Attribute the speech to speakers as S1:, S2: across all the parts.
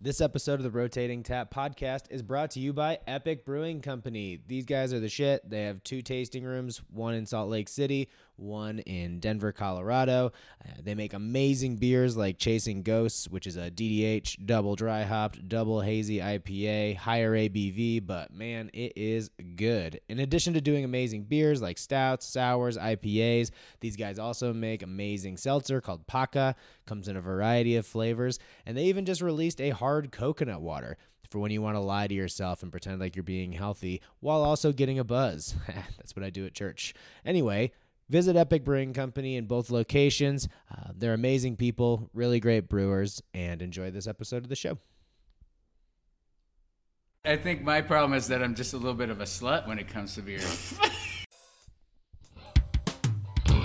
S1: This episode of the Rotating Tap podcast is brought to you by Epic Brewing Company. These guys are the shit. They have two tasting rooms, one in Salt Lake City, one in Denver, Colorado. Uh, they make amazing beers like Chasing Ghosts, which is a DDH double dry hopped, double hazy IPA, higher ABV, but man, it is good. In addition to doing amazing beers like stouts, sours, IPAs, these guys also make amazing seltzer called Paca, comes in a variety of flavors, and they even just released a hard coconut water for when you want to lie to yourself and pretend like you're being healthy while also getting a buzz. That's what I do at church. Anyway, Visit Epic Brewing Company in both locations. Uh, they're amazing people, really great brewers, and enjoy this episode of the show.
S2: I think my problem is that I'm just a little bit of a slut when it comes to beer.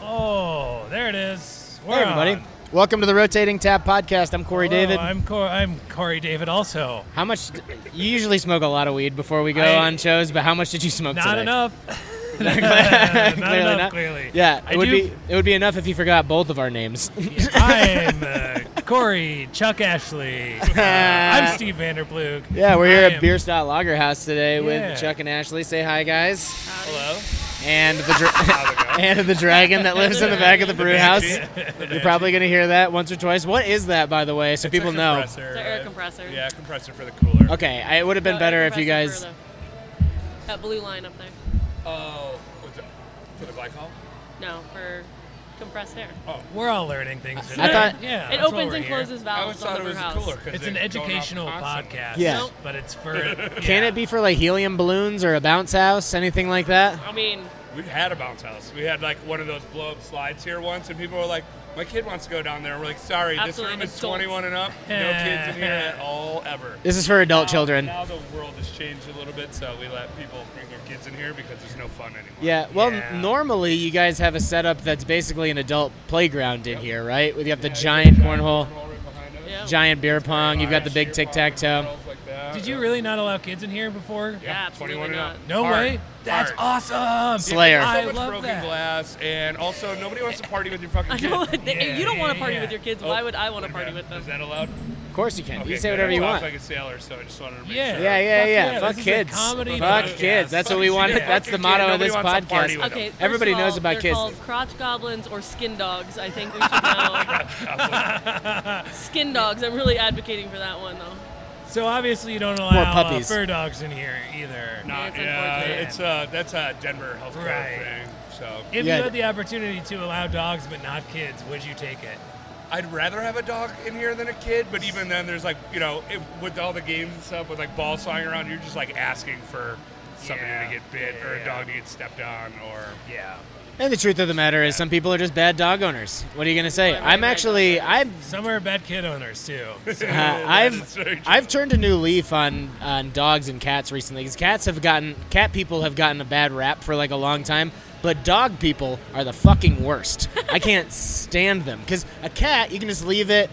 S3: Oh, there it is. We're
S4: Hey everybody!
S3: on.
S4: Welcome to the Rotating Tap Podcast. I'm Corey David.
S3: Oh, I'm Cor- I'm Corey David. Also,
S4: how much? You usually smoke a lot of weed before we go
S3: I-
S4: on shows, but how much did you smoke
S3: not
S4: today?
S3: enough. not
S4: clearly
S3: enough.
S4: not.
S3: Clearly.
S4: Yeah,
S3: I
S4: it would
S3: do-
S4: be it would be enough if you forgot both of our names.
S3: I'm uh, Corey Chuck Ashley. Uh, I'm Steve Vanderplug.
S4: yeah, we're here
S3: I
S4: at
S3: am-
S4: Beer Style Lager House today
S3: Yeah.
S4: with Chuck and Ashley. Say hi, guys.
S3: Hello.
S4: And the dra- and the dragon that lives in the back of the brew house. You're probably gonna hear that once or twice. What is that, by the way? So people know.
S3: Compressor,
S5: It's an air
S3: uh,
S5: compressor.
S3: Yeah, compressor for the cooler.
S4: Okay, I- it would have
S5: No,
S4: been
S5: air
S4: better if you guys.
S5: compressor for the- that blue line up there.
S3: Oh, for the glycol.
S5: No, for compressed air.
S3: We're all learning things. Today.
S4: I thought-
S3: Oh, Yeah.
S5: it
S3: that's what
S5: opens
S3: we're
S5: and
S3: here.
S5: closes
S6: I
S5: valves
S6: always
S5: Oh, on
S6: thought
S5: the
S6: it
S5: brew
S6: was a
S5: house.
S6: cooler. 'cause
S3: It's
S6: they're
S3: an
S6: going off
S3: educational
S6: constantly.
S3: podcast.
S4: Yeah. Nope.
S3: But it's for. yeah.
S4: Can it be for like helium balloons or a bounce house, anything like that?
S5: I mean,
S6: We've had a bounce house. We had like one of those blow up slides here once, and people were like, "My kid wants to go down there." We're like, "Sorry,
S5: Absolutely,
S6: this room is
S5: adults.
S6: 21 and up. No kids in here at all ever."
S4: This is for adult children.
S6: Now the world has changed a little bit, so we let people bring their kids in here because there's no fun anymore.
S4: Yeah. Well,
S3: Yeah.
S4: normally you guys have a setup that's basically an adult playground in here, right? With you have the giant cornhole,
S6: Cornhole right behind us.
S5: yeah.
S4: giant beer pong. You've got the big tic tac toe.
S6: Girls like that.
S3: Did you really not allow kids in here before?
S5: Yeah, absolutely
S6: 21 and
S5: not.
S6: up.
S3: No
S6: Hard.
S3: way. That's
S6: Hard.
S3: awesome.
S4: Slayer.
S6: So
S3: I
S6: much
S3: love
S6: broken
S3: that.
S6: glass, and also nobody wants to party with your fucking
S5: I
S6: kid.
S5: know that-
S3: Yeah,
S5: you don't want
S3: yeah,
S5: to party
S3: yeah.
S5: with your kids.
S6: Oh,
S5: Why would I want to
S6: okay.
S5: party with them?
S6: Is that allowed?
S4: Of course you can. You
S6: Okay,
S4: can say
S6: good.
S4: whatever you
S6: Well, I
S4: want.
S6: was like a sailor, so I just wanted to make
S3: Yeah.
S6: sure.
S4: Yeah, yeah,
S3: Fuck
S4: yeah.
S3: yeah,
S4: Fuck
S3: this is a
S4: kids.
S3: comedy
S4: Fuck
S3: podcast.
S4: kids. That's what we
S3: Fuck
S4: wanted.
S3: yeah.
S4: That's the
S6: Fuck
S4: motto
S6: yeah,
S4: of this
S6: nobody wants to party
S4: podcast.
S6: with
S5: okay, first
S4: Everybody
S5: of all,
S4: knows about
S5: they're
S4: kids.
S5: called crotch goblins or skin dogs. I think we should know. skin dogs. I'm really advocating for that one though.
S3: So obviously you don't allow uh,
S4: puppies.
S3: fur dogs in here either.
S6: Nah,
S5: It's
S6: yeah,
S5: unfortunate.
S6: it's uh, that's a Denver health code
S3: Right.
S6: thing. So
S3: If
S4: Yeah.
S3: you had the opportunity to allow dogs but not kids, would you take it?
S6: I'd rather have a dog in here than a kid, but even then, there's like you know, if, with all the games and stuff, with like balls flying around, you're just like asking for somebody
S3: Yeah.
S6: to get bit or
S3: Yeah.
S6: a dog to get stepped on or
S3: Yeah.
S4: And the truth of the matter is, some people are just bad dog owners. What are you gonna say? I'm actually, I'm,
S3: Some are bad kid owners too. So-
S4: uh,
S6: is
S4: I've,
S6: very true.
S4: I've turned a new leaf on on dogs and cats recently. Because cats have gotten, cat people have gotten a bad rap for like a long time, but dog people are the fucking worst. I can't stand them. Because a cat, you can just leave it,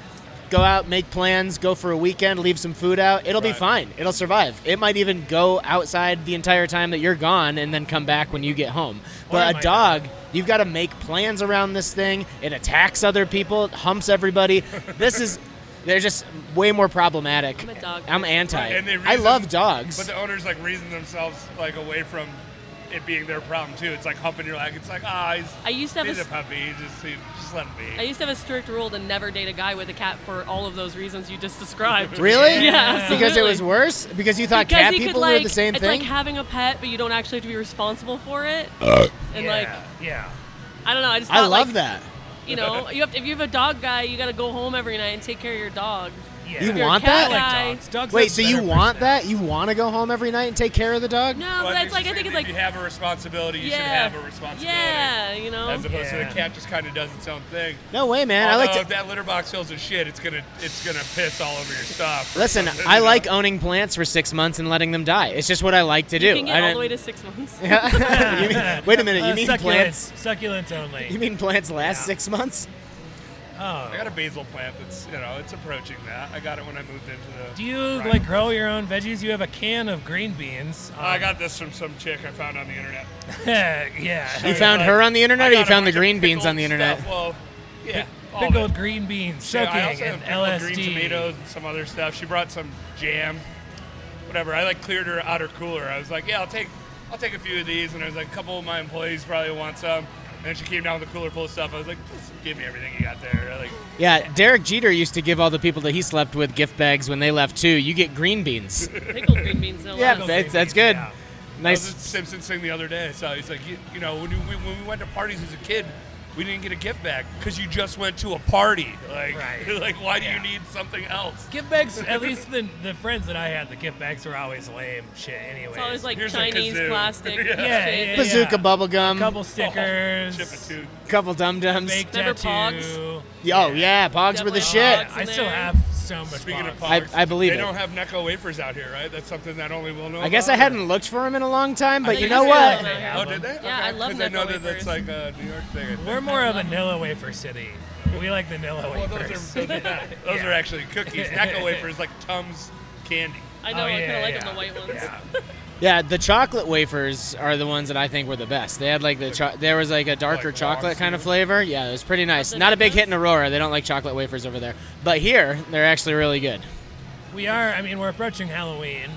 S4: go out, make plans, go for a weekend, leave some food out. It'll be
S6: Right.
S4: fine. It'll survive. It might even go outside the entire time that you're gone, and then come back when you get home.
S3: Or it
S4: But a
S3: might
S4: dog dog. You've got to make plans around this thing. It attacks other people. It humps everybody. This is. They're just way more problematic.
S5: I'm a dog
S4: I'm
S5: person.
S4: anti.
S6: And they
S4: I
S6: reason-
S4: love dogs.
S6: But the owners like reason themselves like away from it being their problem too. It's like humping your leg. It's like ah, he's,
S5: I used to have a
S6: he's a
S5: s-
S6: puppy. He Just he, just let him be.
S5: I used to have a strict rule to never date a guy with a cat for all of those reasons you just described.
S4: really?
S5: Yeah,
S4: Because it
S5: absolutely.
S4: was worse. Because you thought
S5: because
S4: cat
S5: you
S4: people
S5: could like
S4: were the same
S5: it's
S4: thing.
S5: like having a pet, but you don't actually have to be responsible for it. and
S3: yeah.
S5: like
S3: yeah.
S5: I don't know, I just
S4: I
S5: thought,
S4: love
S5: like,
S4: that.
S5: You know, you have to, if you have a dog guy, you got to go home every night and take care of your dog.
S3: Yeah. Yeah.
S4: You
S3: You're a
S4: want that?
S3: I
S5: cat
S3: like
S5: guy.
S3: dogs. Dogs
S4: Wait,
S3: have
S4: so you
S3: better
S4: want
S3: personality.
S4: that? You want to go home every night and take care of the dog?
S5: No,
S6: Well,
S5: but it's
S6: just
S5: like I think
S6: if
S5: it's like
S6: you have a responsibility, you
S5: yeah,
S6: should have a responsibility.
S5: yeah, you know.
S6: As opposed to
S3: Yeah.
S6: the cat just kind of does its own thing.
S4: No way, man. I
S6: Although
S4: like
S6: if
S4: to
S6: Oh, that litter box fills with shit, it's gonna it's gonna piss all over your stuff.
S4: Listen,
S6: You
S4: I
S6: know?
S4: like uh, owning plants for 6 months and letting them die. It's just what I like to do.
S5: You can
S4: I
S5: get all
S4: don't-
S5: the way to six months.
S4: You mean- wait a minute, you
S3: Uh,
S4: mean
S3: succulents.
S4: plants?
S3: Succulents only.
S4: You mean plants last
S3: Yeah.
S4: 6 months?
S3: oh.
S6: I got a basil plant that's you know it's approaching that. I got it when I moved into the.
S3: Do you
S6: Right. Oh,
S3: like grow your own veggies? You have a can of green beans.
S6: I got this from some chick I found on the internet.
S3: yeah.
S4: You found her on the
S6: I
S4: internet or you
S6: got a
S4: found the
S6: bunch of
S4: green beans
S6: pickled
S4: on the internet?
S6: Stuff. Well, yeah, all of
S3: Pickled
S6: it.
S3: green beans,
S6: Yeah,
S3: soaking,
S6: I also have
S3: and
S6: pickled
S3: LSD.
S6: green tomatoes and some other stuff. She brought some jam, whatever. I like cleared her out her cooler. I was like, yeah, I'll take, I'll take a few of these. And I was like, a couple of my employees probably want some. And then she came down with a cooler full of stuff. I was like, just give me everything you got there. Like,
S4: Yeah, Derek Jeter used to give all the people that he slept with gift bags when they left too. You get green beans.
S5: Pickled green beans, no
S4: Yeah,
S5: less.
S3: Green
S4: that's, that's
S3: beans,
S4: good.
S3: yeah.
S6: I was at
S4: Nice.
S6: Simpsons thing the other day. So he's like, you, you know, when, you, we, when we went to parties as a kid, we didn't get a gift bag because you just went to a party. Like,
S3: Right.
S6: like why do
S3: Yeah.
S6: you need something else?
S3: Gift bags, at least the, the friends that I had, the gift bags were always lame shit anyway.
S5: It's always like
S6: Here's a
S5: Chinese
S6: kazoo.
S5: plastic
S6: Yeah.
S5: shit.
S3: Yeah, yeah, yeah.
S4: Bazooka bubble gum.
S3: couple
S6: Oh, Chip a
S3: stickers,
S6: tooth.
S4: couple dum dums.
S3: fake
S5: Remember
S3: tattoo.
S5: Pogs?
S4: Oh yeah, pogs were the
S5: Definitely
S4: shit.
S5: Pogs.
S3: I
S5: in
S3: still
S5: there.
S3: have so much
S6: Speaking
S3: Pogs.
S6: of
S4: I-
S6: pogs,
S4: I believe
S6: they
S4: it.
S6: don't have Necco wafers out here, right? That's something that only we'll know.
S4: I guess I
S6: about.
S4: hadn't looked for him in a long time, but
S5: I
S4: you
S5: think
S4: know
S5: it's
S4: what?
S5: still out there.
S6: Oh, did they?
S5: Yeah, I love
S6: Because I know
S5: Necco
S6: that that's
S5: wafers.
S6: like a New York thing. I think.
S3: We're more of a vanilla wafer city. We like vanilla
S6: Well, those
S3: wafers.
S6: are, those, are, not- those are actually cookies. Necco wafers like Tums candy.
S5: I know,
S3: Oh,
S5: I kind
S3: yeah,
S5: of like
S3: yeah.
S5: them, the white ones.
S3: Yeah.
S4: Yeah, the chocolate wafers are the ones that I think were the best. They had like the cho- there was like a darker
S6: Like
S4: chocolate
S6: logs,
S4: kind of
S6: yeah.
S4: flavor. Yeah, it was pretty nice.
S5: the
S4: Not a big
S5: best?
S4: hit in Aurora. They don't like chocolate wafers over there, but here they're actually really good.
S3: We are. I mean, we're approaching Halloween,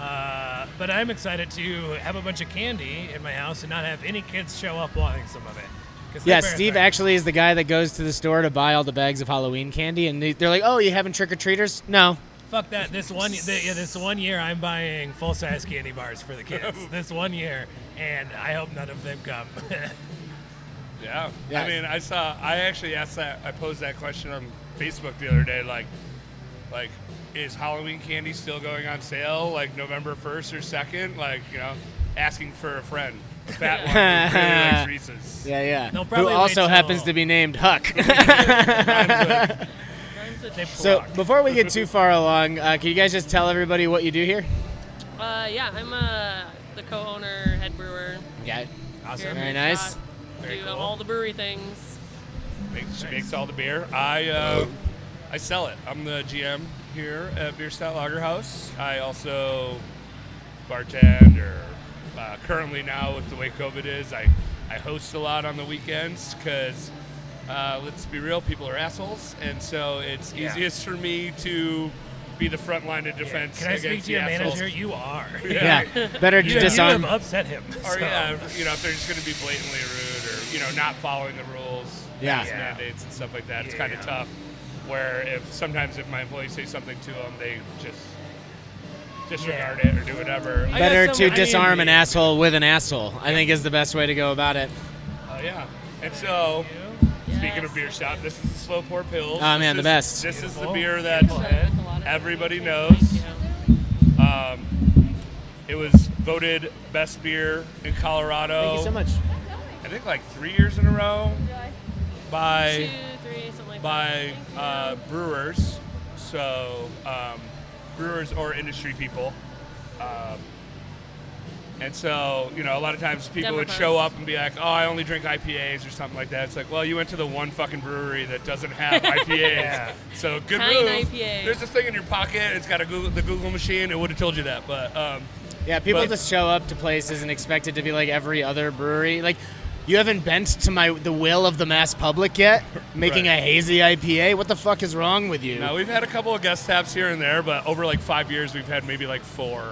S3: uh, but I'm excited to have a bunch of candy in my house and not have any kids show up wanting some of it. 'Cause their
S4: Yeah,
S3: parents
S4: Steve
S3: are-
S4: actually is the guy that goes to the store to buy all the bags of Halloween candy, and they- they're like, "Oh, you having trick or treaters?" No.
S3: Fuck that! This one, the, yeah, this one year, I'm buying full size candy bars for the kids. this one year, and I hope none of them come.
S6: Yeah.
S4: Yeah.
S6: I mean, I saw. I actually asked that. I posed that question on Facebook the other day. Like, like, is Halloween candy still going on sale? Like November first or second? Like, you know, asking for a friend, a fat one who really likes Reese's.
S4: Yeah, yeah.
S3: They'll
S4: Who
S3: probably wait
S4: also
S3: till-
S4: happens to be named Huck.
S5: Rhymes with-
S3: They
S4: so
S3: pluck.
S4: before we get too far along, uh, can you guys just tell everybody what you do here?
S5: Uh, yeah, I'm uh, the co-owner, head brewer.
S4: Yeah.
S5: here
S3: awesome.
S5: in
S4: Very
S5: Big
S4: nice.
S5: Shot.
S3: Very
S5: Do
S3: cool.
S5: all the brewery things.
S6: Makes- She makes all the beer. I uh, I sell it. I'm the GM here at Beer Stout Lager House. I also bartend, or uh, currently now with the way COVID is, I, I host a lot on the weekends because uh, let's be real, people are assholes, and so it's
S3: Yeah.
S6: easiest for me to be the front line of
S3: Yeah.
S6: defense.
S3: Can I speak
S6: against
S3: to your
S6: the assholes.
S3: manager? You are.
S4: Yeah. Better
S3: You,
S4: to
S3: you have
S4: disarm.
S3: upset him.
S6: Or
S3: so.
S6: yeah, you know, if they're just going to be blatantly rude or you know not following the rules,
S4: Yeah.
S6: mask
S3: Yeah.
S6: mandates and stuff like that, it's kind
S3: Yeah.
S6: of tough. Where if sometimes if my employees say something to them, they just disregard it or do whatever.
S3: I-
S4: Better
S3: got
S4: to
S3: some- I
S4: disarm an
S3: mean-
S4: asshole with an asshole. I think is the best way to go about it.
S6: Oh yeah. And so, speaking of beer shop, this is the slow pour pills.
S4: Ah, man,
S6: This
S4: the
S6: is-
S4: best.
S6: This is the
S3: Beautiful.
S6: beer
S5: With
S6: that
S5: a lot of-
S6: everybody
S5: Thank
S6: knows.
S5: you.
S6: Um, it was voted best beer in Colorado.
S4: Thank you so much.
S6: I think like three years in a row by.
S5: Two, three, something like
S6: by
S5: that. Thank you.
S6: uh, brewers, so um, brewers or industry people. Um, and so, you know, a lot of times people
S5: Denver
S6: would
S5: Post.
S6: show up and be like, "Oh, I only drink IPAs" or something like that. It's like, well, you went to the one fucking brewery that doesn't have IPAs, so good
S5: Kind
S6: move.
S5: IPA.
S6: There's this thing in your pocket. It's got a Google, the Google machine. It would have told you that, but um,
S4: Yeah, people
S6: But-
S4: just show up to places and expect it to be like every other brewery. Like, you haven't bent to my the will of the mass public yet, making
S6: Right.
S4: a hazy IPA. What the fuck is wrong with you?
S6: now we've had a couple of guest taps here and there, but over like five years, we've had maybe like four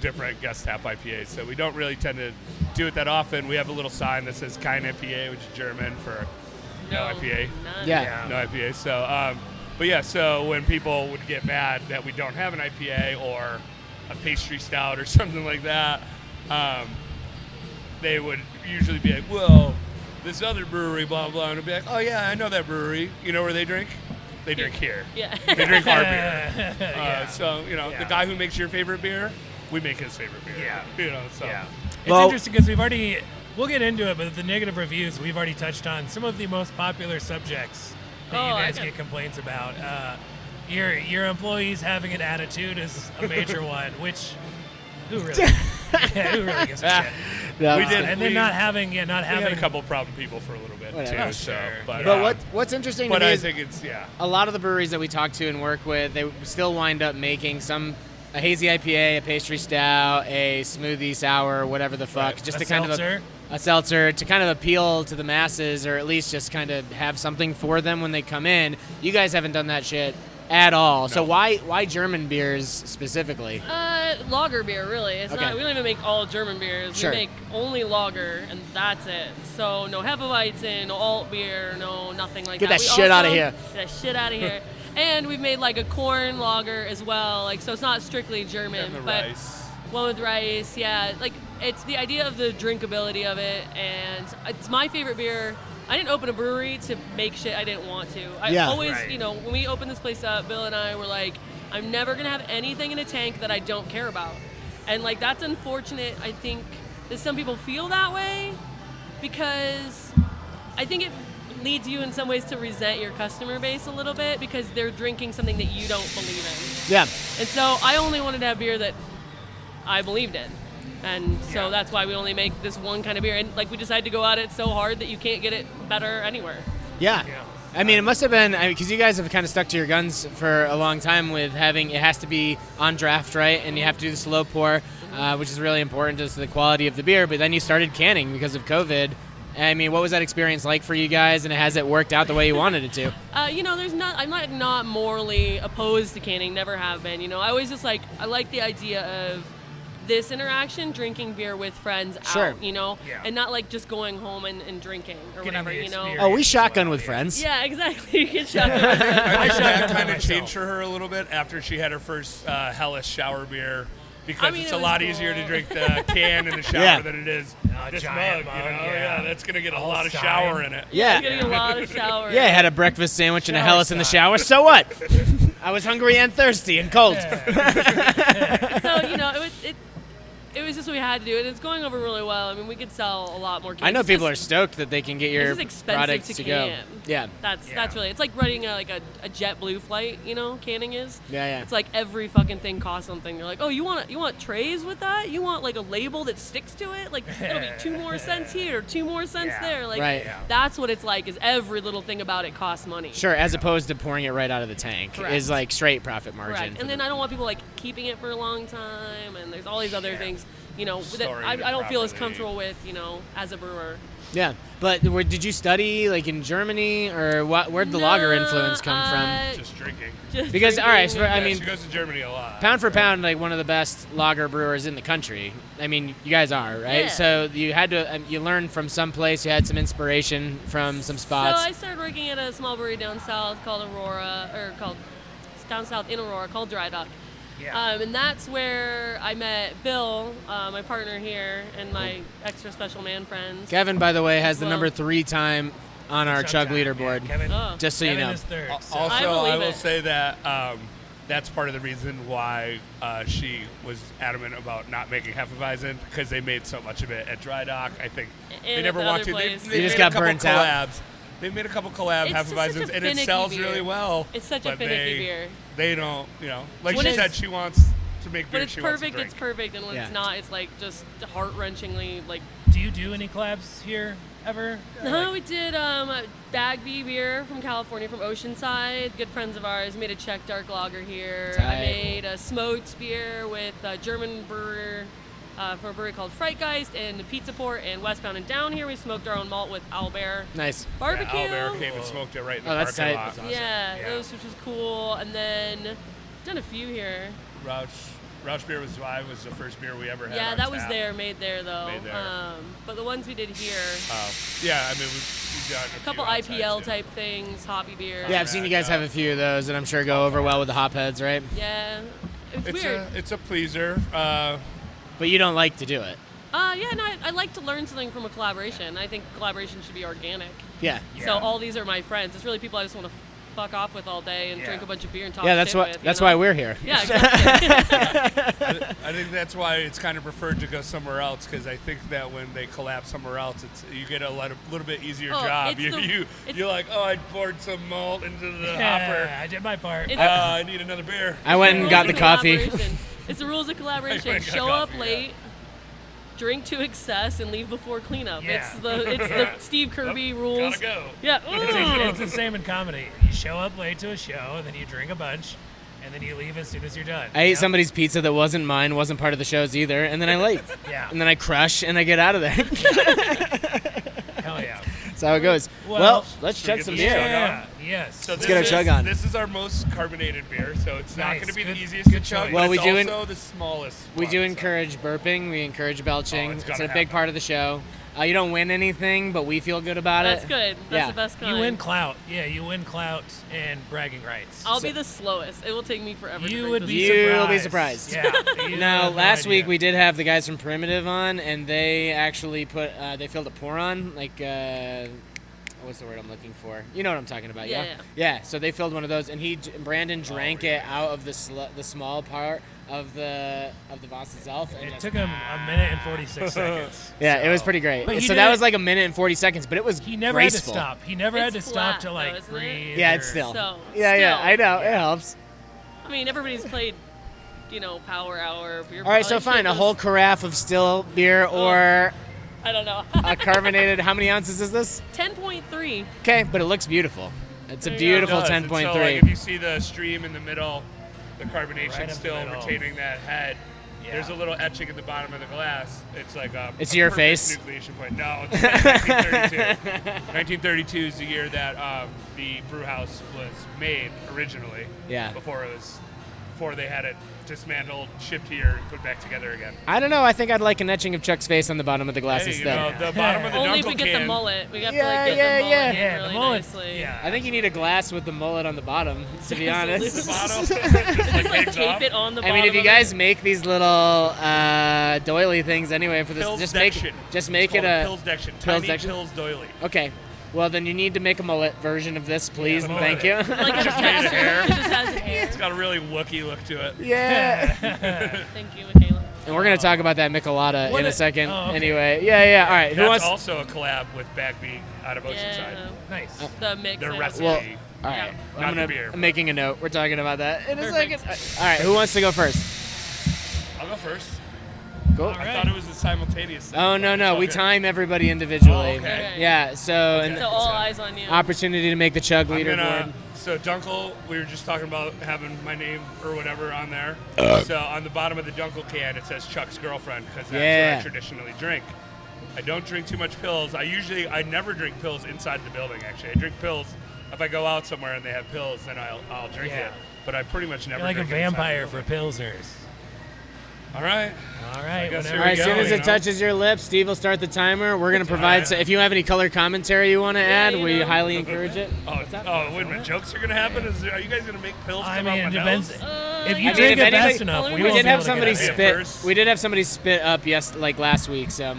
S6: different guest tap IPAs. So we don't really tend to do it that often. We have a little sign that says "Kein IPA," which is German for no, IPA,
S5: none.
S4: yeah.
S3: Yeah.
S6: no IPA. So, um, but yeah, so when people would get mad that we don't have an IPA or a pastry stout or something like that, um, they would usually be like, "Well, this other brewery, blah blah," and it'd be like, "Oh yeah, I know that brewery. You know where they drink." They drink here.
S5: Yeah.
S6: They drink our beer. Uh,
S3: yeah.
S6: So you know,
S3: Yeah.
S6: the guy who makes your favorite beer, we make his favorite beer.
S3: Yeah.
S6: You know, so
S3: Yeah. It's
S4: Well-
S3: interesting because we've already, we'll get into it, but the negative reviews we've already touched on some of the most popular subjects that
S5: Oh,
S3: you
S5: I
S3: guys
S5: got-
S3: get complaints about. Uh, your your employees having an attitude is a major one, which who really, yeah, who really gives a shit?
S6: we did.
S3: And
S6: we-
S3: then not having, yeah, not
S6: we
S3: having
S6: had a couple problem people for a little bit
S4: Whatever.
S6: too.
S4: Oh,
S6: so,
S3: sure.
S6: but,
S4: But
S6: uh,
S4: what what's interesting
S6: But
S4: to me
S6: I
S4: is
S6: think it's yeah.
S4: a lot of the breweries that we talk to and work with, they still wind up making some a hazy IPA, a pastry stout, a smoothie sour, whatever the fuck,
S3: Right.
S4: just
S3: A
S4: to kind
S3: seltzer.
S4: of a, a seltzer to kind of appeal to the masses, or at least just kind of have something for them when they come in. You guys haven't done that shit at all. So why why German beers specifically?
S5: Uh, lager beer, really. It's
S4: Okay.
S5: not. We don't even make all German beers.
S4: Sure.
S5: We make only lager, and that's it. So no Hefeweizen, no alt beer, no nothing like
S4: Get that
S5: that. We
S4: shit outta
S5: also-
S4: here.
S5: Get that shit out of here. and we've made like a corn lager as well. Like so, it's not strictly German,
S6: And the
S5: but
S6: rice.
S5: one with rice. Yeah, like it's the idea of the drinkability of it, and it's my favorite beer. I didn't open a brewery to make shit I didn't want to. I
S4: Yeah.
S5: always,
S3: Right.
S5: you know, when we opened this place up, Bill and I were like, I'm never gonna have anything in a tank that I don't care about, and like that's unfortunate. I think that some people feel that way because I think it leads you in some ways to resent your customer base a little bit because they're drinking something that you don't believe in.
S4: Yeah.
S5: And so I only wanted to have beer that I believed in. And so that's why we only make this one kind of beer. And like we decided to go at it so hard that you can't get it better anywhere.
S4: Yeah.
S3: Yeah.
S4: I mean, it must have been because you guys have kind of stuck to your guns for a long time with having it has to be on draft, right? And you have to do the slow pour, uh, which is really important just to the quality of the beer. But then you started canning because of COVID. I mean, what was that experience like for you guys? And has it worked out the way you wanted it to?
S5: Uh, you know, there's not. I'm not not morally opposed to canning. Never have been. You know, I always just like I like the idea of this interaction, drinking beer with friends
S4: Sure.
S5: out. You know,
S3: Yeah.
S5: and not like just going home and, and drinking or
S3: Getting
S5: whatever.
S3: the
S5: You know.
S3: experience.
S4: Oh, we shotgun with friends.
S5: Yeah, exactly. You get shot.
S6: I think
S3: shotgun
S6: that
S3: by
S6: kind of
S3: myself.
S6: changed for her a little bit after she had her first uh, hellish shower beer because
S5: mean,
S6: it's
S5: it
S6: a
S5: was
S6: lot easier to
S5: cool.
S6: drink the can in the shower
S4: Yeah.
S6: than it is
S3: A
S6: this
S3: giant
S6: mug. you
S3: mug,
S6: know?
S3: yeah.
S6: yeah. that's gonna get a
S3: All
S6: lot of
S3: signed.
S6: shower in it.
S5: I'm getting a lot of shower.
S4: Yeah, I had a breakfast sandwich and a
S3: Shower
S4: Hellas in the
S3: shot.
S4: shower. So what? I was hungry and thirsty and cold.
S5: so you know, it was it, it was just what we had to do, and it's going over really well. I mean, we could sell a lot more. Cans.
S4: I know
S5: It's
S4: people are
S5: just-
S4: stoked that they can get your
S5: it's just expensive
S4: products
S5: to
S4: to go.
S5: can.
S4: Yeah.
S5: That's
S3: Yeah.
S5: that's really. It's like running a, like a, a JetBlue flight. You know, canning is.
S4: Yeah, yeah.
S5: It's like every fucking thing costs something. You're like, oh, you want you want trays with that? You want like a label that sticks to it? Like it'll be two more cents here, two more cents
S3: Yeah.
S5: there. Like
S4: Right. Yeah.
S5: that's what it's like. Is every little thing about it costs money.
S4: Sure, as opposed to pouring it right out of the tank
S5: Correct.
S4: is like straight profit margin.
S5: Correct.
S4: for
S5: And then
S4: the-
S5: I don't want people like keeping it for a long time, and there's all these other things. You know, that
S6: Storing
S5: I, I
S6: it
S5: don't feel as
S6: properly.
S5: comfortable with. You know, as a brewer.
S4: yeah, but where, did you study like in Germany or what, where'd the lager
S5: Nah,
S4: influence come
S5: uh,
S6: Just drinking.
S5: just
S4: Because, all right,
S5: drinking.
S4: so I
S6: Yeah,
S4: mean-
S6: she goes to Germany a lot.
S4: from? Pound for pound, like one of the best lager brewers in the country. I mean, you guys are right.
S5: Yeah.
S4: So you had to um, you learned from some place. You had some inspiration from some spots.
S5: So I started working at a small brewery down south called Aurora, or called it's down south in Aurora called Dry Dock.
S3: Yeah.
S5: Um, and that's where I met Bill, uh, my partner here, and my extra special man friend.
S4: Kevin, by the way, has the
S5: Well-
S4: number three time on our chug
S3: Sometime, yeah,
S4: leaderboard.
S3: Kevin,
S5: Oh.
S4: Just so you
S3: Kevin
S4: know.
S3: is third, so-
S6: Also,
S5: I
S6: I,
S5: believe
S6: will
S5: it.
S6: say that um, that's part of the reason why uh, she was adamant about not making Hefeweizen because they made so much of it at Dry Dock. I think they
S5: at
S6: never
S5: the
S6: walked
S5: other
S6: in. They,
S5: place.
S6: they
S5: You
S4: just
S6: made
S4: got
S6: a couple
S4: burnt out.
S6: collabs. They made a couple collab
S5: It's just such
S6: Hefeweizens
S5: a
S6: and it
S5: finicky
S6: sells
S5: beer.
S6: really well.
S5: It's such a
S6: but
S5: finicky
S6: they,
S5: beer.
S6: They don't, you know, like
S5: When
S6: she
S5: it's-
S6: said, she wants to make beer.
S5: when it's
S6: she
S5: perfect, it's
S6: wants to drink.
S5: perfect, and when
S4: Yeah.
S5: it's not, it's like just heart wrenchingly like.
S3: do you do any collabs here ever?
S5: No, we did um, a Bagby beer from California, from Oceanside. Good friends of ours made a Czech dark lager here.
S4: Tight.
S5: I made a smoked beer with a German brewer uh, from a brewery called Freitgeist and Pizza Port and Westbound and Down here. We smoked our own malt with Owlbear
S4: Nice.
S5: barbecue.
S6: Yeah, Owlbear came and smoked it right in the
S4: Oh, that's
S6: parking
S4: tight.
S6: lot.
S5: Yeah,
S3: Yeah.
S5: those which was cool. And then done a few here.
S6: Roush, Roush beer was I was the first beer we ever had.
S5: yeah,
S6: on
S5: that was
S6: tap.
S5: there, made there though.
S6: Made there.
S5: Um, but the ones we did here,
S6: Uh, yeah, I mean we've, we've done a
S5: a couple
S6: few outside,
S5: IPL
S6: too.
S5: type things, hobby beer.
S4: Yeah, I've seen you guys have a few of those, and I'm sure go over well with the hop heads, right?
S5: Yeah. It's,
S6: It's
S4: uh,
S5: weird.
S6: a it's a pleaser. Uh,
S4: But you don't like to do it.
S5: Uh, yeah, no, I, I like to learn something from a collaboration. I think collaboration should be organic.
S4: Yeah.
S5: So all these are my friends. It's really people I just want to fuck off with all day and
S6: Yeah.
S5: drink a bunch of beer and talk.
S4: Yeah, that's
S5: shit
S4: why.
S5: with, you
S4: That's
S5: know?
S4: why we're here.
S5: Yeah, exactly.
S6: I think that's why it's kind of preferred to go somewhere else because I think that when they collapse somewhere else, it's you get a lot of, little bit easier
S5: Oh,
S6: job.
S5: it's
S6: You,
S5: the-
S6: you
S5: it's-
S6: you're like, oh, I poured some malt into the
S3: Yeah, I did my part.
S5: It's
S6: hopper. Uh, I need another beer.
S4: I went
S5: rules
S4: and got
S5: of
S4: the coffee.
S5: collaboration. It's the rules of
S6: I
S5: collaboration.
S6: went and got
S5: Show up
S6: coffee, yeah.
S5: late, drink to excess, and leave before cleanup.
S3: Yeah.
S5: It's the it's the Steve Kirby rules.
S6: Gotta go.
S5: Yeah.
S3: It's,
S5: Ugh.
S3: the- it's the same in comedy. You show up late to a show, and then you drink a bunch, and then you leave as soon as you're done.
S4: I
S3: you
S4: ate
S3: know?
S4: somebody's pizza that wasn't mine, wasn't part of the shows either, and then I leave.
S3: Yeah.
S4: And then I crush and I get out of there.
S3: Hell yeah.
S4: That's how it goes. Well,
S3: Well,
S4: let's
S6: should we
S4: chug
S6: get
S4: some
S6: the
S4: beer.
S6: chug on?
S3: Yeah. Yes.
S6: So this
S4: get a
S6: is,
S4: chug on.
S6: This is our most carbonated beer, so it's not
S3: Nice.
S6: going to be the
S3: Good-
S6: easiest to
S3: good
S6: chug.
S3: choice.
S6: but
S4: Well, we
S6: it's
S4: do en-
S6: also the smallest.
S4: We
S6: one,
S4: do
S6: so-
S4: encourage burping. We encourage belching.
S6: Oh, it's
S4: it's
S6: gotta
S4: a big
S6: happen.
S4: part of the show. Uh, you don't win anything, but we feel good about
S5: That's
S4: it.
S5: good. That's
S4: Yeah.
S5: the best kind.
S3: You win clout. Yeah, you win clout and bragging rights.
S5: I'll be the slowest. It will take me forever. to
S3: you
S5: drink
S3: would
S5: this
S3: be
S4: You'll
S3: surprised.
S4: be surprised.
S3: Yeah. you
S4: Now,
S3: have no
S4: last week
S3: idea.
S4: we did have the guys from Primitive on, and they actually put uh, they filled a pour on like uh, what's the word I'm looking for? You know what I'm talking about,
S5: Yeah,
S4: yeah? Yeah. so they filled one of those, and he j- Brandon
S3: Oh,
S4: drank it out of the sl- the small part of the of the Voss itself. And
S3: It
S4: just-
S3: took him a minute and 46 seconds.
S4: yeah, it was
S3: so-
S4: pretty great.
S3: But he
S4: So that
S3: did-
S4: was like a minute and 40 seconds, but it was
S3: He never
S4: graceful.
S3: had to stop. He never had to
S5: It's
S3: stop
S5: flat,
S3: to
S5: though,
S3: like
S5: isn't it?
S3: breathe.
S4: Yeah,
S3: or-
S4: it's still.
S5: So,
S4: yeah, yeah,
S5: still.
S4: I know. It helps.
S5: I mean, everybody's played, you know, Power Hour. Beer
S4: All right,
S5: pong.
S4: so
S5: I should
S4: fine. A
S5: just-
S4: whole carafe of still beer or
S5: I don't know.
S4: a carbonated. How many ounces is this?
S5: Ten point three.
S4: Okay, but it looks beautiful. It's a
S5: There you go.
S6: It
S4: beautiful
S6: does.
S4: ten
S6: And
S4: point
S6: So, like,
S4: three.
S6: if you see the stream in the middle, the carbonation's
S3: Right up the
S6: still
S3: middle.
S6: retaining that head.
S3: Yeah.
S6: There's a little etching at the bottom of the glass. It's like a.
S4: It's
S6: a
S4: your
S6: perfect
S4: face?
S6: Nucleation point. No, it's 1932. 1932 is the year that um, the brew house was made originally.
S4: Yeah.
S6: Before it was, before they had it dismantled, shipped here, and put back together again.
S4: I don't know. I think I'd like an etching of Chuck's face on the bottom of the glass
S6: Hey, you
S4: instead.
S6: know, the bottom of the
S5: Only if
S6: Dunkel
S5: we get
S6: can.
S5: the mullet. We got to
S4: Yeah,
S5: like get
S4: yeah,
S5: the mullet
S4: yeah.
S5: in
S3: Yeah,
S5: really
S3: the mullet.
S5: nicely.
S3: Yeah.
S4: I think you need a glass with the mullet on the bottom. To be honest.
S5: Absolutely.
S6: Bottom, just like,
S5: Just like
S6: hangs
S5: tape
S6: off.
S5: it on the.
S4: I mean, if
S5: bottom
S4: you
S5: of
S4: guys
S5: it.
S4: make these little uh, doily things anyway for this,
S6: Pills
S4: just make
S6: dection.
S4: just make
S6: It's
S4: it
S6: called
S4: a
S6: Pills dection.
S4: Pills
S6: Tiny
S4: dection?
S6: Pills doily.
S4: okay. Well, then you need to make a mullet version of this, please, and thank you.
S5: like it just
S6: made
S5: has
S6: it hair.
S5: hair. It just has hair.
S6: It's got a really wookie look to it.
S4: yeah.
S5: Thank you, Michaela.
S4: And we're gonna talk about that Michelada
S3: What
S4: in a
S3: a-
S4: second.
S3: oh, okay.
S4: Anyway, yeah, yeah. All right, who
S6: That's
S4: wants?
S6: also a collab with Bagby out of Oceanside.
S5: Yeah,
S3: Nice.
S4: Oh.
S5: the mix.
S6: Their
S5: and-
S6: recipe.
S4: Well, all right.
S6: Not
S4: I'm
S6: the
S4: gonna.
S6: beer.
S4: I'm making a note. We're talking about that in a
S5: Perfect.
S4: second. All right, who wants to go first?
S6: I'll go first.
S4: Cool.
S6: I thought it was a simultaneous. thing.
S4: Oh no
S6: It's
S4: no,
S6: all
S4: we
S6: good.
S4: time everybody individually.
S6: Oh, okay.
S4: Yeah, so and
S5: So all eyes on you.
S4: opportunity to make the chug
S6: I'm
S4: leaderboard.
S6: gonna- so Dunkel, we were just talking about having my name or whatever on there. so on the bottom of the Dunkel can, it says Chuck's girlfriend because that's what
S4: Yeah.
S6: I traditionally drink. I don't drink too much pills. I usually, I never drink pills inside the building. Actually, I drink pills if I go out somewhere and they have pills, then I'll, I'll drink
S3: Yeah.
S6: it. But I pretty much never.
S3: You're like a
S6: drink it inside the
S3: vampire
S6: building.
S3: for pilsners.
S6: All right.
S3: All right.
S6: guess
S3: whenever-
S6: here
S4: all right,
S6: we
S4: as
S6: go,
S4: soon as
S6: you
S4: it
S6: know?
S4: touches your lips, Steve will start the timer. We're gonna provide.
S6: right.
S4: So if you have any color commentary you want to add,
S5: you
S4: we
S5: know.
S4: highly encourage it.
S6: Oh, oh wait a minute. Jokes are gonna happen. Is there, are you guys gonna make pills
S3: I
S6: come
S3: mean,
S6: out
S3: it
S6: my
S3: depends.
S6: nose?
S5: Uh,
S3: If you
S5: yeah.
S4: I mean,
S3: drink
S4: if
S3: it fast
S4: anything-
S3: enough, we,
S4: We
S5: won't
S4: did
S3: didn't
S4: have somebody
S6: out of
S4: spit.
S6: here first.
S4: We did have somebody spit up yes, like last week. So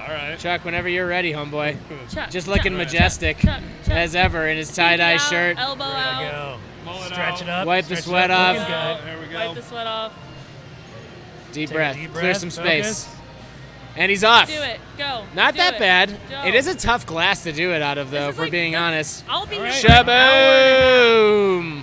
S6: All right.
S4: Chuck, whenever you're ready, homeboy.
S5: Chuck,
S4: Just looking
S5: Chuck,
S4: majestic
S5: Chuck, Chuck.
S4: as ever in his tie-dye
S5: Out,
S4: shirt.
S5: Elbow out.
S3: Go.
S6: Mull it
S3: Stretch
S6: out.
S3: it up.
S4: Wipe the
S3: stretch it
S4: sweat
S3: up,
S4: off.
S3: looking
S6: Oh,
S3: good.
S6: here we go.
S5: Wipe the sweat off.
S4: Deep
S3: Take a
S4: breath.
S3: deep
S4: Clear
S3: breath,
S4: some space.
S3: focus.
S4: And he's off.
S5: Do it. Go.
S4: Not
S5: Do
S4: that
S5: it.
S4: bad.
S5: Go.
S4: It is a tough glass to do it out of,
S5: This
S4: though,
S5: is
S4: if we're
S5: like-
S4: being honest.
S5: I'll be here. for an
S4: Shaboom!
S5: hour.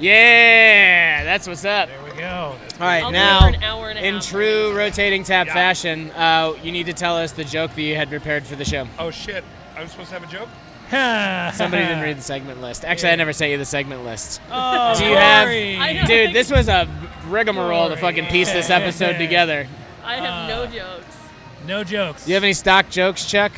S4: Yeah, that's what's up.
S3: There we go.
S4: All right,
S5: I'll be here
S4: now,
S5: for an hour and a
S4: in
S5: half.
S4: true rotating tap
S6: Yeah.
S4: fashion, uh, you need to tell us the joke that you had prepared for the show.
S6: Oh shit! I was supposed to have a joke.
S4: Somebody didn't read the segment list. Actually, I never sent you the segment list.
S3: Oh,
S4: Do you have-
S3: Corey.
S5: I don't
S4: Dude,
S5: think-
S4: this was a rigmarole to fucking piece this episode together.
S5: I have no jokes.
S3: No jokes.
S4: Do you have any stock jokes, Chuck?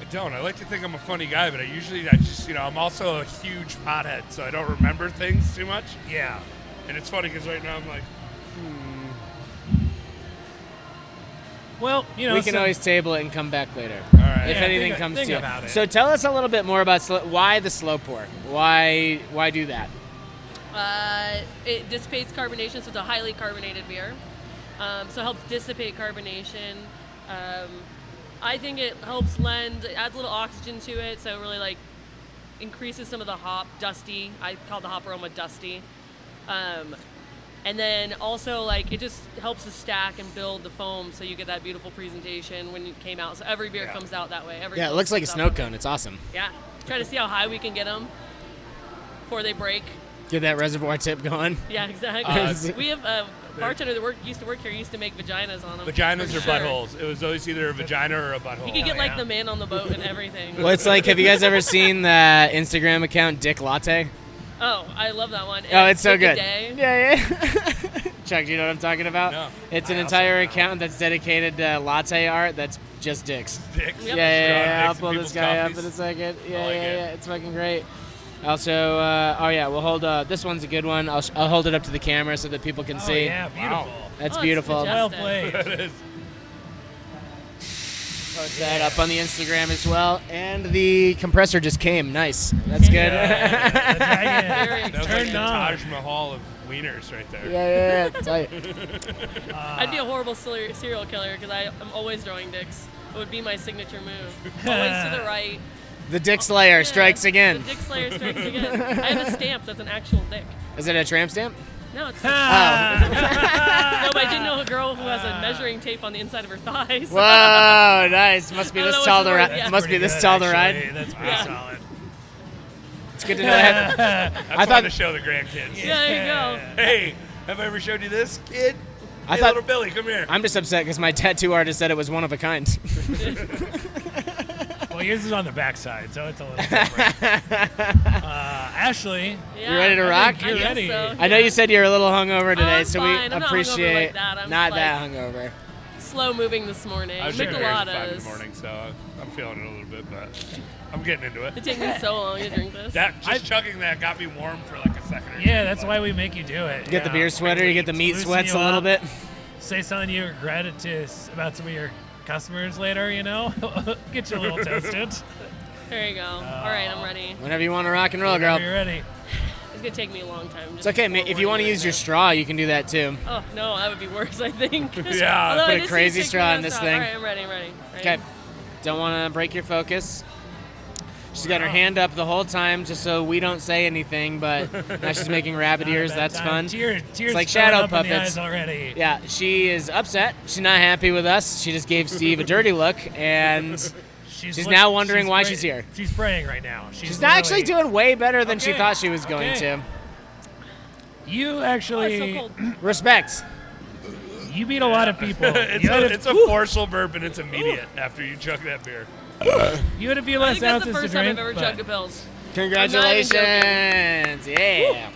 S6: I don't. I like to think I'm a funny guy, but I usually I just you know I'm also a huge pothead, so I don't remember things too much.
S3: Yeah.
S6: And it's funny because right now I'm like,
S3: Well, you know,
S4: we can
S3: some-
S4: always table it and come back later.
S6: all right.
S4: if
S3: Yeah,
S4: anything
S3: think-
S4: comes
S3: think
S4: to
S3: about
S4: you.
S3: it.
S4: So tell us a little bit more about sl- why the slow pour. Why why do that?
S5: Uh, it dissipates carbonation, so it's a highly carbonated beer. Um, so it helps dissipate carbonation. Um, I think it helps lend, it adds a little oxygen to it, so it really like increases some of the hop dusty. I call the hop aroma dusty. Um, and then also like it just helps to stack and build the foam, so you get that beautiful presentation when it came out. So every beer comes out that way. Every
S4: Yeah, it
S5: cold
S4: looks like a
S5: comes out
S4: snow
S5: that way.
S4: cone. It's awesome.
S5: Yeah, try to see how high we can get them before they break.
S4: Get that reservoir tip going.
S5: Yeah, exactly. Uh, we have a bartender that work, used to work here used to make vaginas on them.
S6: Vaginas or buttholes. It was always either a vagina or a butthole.
S5: You could get
S3: Oh,
S5: like
S3: yeah.
S5: the man on the boat and everything.
S4: Well, it's like, have you guys ever seen that Instagram account, Dick Latte?
S5: Oh, I love that one.
S4: Oh, it's so
S5: Pick a
S4: good.
S5: day.
S4: Yeah, yeah. Chuck, do you know what I'm talking about?
S6: No.
S4: It's an
S6: I also
S4: entire
S6: don't.
S4: account that's dedicated to latte art that's just dicks.
S6: Dicks.
S4: Yeah, yeah, yeah,
S5: Yep.
S4: yeah.
S6: Dicks
S4: I'll
S6: in
S4: pull this
S6: people's
S4: guy up
S6: coffees.
S4: in a second. Yeah,
S6: I like
S4: yeah,
S6: it.
S4: yeah. It's fucking great. Also, uh, oh yeah, we'll hold uh, this one's a good one. I'll, sh- I'll hold it up to the camera so that people can
S3: Oh,
S4: see.
S3: yeah, beautiful.
S4: That's
S5: Oh, it's
S4: beautiful.
S5: majestic.
S3: Well played.
S6: It is.
S4: Post that up on the Instagram as well. And the compressor just came. Nice. That's good.
S6: Yeah.
S3: The dragon.
S5: Very
S6: That was
S3: Turned
S6: like the
S3: on.
S6: Taj Mahal of wieners right there.
S4: yeah, yeah. yeah. Tight.
S5: I'd be a horrible cel- serial killer because I'm always throwing dicks. It would be my signature move. always to the right.
S4: The Dick Slayer
S5: Yeah,
S4: strikes again.
S5: The dick slayer strikes again. I have a stamp that's an actual dick.
S4: Is it a tramp stamp? Oh.
S5: No, it's no,
S3: Ah,
S5: but I did know a girl who has a measuring tape on the inside of her thighs.
S4: Whoa, nice. Must be
S5: I don't
S4: this
S5: know
S4: tall to
S5: what's the word,
S4: ride.
S5: yeah.
S3: that's
S4: Must be
S3: pretty
S4: this
S3: good,
S4: tall to
S3: actually.
S4: ride.
S3: That's pretty
S5: Yeah.
S3: solid.
S4: It's good to know. I have-
S6: That's I
S4: thought-
S6: thought to show the grandkids.
S5: Yeah, there you go.
S6: Hey, have I ever showed you this, kid?
S4: I
S6: hey,
S4: thought-
S6: little Billy, come here.
S4: I'm just upset because my tattoo artist said it was one of a kind.
S3: Well, yours is on the backside, so it's a little different. uh, Ashley,
S5: Yeah.
S4: You ready to
S3: I
S4: rock?
S3: think
S5: I
S3: you're
S5: guess
S3: ready.
S5: so.
S4: I know you said you're a little hungover today,
S5: I'm
S4: so
S5: fine.
S4: we
S5: I'm not hungover like
S4: appreciate
S5: that. I'm
S4: not
S5: just
S4: that hungover.
S5: slow moving this morning.
S6: I was drinking beer at five in
S5: Micheladas.
S6: the morning, so I'm feeling it a little bit, but I'm getting into
S5: It
S6: it.
S5: takes me so long to drink this.
S6: That just chugging that got me warm for like a second. Or
S3: yeah,
S6: two,
S3: that's
S6: but-
S3: why we make you do it.
S4: You get the
S3: yeah.
S4: beer sweater, you get the meat
S3: Loosen
S4: sweats a
S3: you
S4: little
S3: up.
S4: bit.
S3: Say something you regretted to s- about some of your customers later. You know, get you a little toasted.
S5: There you go. All right, I'm ready.
S4: Whenever you want to rock and roll,
S3: Are
S4: girl.
S3: you ready?
S5: It's gonna take me a long time.
S4: It's okay. ma- If you want to use your straw, you can do that too.
S5: Oh no, that would be worse. I think.
S6: Yeah,
S5: Although
S4: put
S5: I
S4: a
S5: just
S4: crazy
S5: need to
S4: straw in
S5: take
S4: this
S5: my
S4: thing.
S5: All right, I'm ready. I'm ready. Ready?
S4: Okay. Don't want to break your focus. She's got her hand up the whole time just so we don't say anything, but now she's making rabbit
S3: Not a
S4: ears.
S3: bad
S4: That's
S3: time.
S4: fun.
S3: Tears, tears
S4: like
S3: showing
S4: shadow
S3: up in the
S4: puppets.
S3: eyes already.
S4: Yeah, she is upset. She's not happy with us. She just gave Steve a dirty look, and She's now wondering why she's here.
S3: She's praying right now. She's,
S4: she's not actually
S3: literally-
S4: doing way better than she
S3: Okay,
S4: thought she was going
S3: okay. You
S5: Oh, it's
S3: actually,
S5: so cold.
S4: to. Respect.
S3: you beat a lot of people.
S6: It's
S3: you,
S6: a,
S3: had
S6: it's
S3: a,
S6: a forceful burp and it's immediate after you chug that beer.
S3: you had a few
S5: I
S3: less
S5: think that's
S3: ounces
S5: the
S3: to
S5: first time
S3: drink.
S5: I've ever
S3: but-
S5: chugged a pills.
S4: Congratulations! Yeah.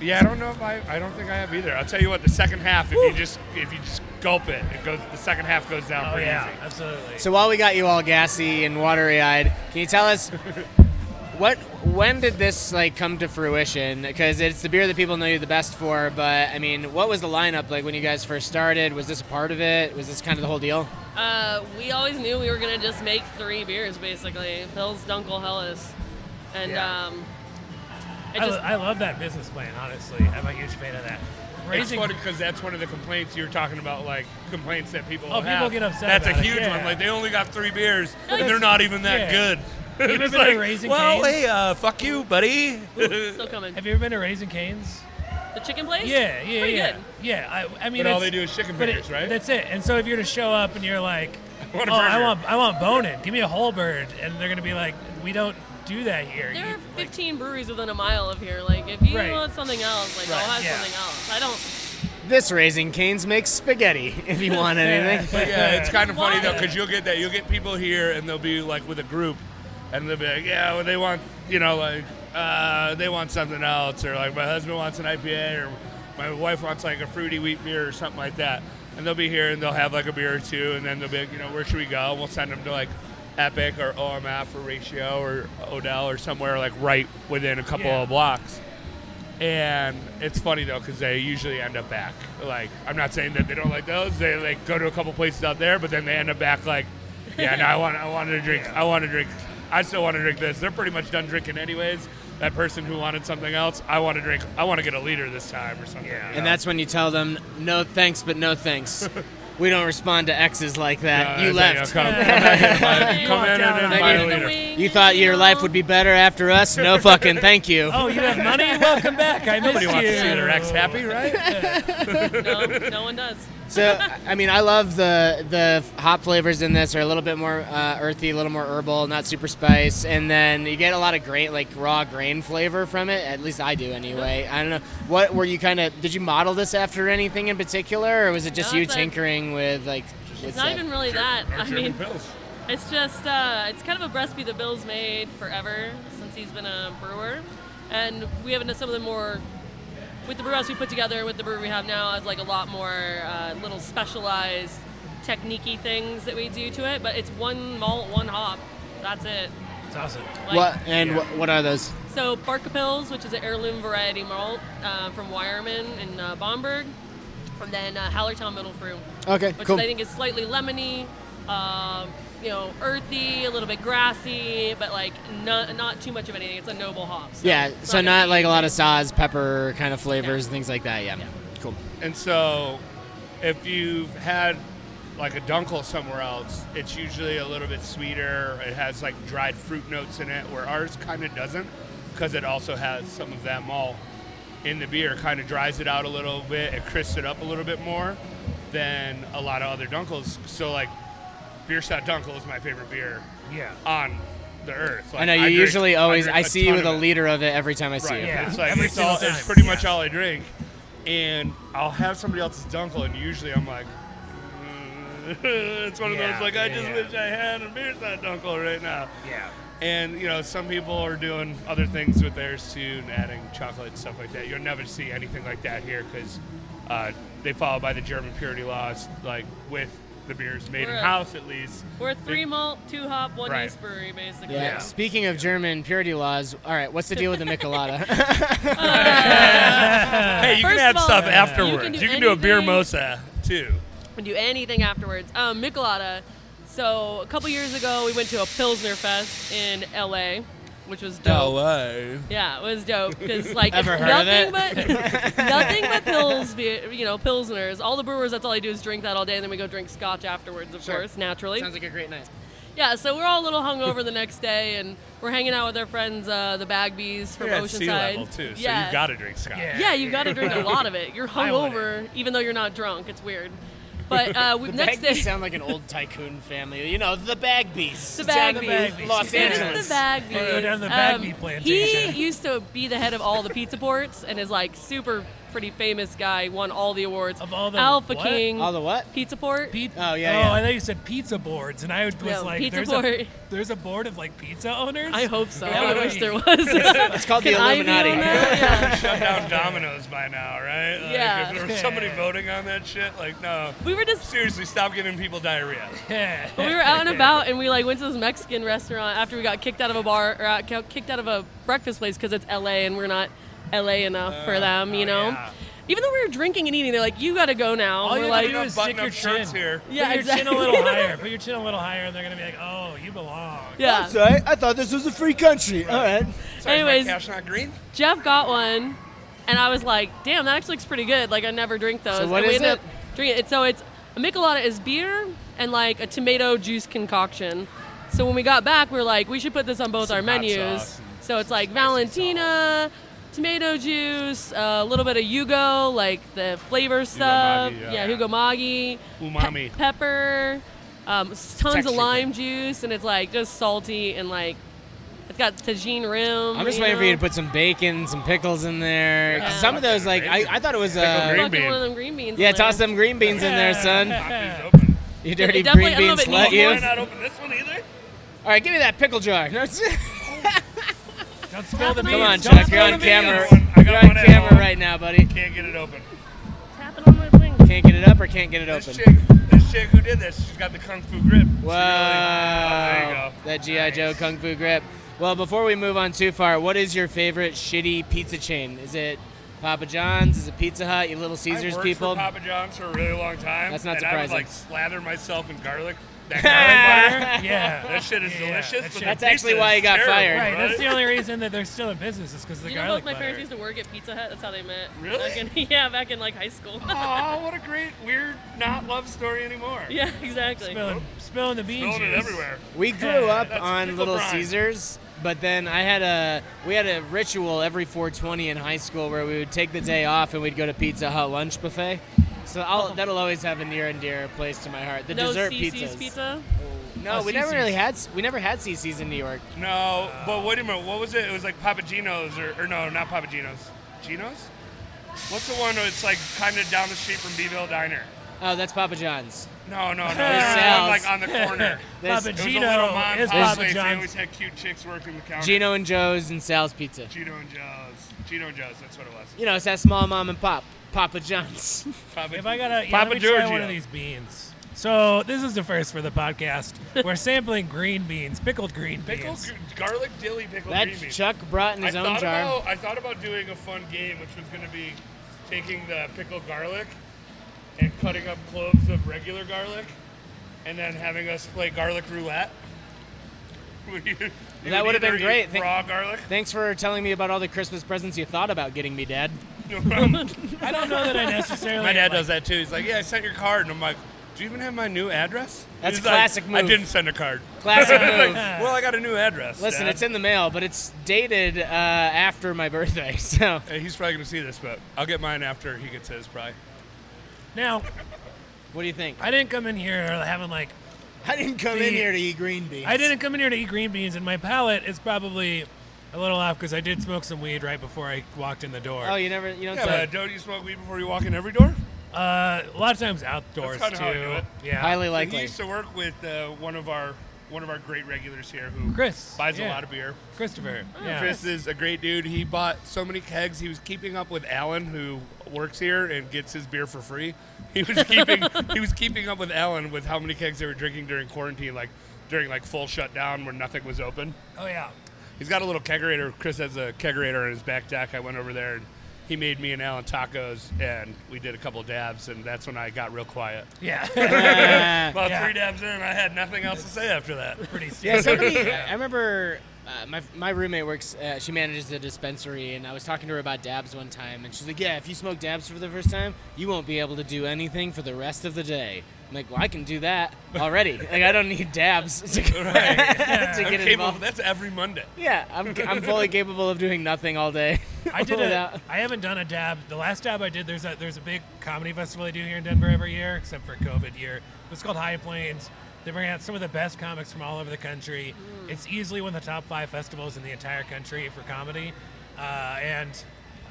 S6: Yeah, I don't know if I. I don't think I have either. I'll tell you what. The second half, if you just if you just gulp it, it goes. The second half goes down
S3: Oh
S6: pretty
S3: yeah,
S6: easy.
S3: absolutely.
S4: So while we got you all gassy and watery-eyed, can you tell us what when did this like come to fruition? Because it's the beer that people know you the best for. But I mean, what was the lineup like when you guys first started? Was this a part of it? Was this kind of the whole deal?
S5: Uh, we always knew we were gonna just make three beers, basically. Pills, Dunkel, Hellas, and um, it
S3: I,
S5: just
S3: I love that business plan. Honestly, I'm a huge fan of that.
S6: It's
S3: Raising
S6: funny because that's one of the complaints you were talking about, like complaints that people.
S3: Oh, people
S6: have.
S3: get upset
S6: That's
S3: about it,
S6: a huge
S3: yeah.
S6: one. Like they only got three beers, and
S3: that's-
S6: they're not even that
S3: yeah.
S6: good.
S3: Have you
S6: It's
S3: ever been to Raising
S6: well,
S3: Cane's?
S6: hey, uh, fuck you, buddy.
S5: it's still coming.
S3: Have you ever been to Raising Cane's?
S5: The chicken place?
S3: Yeah, yeah,
S5: Pretty
S3: yeah,
S5: good.
S3: yeah. I, I mean,
S6: But all
S3: it's-
S6: they do is chicken
S3: but it-
S6: fingers, right?
S3: That's it. And so if you're to show up and you're like,
S6: I want a
S3: oh, I
S6: burger."
S3: want, I want bonin. Give me a whole bird, and they're gonna be like, we don't do that here.
S5: There
S3: You-
S5: are 15 breweries within a mile of here. Like, if you
S3: Right.
S5: want something else, like, I'll
S3: Right,
S5: have
S3: yeah.
S5: something else. I
S6: Uh,
S5: don't.
S4: This raising canes makes spaghetti. If you want anything.
S6: But yeah, it's kind of funny though
S5: Why?
S6: because you'll get that. You'll get people here, and they'll be like with a group, and they'll be like, yeah, well, they want, you know, like uh, they want something else, or like my husband wants an IPA, or my wife wants like a fruity wheat beer or something like that. And they'll be here, and they'll have like a beer or two, and then they'll be like, you know, where should we go? We'll send them to like Epic or OMF or Ratio or Odell or somewhere like right within a couple
S3: Yeah.
S6: of blocks. And it's funny though because they usually end up back. Like I'm not saying that they don't like those. They like go to a couple places out there, but then they end up back like, yeah, no, I want, I wanted to drink, I want to drink, I still want to drink this. They're pretty much done drinking anyways. That person who wanted something else, I want to drink, I want to get a liter this time or something.
S3: Yeah.
S6: you know?
S4: And that's when you tell them, no thanks, but no thanks. we don't respond to X's like "Oh, that.
S6: Uh,
S4: you
S6: it's like,
S4: left.
S6: you know, come, come in and buy-
S5: You
S6: come in
S3: walked out
S6: and
S3: on
S6: buy
S4: me.
S6: a leader.
S4: you thought your life would be better after us? No fucking thank you.
S3: Oh, you have money? Welcome back. I missed
S6: Nobody wants to
S3: you.
S6: see their ex happy, right?
S5: No, no one does.
S4: So I mean, I love the the hop flavors in this are a little bit more uh, earthy, a little more herbal, not super spice, and then you get a lot of great like raw grain flavor from it. At least I do anyway. I don't know what were you kind of did you model this after anything in particular, or was it just
S5: No,
S4: you
S5: it's like-
S4: tinkering with like?
S5: It's not even really that.
S6: Our
S5: I
S6: German
S5: mean,
S6: pills.
S5: It's just uh, it's kind of a recipe the Bill's made forever since he's been a brewer, and we have some of the more with the brew house we put together with the brewer we have now is like a lot more uh, little specialized techniquey things that we do to it. But it's one malt, one hop. That's it.
S3: It's awesome.
S5: Like,
S4: what and what, what are those?
S5: So Barkapils, which is an heirloom variety malt uh, from Wireman in uh, Bomberg, and then uh, Hallertown Middle Fruit
S4: Okay,
S5: which
S4: cool.
S5: I think is slightly lemony, um, you know, earthy, a little bit grassy, but like not not too much of anything. It's a noble hop. So
S4: yeah,
S5: it's
S4: so not
S5: gonna
S4: like
S5: be-
S4: a lot of sauce, pepper kind of flavors, things like that. Yeah, cool.
S6: And so, if you've had like a dunkel somewhere else, it's usually a little bit sweeter. It has like dried fruit notes in it, where ours kind of doesn't, because it also has some of that malt in the beer. Kind of dries it out a little bit. It crisps it up a little bit more than a lot of other dunkels. So like, beer stout dunkel is my favorite beer
S3: Yeah.
S6: on the earth. Like,
S4: I know you
S6: drink-
S4: usually always
S6: drink
S4: I see you
S6: ton
S4: with
S6: of
S4: a
S6: it.
S4: liter of it every time I see
S6: Right.
S4: you.
S3: Yeah.
S6: It's like
S3: Every
S6: it's, all,
S3: single
S6: it's
S3: time.
S6: pretty
S3: Yeah.
S6: much all I drink, and I'll have somebody else's dunkel, and usually I'm like, "Mm," it's one of
S3: Yeah,
S6: those like I just
S3: yeah.
S6: wish I had a beer that dunkel right now.
S3: Yeah.
S6: And you know, some people are doing other things with theirs too, and adding chocolate and stuff like that. You'll never see anything like that here because uh, they follow by the German purity laws, like with the beers made
S5: We're
S6: in
S5: a-
S6: house at least.
S5: We're a three malt, two hop, one
S6: Right.
S5: yeast brewery, basically.
S4: Yeah.
S3: Yeah.
S4: Speaking of German purity laws, all right, what's the deal with the Michelada?
S6: Hey, you
S5: First
S6: can add
S5: of all,
S6: stuff
S5: you can
S6: afterwards. You can
S5: do
S6: do, a beer
S5: anything.
S6: mosa too.
S5: We do anything afterwards. Um, Michelada. So a couple years ago, we went to a Pilsner Fest in LA, which was dope.
S6: way.
S5: Yeah, it was dope because like
S4: Ever heard of
S5: nothing but nothing but pills, be- you know, pilsners. All the brewers, that's all they do is drink that all day, and then we go drink scotch afterwards, of
S4: Sure.
S5: course, naturally.
S4: Sounds like a great night.
S5: yeah, so we're all a little hungover the next day, and we're hanging out with our friends, uh, the Bagbies from
S6: Yeah,
S5: Oceanside.
S6: it's sea level too, so
S5: yeah.
S6: you've got to drink scotch.
S3: Yeah.
S5: Yeah, you got to drink a lot of it. You're
S3: want it.
S5: hungover, even though you're not drunk. It's weird. But uh, we, next day,
S4: sound like an old tycoon family. You know, the Bagbees.
S5: The
S4: Down in
S5: Bagbees.
S4: Los
S5: It is
S4: Angeles.
S5: the Bagby.
S3: Go down to the Bagby plantation.
S5: He used to be the head of all the pizza ports and is like super pretty famous guy. Won all the awards.
S3: Of all the
S5: Alpha
S3: what?
S5: King.
S4: All the what?
S5: Pizza port.
S3: Pizza.
S4: Oh, yeah,
S3: Oh
S4: yeah.
S3: I thought you said pizza boards, and I was
S5: No,
S3: like,
S5: pizza
S3: there's
S5: board.
S3: a there's a board of like pizza owners.
S5: I hope so.
S3: That
S5: I
S3: would
S5: wish
S3: be-
S5: there was. it's
S4: It's called the Illuminati.
S6: Shut down Domino's by now, right? Like,
S5: Yeah.
S6: If there was somebody voting on that shit, like, no.
S5: We were just
S6: Seriously, stop giving people diarrhea.
S3: Yeah.
S5: But we were out and about, and we like went to this Mexican restaurant after we got kicked out of a bar or out, kicked out of a breakfast place because it's LA and we're not LA enough for them, you
S3: Uh,
S5: know.
S3: oh, yeah.
S5: Even though we were drinking and eating, they're like, "You got to go now."
S3: All
S5: And
S3: you
S5: we're
S3: gotta
S5: like,
S3: do is stick
S6: button-up
S3: your chin.
S6: shirts here.
S5: Yeah,
S3: Put your
S5: exactly.
S3: chin a little higher. Put your chin a little higher, and they're gonna be like, "Oh, you belong."
S5: "Yeah."
S4: I thought this was a free country. All right.
S6: Sorry, is my
S5: Anyways.
S6: cash not green?
S5: Jeff got one, and I was like, "Damn, that actually looks pretty good." Like I never drink those.
S4: So what
S5: and we
S4: is
S5: ended up drinking it. So it's a Michelada is beer and like a tomato juice concoction. So when we got back, we were like, "We should put this on both our
S6: hot
S5: menus."
S6: sauce and
S5: So it's like Valentina, tomato juice, a little bit of Yugo, like the flavor stuff.
S6: Magi,
S5: yeah.
S6: yeah.
S5: Hugo Magi.
S6: Umami.
S5: pe- pepper, um, s- tons
S4: Texture
S5: of lime juice, and it's like just salty and like. It's got tajine rim.
S4: I'm just waiting for you
S5: know?
S4: to put some bacon, some pickles in there.
S5: Yeah.
S4: Some of those, like, I, I thought it was uh,
S6: green
S5: Fucking
S6: bean.
S5: one of them green beans.
S4: Yeah,
S5: in there.
S4: toss some green beans in there, son.
S6: He's open.
S4: You dirty
S5: definitely-
S4: green
S5: I don't
S4: bean
S5: know if it
S4: slut,
S5: needs
S4: you.
S6: Why
S4: All
S6: not open this one either?
S4: right, give me that pickle jar. No,
S3: Don't spill the beans.
S5: Come
S4: come on,
S3: Don't
S4: Jeff.
S3: spill
S4: You're on
S3: the
S4: camera.
S3: beans.
S6: I got
S4: You're on
S6: one at
S4: camera
S6: home.
S4: right now, buddy.
S6: Can't get it open.
S5: Tapping on my wing.
S4: Can't get it up or can't get it
S6: This
S4: open.
S6: chick, this chick who did this, she's got the kung fu grip. She
S4: Wow.
S6: really- oh, there you go.
S4: That G.I. Joe Kung Fu grip. Well, before we move on too far, what is your favorite shitty pizza chain? Is it Papa John's? Is it Pizza Hut? You Little
S6: I
S4: Caesars
S6: worked
S4: people?
S6: for Papa John's for a really long time.
S4: That's not
S6: and I would
S4: surprising.
S6: like slather myself in garlic That garlic butter.
S3: yeah.
S6: That shit is
S3: Yeah, yeah,
S6: delicious.
S3: that
S6: but
S3: shit-
S6: the
S4: That's actually
S6: pizza
S4: why
S6: is
S4: he got
S6: terrible,
S4: fired.
S3: Right, that's the only reason that they're still in business is because the
S5: You know,
S3: garlic
S5: both my
S3: butter.
S5: parents used to work at Pizza Hut. That's how they met.
S6: Really?
S5: Back in- yeah, back in like high school.
S6: Oh, what a great weird not love story anymore.
S5: yeah, exactly.
S3: spilling, spilling the beans.
S6: Throwing it everywhere.
S4: We grew up
S6: That's
S4: on
S6: Pickle
S4: Little
S6: Brine.
S4: Caesars, but then I had a we had a ritual every 420 in high school where we would take the day off and we'd go to Pizza Hut lunch buffet. So
S6: Oh.
S4: I'll, that'll always have a near and dear place to my heart. The
S5: no
S4: dessert
S5: CC's
S4: pizzas.
S5: pizza.
S4: No,
S3: Oh,
S4: we never
S3: CC's.
S4: really had s- we never had CC's in New York.
S6: No, but wait a minute. What was it? It was like Papagino's or, or no, not Papagino's. Gino's? What's the one that's like kind of down the street from Beeville Diner?
S4: Oh, that's Papa John's.
S6: No, no, no.
S4: There's
S6: There's one
S4: sales.
S6: like on the corner.
S4: There's-
S3: Papa
S6: It was a little mom
S3: Gino
S6: and
S3: is
S6: pop
S3: Papa
S6: place. They always
S3: John's.
S6: had cute chicks working the counter.
S4: Gino and Joe's and Sal's Pizza.
S6: Gino and Joe's. Gino and Joe's. That's what it was.
S4: You know, it's that small mom and pop Papa John's.
S6: Papa,
S3: If I gotta, yeah,
S6: Papa
S3: let me
S6: Giorgio.
S3: try one of these beans. So this is the first for the podcast. We're sampling green beans, pickled green
S6: Pickled
S3: beans.
S6: gr- garlic dilly pickled
S4: that
S6: green beans.
S4: Chuck brought in his
S6: I
S4: own
S6: thought
S4: jar.
S6: about I thought about doing a fun game, which was going to be taking the pickled garlic and cutting up cloves of regular garlic, and then having us play garlic roulette. Would you- you
S4: That
S6: would
S4: would've been
S6: either eat
S4: great. Think-
S6: Raw garlic.
S4: Thanks for telling me about all the Christmas presents you thought about getting me, Dad.
S6: No problem.
S3: I don't know that I necessarily.
S6: my dad
S3: like-
S6: does that too. He's like, "Yeah, I sent your card," and I'm like, "Do you even have my new address?"
S4: That's
S6: He's
S4: a classic
S6: like,
S4: move.
S6: I didn't send a card.
S4: Classic
S6: I'm like,
S4: move.
S6: well, I got a new address.
S4: Listen,
S6: Dad."
S4: it's in the mail, but it's dated uh, after my birthday, so
S6: Hey, He's probably gonna see this, but I'll get mine after he gets his. Probably.
S3: Now,
S4: what do you think?
S3: I didn't come in here having like
S4: I didn't come
S3: in here
S4: to eat green beans.
S3: I didn't come in here to eat green beans, and my palate is probably a little off because I did smoke some weed right before I walked in the door.
S4: Oh, you never, you don't
S6: Yeah,
S4: say.
S6: but don't you smoke weed before you walk in every door?
S3: Uh, a lot of times outdoors
S6: That's kinda
S3: too.
S6: how I do it.
S3: Yeah.
S4: Highly
S6: He
S4: likely.
S6: used to work with uh, one of our one of our great regulars here, who
S3: Chris,
S6: buys
S3: yeah.
S6: a lot of beer.
S3: Christopher. Yeah.
S6: Oh, Chris is a great dude. He bought so many kegs. He was keeping up with Alan, who works here and gets his beer for free. He was keeping he was keeping up with Alan with how many kegs they were drinking during quarantine, like during like full shutdown where nothing was open.
S3: Oh yeah.
S6: He's got a little kegerator. Chris has a kegerator in his back deck. I went over there and he made me and Alan tacos, and we did a couple dabs, and that's when I got real quiet.
S3: Yeah.
S4: Uh,
S6: About
S3: Yeah.
S6: three dabs in, I had nothing else to say after that.
S3: Pretty stupid.
S4: yeah, somebody. I I remember uh, my my roommate works. Uh, she manages a dispensary, and I was talking to her about dabs one time, and she's like, "Yeah, if you smoke dabs for the first time, you won't be able to do anything for the rest of the day." I'm like, "Well, I can do that already. like, I don't need dabs to, to
S6: I'm
S4: get
S6: capable-
S4: involved."
S6: That's every Monday.
S4: Yeah, I'm, I'm fully capable of doing nothing all day.
S3: I did
S4: Without-
S3: a. I haven't done a dab. The last dab I did, there's a there's a big comedy festival they do here in Denver every year, except for COVID year. It's called High Plains. They bring out some of the best comics from all over the country. It's easily one of the top five festivals in the entire country for comedy, uh, and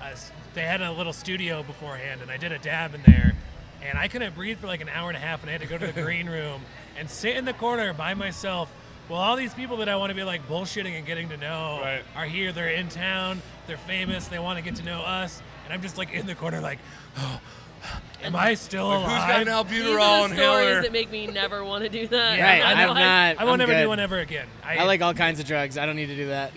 S3: uh, s- they had a little studio beforehand, and I did a dab in there, and I couldn't breathe for like an hour and a half, and I had to go to the green room and sit in the corner by myself. Well, all these people that I want to be like bullshitting and getting to know
S6: Right.
S3: are here. They're in town. They're famous. They want to get to know us. And I'm just like in the corner, like, "Oh, am I still
S6: Like, who's
S3: alive?
S6: got an
S5: These are the
S6: albuterol
S5: stories
S6: inhaler?
S5: that make me never want to do that.
S4: Yeah, Right,
S5: I'm
S4: I'm not-
S3: I won't
S4: I'm
S3: ever
S4: good.
S3: do one ever again. I,
S4: I like all kinds of drugs. I don't need to do that.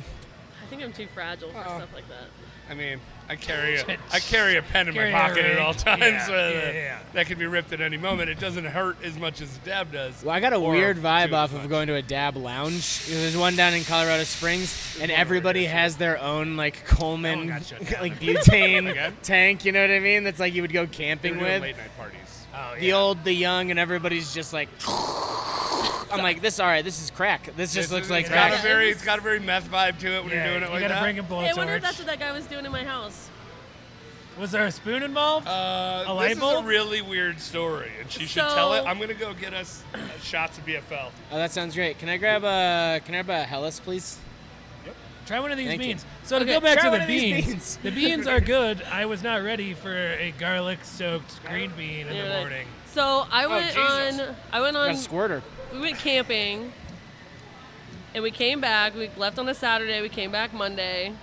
S5: I think I'm too fragile for stuff like that.
S6: I mean, I carry a, I carry a pen in my
S3: Carry a
S6: pocket at
S3: rig.
S6: all times.
S3: Yeah,
S6: uh,
S3: yeah, yeah.
S6: That can be ripped at any moment. It doesn't hurt as much as a dab does.
S4: Well, I got a
S6: Or
S4: weird vibe
S6: two
S4: off
S6: as
S4: of
S6: much.
S4: going to a dab lounge. There's one down in Colorado Springs, and everybody has their own like Coleman,
S3: That one got shut down.
S4: like butane
S6: Again?
S4: tank. You know what I mean? That's like you would go
S6: They were
S4: camping
S6: doing
S4: with
S6: late night parties.
S3: Oh,
S4: the
S3: yeah.
S4: old, the young, and everybody's just like. I'm like this. All right, this is crack. This just
S6: It's-
S4: looks like
S6: it's got
S4: crack.
S6: a very it's got a very meth vibe to it when
S3: Yeah,
S6: you're doing it
S3: you
S6: like
S3: gotta
S6: that.
S3: bring a blowtorch.
S5: Hey, I wonder if that's what that guy was doing in my house.
S3: Was there a spoon involved?
S6: uh,
S3: a
S6: this
S3: light bulb?
S6: is a really weird story, and she should tell it.
S5: So-
S6: I'm gonna go get us uh, shots of BFL.
S4: Oh, that sounds great. Can I grab a? Can I grab a Hellas, please?
S3: Try one of these
S4: Thank you.
S3: beans. So to
S4: Okay,
S3: go back
S4: try
S3: to
S4: one
S3: the
S4: of these
S3: beans,
S4: beans.
S3: the beans are good. I was not ready for a garlic-soaked green bean in
S5: You're
S3: the
S5: like-
S3: morning.
S5: So
S4: Oh,
S5: I went
S6: Jesus.
S5: on. I went
S4: Got
S5: on.
S4: a squirter.
S5: We went camping, and we came back. We left on a Saturday. We came back Monday.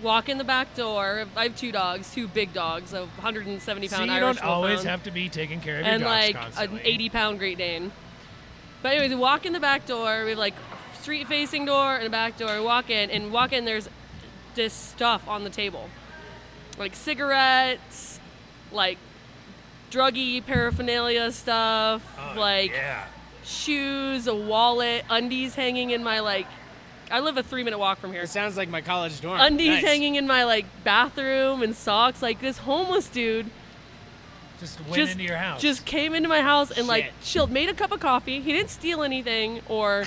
S5: Walk in the back door. I have two dogs, two big dogs, a 170
S3: See,
S5: pound
S3: you
S5: Irish
S3: don't
S5: Wolfhound.
S3: always have to be taking care of your
S5: and
S3: dogs
S5: like
S3: constantly.
S5: an 80 pound Great Dane. But anyways, we walk in the back door. We have like street facing door and a back door. We walk in and walk in. There's this stuff on the table, like cigarettes, like druggy paraphernalia stuff,
S3: Oh,
S5: like
S3: yeah.
S5: shoes, a wallet, undies hanging in my like. I live a three minute walk from here.
S4: It sounds like my college dorm.
S5: Undies
S4: Nice.
S5: hanging in my like bathroom and socks. Like this homeless dude
S3: Just went
S5: just
S3: into your house.
S5: just came into my house and like
S4: Shit.
S5: chilled, made a cup of coffee. He didn't steal anything or.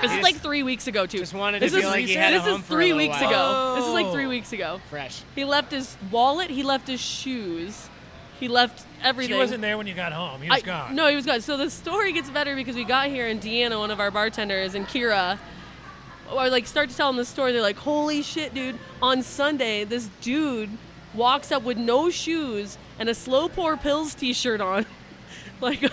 S5: this is like three weeks ago too.
S4: just wanted to
S5: this
S4: feel
S5: is,
S4: like he had a
S5: this
S4: home
S5: is
S4: for a
S5: three
S4: little
S5: weeks
S4: while.
S5: ago. This is like
S3: Whoa.
S5: three weeks ago.
S4: fresh.
S5: He left his wallet. He left his shoes. He left
S3: He
S5: everything.
S3: wasn't there when you got home. He was
S5: I-
S3: gone.
S5: No, he was gone. So the story gets better because we got here and Deanna, one of our bartenders, and Kira are like start to tell them the story. They're like, "Holy shit, dude! On Sunday, this dude walks up with no shoes and a slow pour pills T-shirt on, like."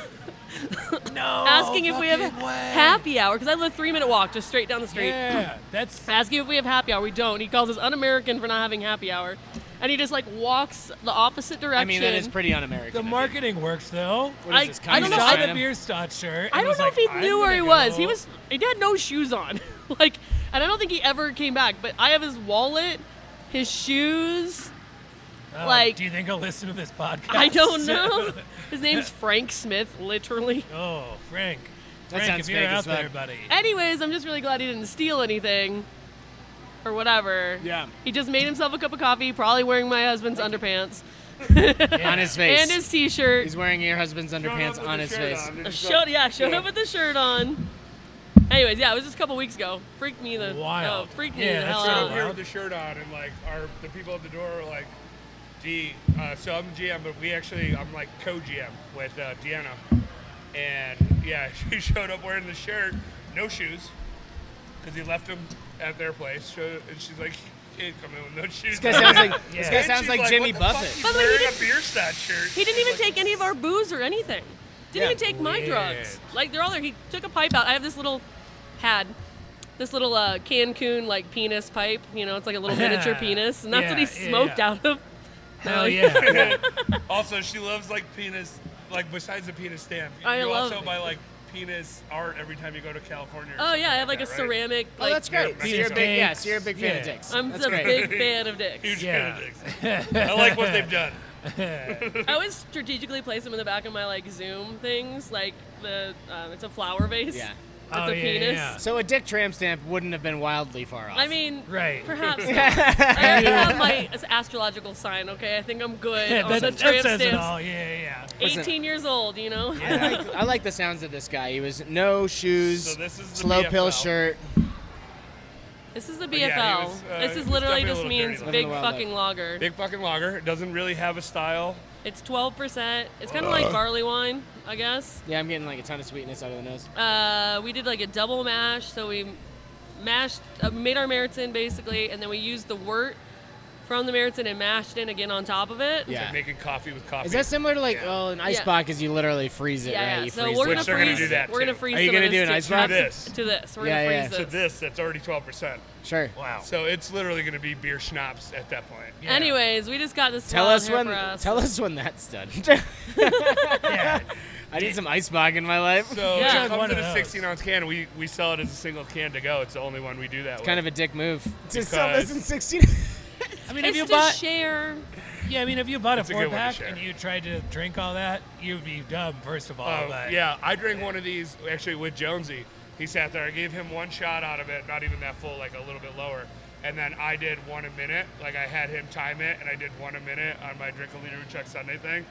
S5: asking if we have
S6: fucking way.
S5: happy hour because I live three minute walk just straight down the street
S3: Yeah, that's
S5: asking if we have happy hour. We don't. He calls us un-American for not having happy hour, and he just like walks the opposite direction.
S4: I mean, that is pretty un-American.
S3: the
S4: I think.
S3: marketing works though.
S4: What is
S5: I-
S4: this,
S5: I
S4: communist
S3: he
S5: don't know,
S3: saw
S4: China?
S3: the beer stott shirt. and
S5: I don't
S3: was
S5: know
S3: like,
S5: if he
S3: "I'm
S5: knew where he
S3: gonna
S5: was.
S3: go."
S5: He was he had no shoes on, like, and I don't think he ever came back. But I have his wallet, his shoes.
S3: Oh,
S5: like-
S3: Do you think he'll listen to this podcast?
S5: I don't know. His name's Frank Smith, literally.
S3: oh, Frank.
S4: That
S3: Frank,
S4: sounds
S3: if you're
S4: fake
S3: out
S4: as fuck.
S3: there, buddy.
S5: Anyways, I'm just really glad he didn't steal anything, or whatever.
S4: Yeah.
S5: He just made himself a cup of coffee, probably wearing my husband's underpants
S4: on his face.
S5: and his t-shirt.
S4: He's wearing your husband's underpants on his face.
S5: Showed yeah, showed up with the shirt on. Anyways, yeah, it was just a couple weeks ago. Freaked me the
S3: Wild.
S5: Oh, freaked me
S3: Yeah,
S5: the
S3: that's
S5: hell
S3: so
S6: I'm
S5: out.
S6: here
S3: wild.
S6: with the shirt on, and like, our the people at the door are like, D. Uh, so I'm GM, but we actually, I'm like co-GM with uh, Deanna, and yeah, she showed up wearing the shirt, no shoes, because he left them at their place. Show, and she's like, he didn't come in with no shoes.
S4: This guy sounds like this
S3: Yeah.
S4: guy
S6: And
S4: sounds
S6: she's
S4: like,
S6: "What
S4: Jimmy
S6: the fuck,
S4: Buffett.
S6: you
S5: But, like, he
S6: wearing
S5: didn't-
S6: a beer stat shirt.
S5: He didn't even take any of our booze or anything. Didn't
S4: Yeah.
S5: even take my
S3: Weird.
S5: drugs. Like they're all there. He took a pipe out. I have this little had this little uh, Cancun like penis pipe. You know, it's like a little miniature penis, and that's what he
S3: Yeah, yeah,
S5: smoked
S3: yeah.
S5: out of.
S3: Hell yeah.
S6: also, she loves like penis, like besides the penis stamp.
S5: I
S6: you
S5: love
S6: also
S5: it.
S6: buy like penis art every time you go to California. or
S5: Oh
S6: something
S5: yeah, I have like a
S6: that, right?
S5: ceramic.
S4: Oh,
S5: Like
S4: that's great. So
S6: Yeah,
S4: you're a big, yeah, so you're a big fan of
S3: yeah.
S4: dicks.
S5: I'm
S4: that's
S5: a
S4: great.
S5: big fan of dicks.
S6: Huge
S3: Yeah.
S6: fan of dicks. I like what they've done.
S5: I always strategically place them in the back of my like Zoom things, like the um, it's a flower vase.
S4: Yeah.
S5: With
S3: Oh,
S5: a
S3: yeah,
S5: penis.
S3: yeah.
S4: So a dick tramp stamp wouldn't have been wildly far off.
S5: I mean,
S3: Right.
S5: Perhaps. not. I already have my astrological sign. Okay, I think I'm good
S3: Yeah,
S5: on
S3: that,
S5: the
S3: that
S5: tramp
S3: says it
S5: stamps.
S3: all. Yeah, yeah.
S4: Listen.
S5: 18 years old, you know.
S4: I like, I like the sounds of this guy. He was no shoes,
S6: So this is the
S4: slow pill
S6: BFL.
S4: shirt.
S5: This is the BFL.
S6: yeah, he was, uh,
S5: this
S6: he
S5: is
S6: was
S5: literally
S6: definitely a
S5: just
S6: little
S5: means
S6: dirty.
S5: big
S4: Living the wild
S5: fucking lager.
S6: Big fucking lager. It doesn't really have a style.
S5: It's 12%. It's kind of
S6: Uh.
S5: like barley wine, I guess.
S4: Yeah, I'm getting like a ton of sweetness out of the nose.
S5: Uh, we did like a double mash, so we mashed, uh, made our meritin basically, and then we used the wort from the meritin and mashed in again on top of it.
S4: Yeah.
S6: Like making coffee with coffee.
S4: Is that similar to like oh an ice
S5: Yeah.
S4: box? Is you literally freeze it,
S5: Yeah,
S4: right?
S5: yeah.
S4: You
S5: So
S4: freeze
S5: we're
S4: it.
S5: gonna
S6: Which they're
S5: freeze.
S6: gonna do that,
S5: we're gonna
S6: too.
S5: freeze.
S4: Are you
S5: some
S4: gonna
S5: of
S4: do an
S5: to-
S4: ice box?
S5: to
S6: This.
S5: To this. We're
S4: Yeah,
S5: gonna
S4: yeah.
S5: freeze
S6: to
S5: this.
S6: this that's already 12%.
S4: Sure.
S3: Wow.
S6: So it's literally going to be beer schnapps at that point.
S3: Yeah.
S5: Anyways, we just got this.
S4: Tell
S5: wild
S4: us
S5: hair
S4: when.
S5: for us.
S4: Tell us when that's done.
S3: Yeah.
S4: I need some ice box in my life.
S6: So
S5: Yeah.
S6: it
S5: One
S6: comes
S3: of
S6: in a
S3: those.
S6: 16 ounce can. We, we sell it as a single can to go. It's the only one we do that with.
S4: kind of a dick move. To sell this
S6: Because-
S4: in 16.
S3: I mean, if
S5: It's
S3: you
S5: to
S3: bought,
S5: share.
S3: yeah, I mean, if you bought a
S6: That's a
S3: four
S6: good one to
S3: pack
S6: share.
S3: and you tried to drink all that, you'd be dumb, first of all.
S6: Oh,
S3: but
S6: yeah, I drank one of these actually with Jonesy. He sat there. I gave him one shot out of it, not even that full, like a little bit lower. And then I did one a minute. Like I had him time it, and I did one a minute on my drink a liter of Chuck Sunday thing.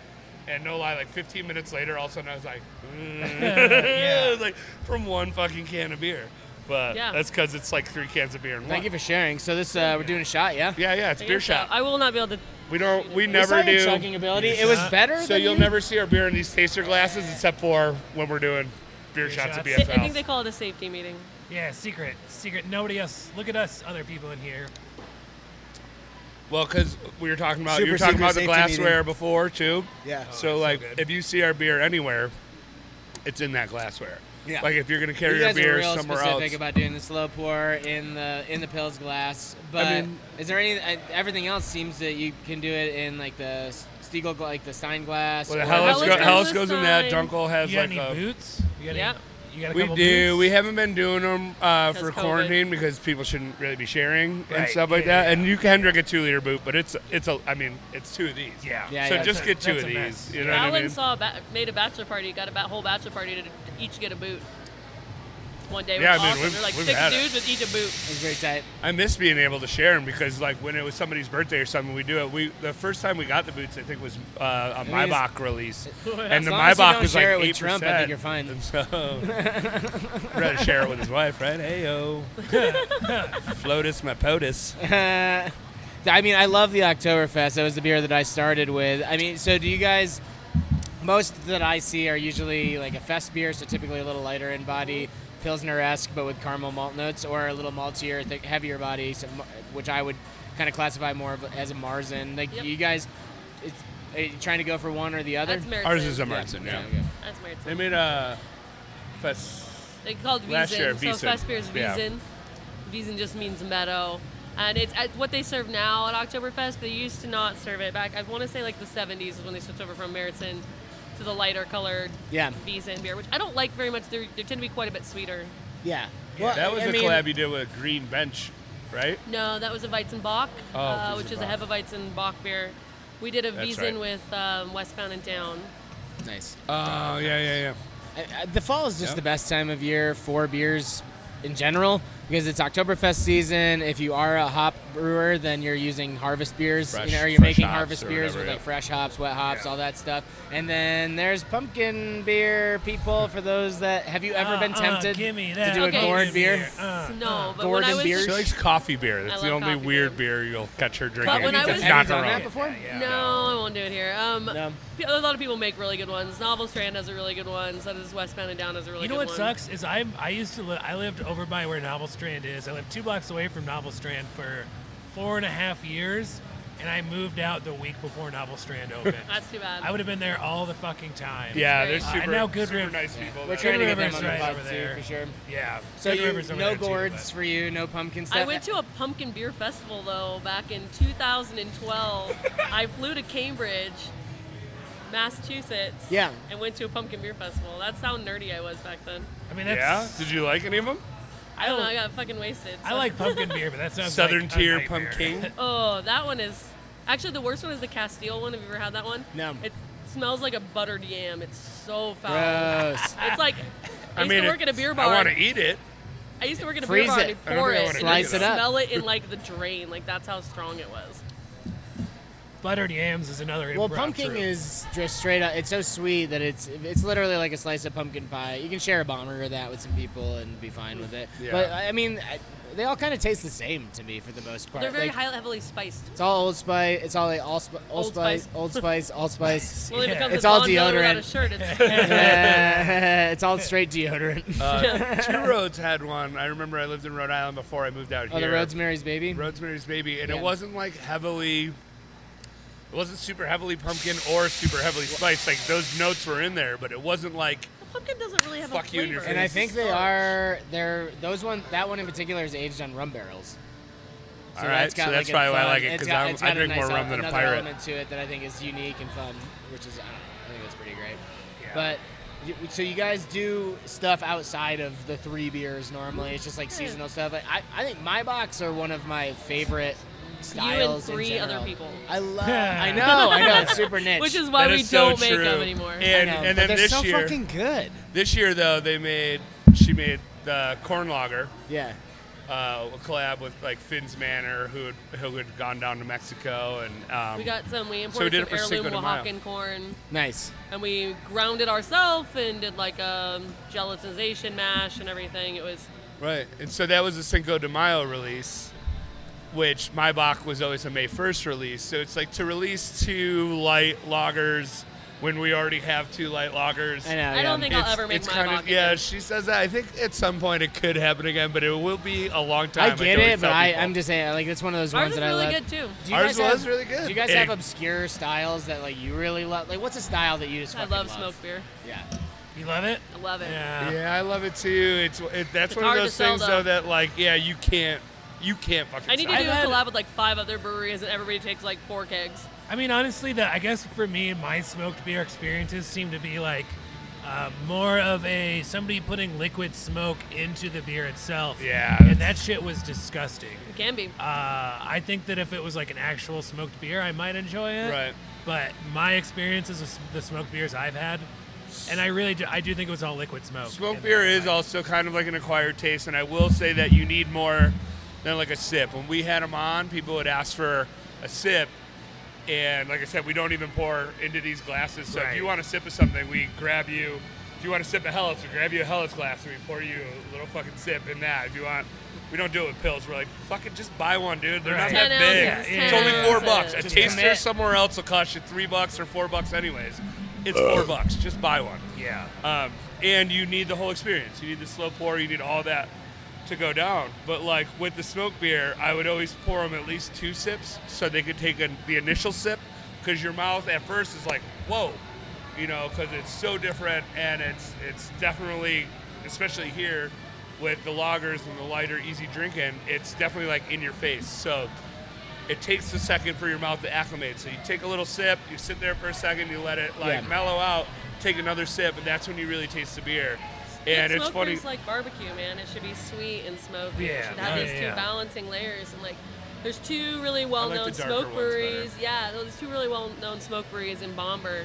S6: And no lie, like 15 minutes later, all of a sudden I was like, mm. It was like from one fucking can of beer. But
S5: Yeah.
S6: that's because it's like three cans of beer in
S4: Thank you
S6: one.
S4: for sharing. So this uh, we're doing a shot, yeah.
S6: yeah, yeah, it's
S5: I
S6: beer
S5: guess so.
S6: shot.
S5: I will not be able to.
S6: we don't,
S4: We
S6: we
S4: saw
S6: never
S4: your
S6: do.
S4: chugging ability. It was
S3: shot.
S4: better.
S6: So
S4: than
S6: you'll
S4: you-
S6: never see our beer in these taster glasses except for when we're doing beer, shots, at
S3: shots.
S5: I
S6: BFL.
S5: think they call it a safety meeting.
S3: yeah, secret, secret. Nobody else. Look at us, other people in here.
S6: Well, because we were talking about you
S7: Super
S6: were talking
S7: secret
S6: about the
S7: safety
S6: glassware before too.
S7: Yeah.
S6: so like, if you see our beer anywhere, it's in that glassware.
S7: Yeah.
S6: Like if you're gonna carry
S4: You
S6: your
S4: guys are
S6: beer
S4: real
S6: somewhere
S4: specific
S6: else.
S4: about doing the slow pour in the in the pills glass, but
S6: mean-
S4: is there any? I- Everything else seems that you can do it in like the Stiegel, gla- like the Stein glass.
S6: well, the
S4: or-
S5: Hellas
S6: Hellas, go,
S5: goes
S6: Hellas
S5: this
S6: goes in that.
S5: time.
S6: Dunkel has
S3: You got
S6: like
S3: any
S6: a.
S3: boots? You got
S5: Yeah.
S3: Any, You got a
S6: We
S3: couple
S6: do.
S3: booths?
S6: We haven't been doing them uh, for
S5: Because COVID.
S6: quarantine because people shouldn't really be sharing and
S3: Right,
S6: stuff like
S3: yeah,
S6: that. And you can drink a two-liter boot, but it's it's a. I mean, it's two of these.
S3: Yeah.
S4: Yeah,
S6: so
S4: yeah,
S6: just
S3: that's
S6: get
S3: a-
S6: two
S3: that's
S6: of
S3: a
S6: these.
S3: mess.
S6: You know what I
S5: Alan
S6: mean?
S5: saw a ba- made a bachelor party, got a ba- whole bachelor party to each get a boot. One day,
S6: Yeah, I
S5: was
S6: mean,
S5: awesome.
S6: we've-
S5: They're like
S6: we've
S5: six
S6: had it.
S5: dudes with each a boot.
S4: It's very tight.
S6: I miss being able to share them because, like, when it was somebody's birthday or something, we do it. We the first time we got the boots, I think, was uh, a
S4: mean, it's-
S6: Maybach release, and
S4: As
S6: the
S4: long as you
S6: Maybach
S4: don't
S6: was
S4: share
S6: like
S4: it
S6: eight
S4: with Trump, I think you're fine.
S6: And so, I'd rather share it with his wife, right? Heyo, floatus my potus.
S4: Uh, I mean, I love the Oktoberfest. That was the beer that I started with. I mean, so do you guys? Most that I see are usually like a fest beer, so typically a little lighter in body, pilsner-esque, but with caramel malt notes, or a little maltier, thick, heavier body, so, mo- which I would kind of classify more of as a Marzen. Like
S5: Yep.
S4: you guys, it's, are you trying to go for one or the other?
S5: That's Meritzen.
S6: Ours is a Martin, yeah.
S4: okay.
S5: That's Meritzen.
S6: They made a fest.
S5: They called
S6: Last year,
S5: Wiesen. So
S6: Wiesen.
S5: Fest beer is
S6: Yeah.
S5: Wiesen. Wiesen just means meadow. And it's at what they serve now at Oktoberfest. They used to not serve it back. I want to say like the 70s is when they switched over from Meritzen to the lighter colored
S4: Yeah.
S5: Wiesen beer, which I don't like very much. They're, they tend to be quite a bit sweeter.
S4: Yeah. Well,
S6: that was
S4: I
S6: the
S4: mean,
S6: collab you did with Green Bench, right?
S5: No, that was a Weizenbach,
S6: Oh,
S5: uh, which is a
S6: Weizenbach.
S5: Hefeweizenbach beer. We did a
S6: That's
S5: Wiesen
S6: right.
S5: with um, Westbound and Down.
S4: Nice.
S6: Oh
S4: Uh,
S6: yeah, yeah, yeah.
S4: I- I- the fall is just
S6: Yeah.
S4: the best time of year for beers in general because it's Oktoberfest season. If you are a hop brewer, then you're using harvest beers,
S6: Fresh-
S4: you know, or you're
S6: fresh
S4: making
S6: hops
S4: harvest
S6: or
S4: beers
S6: whatever,
S4: with
S6: yeah.
S4: like fresh hops, wet hops,
S6: Yeah.
S4: all that stuff. And then there's pumpkin beer people for those that have you ever
S3: Uh,
S4: been
S3: uh,
S4: tempted
S3: gimme
S4: to
S3: that.
S4: do a
S5: Okay.
S4: gourd beer?
S3: Uh,
S6: Ah.
S5: no,
S3: uh.
S5: but when I
S4: Gorgon
S5: was
S4: beers?
S6: She likes coffee beer. That's
S5: I
S6: the
S5: love
S6: only
S5: coffee
S6: weird
S5: beer.
S6: beer you'll catch her drinking.
S5: when I
S6: It's
S5: was-
S4: Have you
S6: not
S4: done
S6: her
S4: that
S6: own.
S4: before?
S5: No, I won't do it here. Um,
S4: No.
S5: p- A lot of people make really good ones. Novel Strand has a really good one. So does Westbound and Down has a really
S3: you
S5: good
S3: know
S5: one.
S3: what sucks is I I used to live I lived over by where Novel Strand is. I lived two blocks away from Novel Strand for four and a half years, and I moved out the week before Novel Strand opened.
S5: That's too bad.
S3: I would have been there all the fucking time.
S6: Yeah,
S5: Great.
S6: they're
S5: Uh,
S6: super,
S3: now Good
S6: super
S3: River-
S6: nice people.
S4: We're
S6: though.
S4: trying to get them
S3: River's
S4: on the
S3: right
S4: pod
S3: over
S4: too,
S3: there.
S4: for sure.
S3: Yeah.
S4: So
S3: Good
S4: you,
S3: River's over
S4: no
S3: there, too,
S4: gourds
S3: but-
S4: for you, no pumpkin stuff.
S5: I went to a pumpkin beer festival though back in 2012. I flew to Cambridge, Massachusetts.
S4: Yeah.
S5: And went to a pumpkin beer festival. That's how nerdy I was back then.
S3: I mean,
S6: Yeah.
S3: that's.
S6: Did you like any of them?
S5: I don't know. I got fucking wasted.
S3: I
S5: so-
S3: like pumpkin beer, but that's not
S6: Southern
S3: like a
S6: tier
S3: nightmare.
S6: pumpkin.
S5: Oh, that one is actually the worst one is the Castile one. Have you ever had that one?
S4: No.
S5: It smells like a buttered yam. It's so foul.
S4: Gross.
S5: It's like I,
S6: I
S5: used
S6: mean,
S5: to work at a beer
S6: it's-
S5: bar.
S6: I want to eat it.
S5: I used to work at a
S4: Freeze
S5: beer bar
S4: it.
S5: and
S6: I
S5: they'd
S6: don't
S5: pour
S6: think I
S5: it,
S6: wanna
S5: and
S4: drink it
S5: you'd
S4: up.
S5: smell it in like the drain. Like that's how strong it was.
S3: Buttered yams is another.
S4: Well,
S3: improv
S4: pumpkin
S3: troupe.
S4: is just straight up. It's so sweet that it's it's literally like a slice of pumpkin pie. You can share a bomber of that with some people and be fine with it.
S6: Yeah.
S4: But I mean, I, they all kind of taste the same to me for the most part.
S5: They're very
S4: Like,
S5: high, heavily spiced.
S4: It's all Old Spice. It's all like all sp- old,
S5: Old
S4: spice,
S5: Spice.
S4: Old Spice, Old Spice.
S5: Well, it becomes
S4: It's
S5: a
S4: all
S5: Von Miller without a
S4: deodorant.
S5: shirt. It's,
S4: Yeah, it's all straight deodorant.
S6: Two Roads had one. I remember I lived in Rhode Island before I moved out here.
S4: oh, the Rosemary's Baby.
S6: Rosemary's Baby, and
S4: Yeah.
S6: it wasn't like heavily. It wasn't super heavily pumpkin or super heavily spiced. Like those notes were in there, but it wasn't like
S5: pumpkin doesn't really have a
S6: Fuck you
S5: flavor.
S6: in your
S4: and I
S6: face.
S4: think they
S5: Starch.
S4: are they're those one that one in particular is aged on rum barrels.
S6: All right,
S4: got,
S6: so that's
S4: a
S6: probably why I
S4: fun-
S6: like it,
S4: it's
S6: 'cause
S4: got-
S6: I'm-
S4: it's
S6: I
S4: got
S6: drink more
S4: nice
S6: rum
S4: el-
S6: than a
S4: another
S6: pirate.
S4: element to it that I think is unique and fun, which is I, don't know, I think that's pretty great. But you, so you guys do stuff outside of the three beers normally. It's just like seasonal stuff. I, I- I think my box are one of my favorite styles. in
S5: three other
S4: general.
S5: people.
S4: I love. I know. I know. It's super niche.
S5: Which is why
S6: That
S5: we
S6: is so
S5: don't make
S6: true.
S5: them anymore.
S6: And,
S4: I know, but
S6: and then
S4: they're
S6: this
S4: so
S6: year,
S4: fucking good.
S6: this year though, they made she made the corn lager.
S4: Yeah.
S6: uh, a collab with like Finn's Manor, who had, who had gone down to Mexico, and um,
S5: we got some. We
S6: we
S5: imported
S6: did it for
S5: some
S6: Cinco
S5: heirloom
S6: de Mayo.
S5: Oaxacan corn,
S4: Nice.
S5: and we ground it ourselves and did like a gelatinization mash and everything. It was
S6: right. And so that was a Cinco de Mayo release, which my Bach was always a May first release. So it's like to release two light loggers when we already have two light loggers.
S4: I know.
S5: I don't
S4: yeah.
S5: think I'll ever make
S6: it's
S5: my
S6: kinda-
S5: Bach
S6: yeah.
S5: again.
S6: She says that. I think at some point it could happen again, but it will be a long time.
S4: I
S6: like
S4: get
S6: always
S4: it, but
S6: tell
S4: I,
S6: people.
S4: I'm just saying, like, it's one of those
S5: Ours
S4: ones
S5: is
S4: that
S5: really
S4: I love.
S5: good too.
S4: Do you
S6: Ours
S4: guys
S6: was
S4: have-
S6: really good.
S4: Do you guys
S6: It-
S4: have obscure styles that like you really love? Like, what's a style that you just
S5: I
S4: fucking
S5: love smoked beer.
S4: Yeah,
S3: You love it?
S5: I love it.
S4: uh,
S3: Yeah.
S6: Yeah, I love it too. It's it, that's
S5: It's
S6: one of
S5: hard to
S6: those
S5: sell,
S6: things
S5: though.
S6: though that like yeah you can't you can't fucking.
S5: I need to
S6: sell
S5: do
S6: it.
S5: a
S3: had-
S5: collab with like five other breweries, and everybody takes like four kegs.
S3: I mean, honestly, that I guess for me, my smoked beer experiences seem to be like Uh, more of a somebody putting liquid smoke into the beer itself.
S6: Yeah.
S3: And that shit was disgusting.
S5: It can be.
S3: Uh, I think that if it was like an actual smoked beer, I might enjoy it.
S6: Right.
S3: But my experiences with the smoked beers I've had, and I really do, I do think it was all liquid smoke.
S6: Smoked
S3: And
S6: beer
S3: that's
S6: is also kind of like an acquired taste, and I will say that you need more than like a sip. When we had them on, people would ask for a sip, and like I said, we don't even pour into these glasses. So if
S3: Right.
S6: you want a sip of something, we grab you. If you want a sip of Hellas, we grab you a Hellas glass and we pour you a little fucking sip in that. If you want, we don't do it with pills. We're like, fucking just buy one, dude. They're
S3: Right.
S6: not that
S5: 10
S6: big.
S5: ounces,
S3: Yeah,
S6: It's
S3: 10
S6: only four
S5: ounces.
S6: bucks. A
S3: Just
S6: taster
S3: commit.
S6: somewhere else will cost you three bucks or four bucks, anyways. It's four bucks. Just buy one.
S3: Yeah.
S6: Um, and you need the whole experience. You need the slow pour. You need all that to go down. But like with the smoke beer, I would always pour them at least two sips so they could take an the initial sip because your mouth at first is like, whoa, you know, because it's so different and it's it's definitely, especially here with the lagers and the lighter, easy drinking, it's definitely like in your face. So it takes a second for your mouth to acclimate. So you take a little sip, you sit there for a second, you let it like
S4: Yeah.
S6: mellow out, take another sip, and that's when you really taste the beer. And it's
S5: smoked
S6: funny.
S5: beer's like barbecue, man. It should be sweet and smoky.
S3: Yeah,
S5: It should have
S3: yeah,
S5: these
S3: yeah.
S5: two balancing layers and like. There's two really well-known
S6: darker
S5: smoke
S6: ones
S5: breweries. Yeah, there's two really well-known smoke breweries in Bomberg,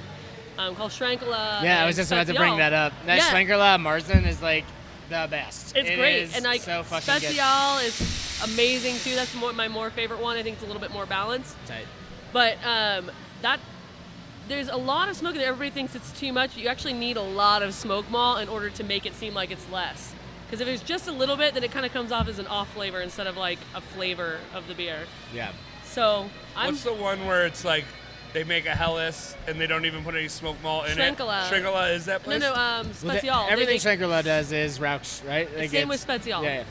S5: um, called Schrankela.
S4: Yeah, I
S5: and
S4: was just about to
S5: Spezial.
S4: bring that up. That
S5: yeah,
S4: Schlenkerla Marzen is like the best.
S5: it's
S4: It
S5: great,
S4: is
S5: and like
S4: so fucking good.
S5: Spezial is amazing too. That's more, my more favorite one. I think it's a little bit more balanced.
S4: Tight.
S5: But um, that there's a lot of smoke that everybody thinks it's too much. You actually need a lot of smoke malt in order to make it seem like it's less. Because if it's just a little bit, then it kind of comes off as an off flavor instead of like a flavor of the beer.
S4: Yeah.
S5: So I'm
S6: What's the one where it's like they make a Hellas and they don't even put any smoke malt in
S5: Schwenkela.
S6: it? Shrinkala is that
S5: no
S6: place?
S5: no um
S4: Well, the-
S5: special.
S4: everything Schlenkerla does is Rauch, right? Like
S5: Same with
S4: it's-
S5: Spezial.
S4: Yeah, yeah.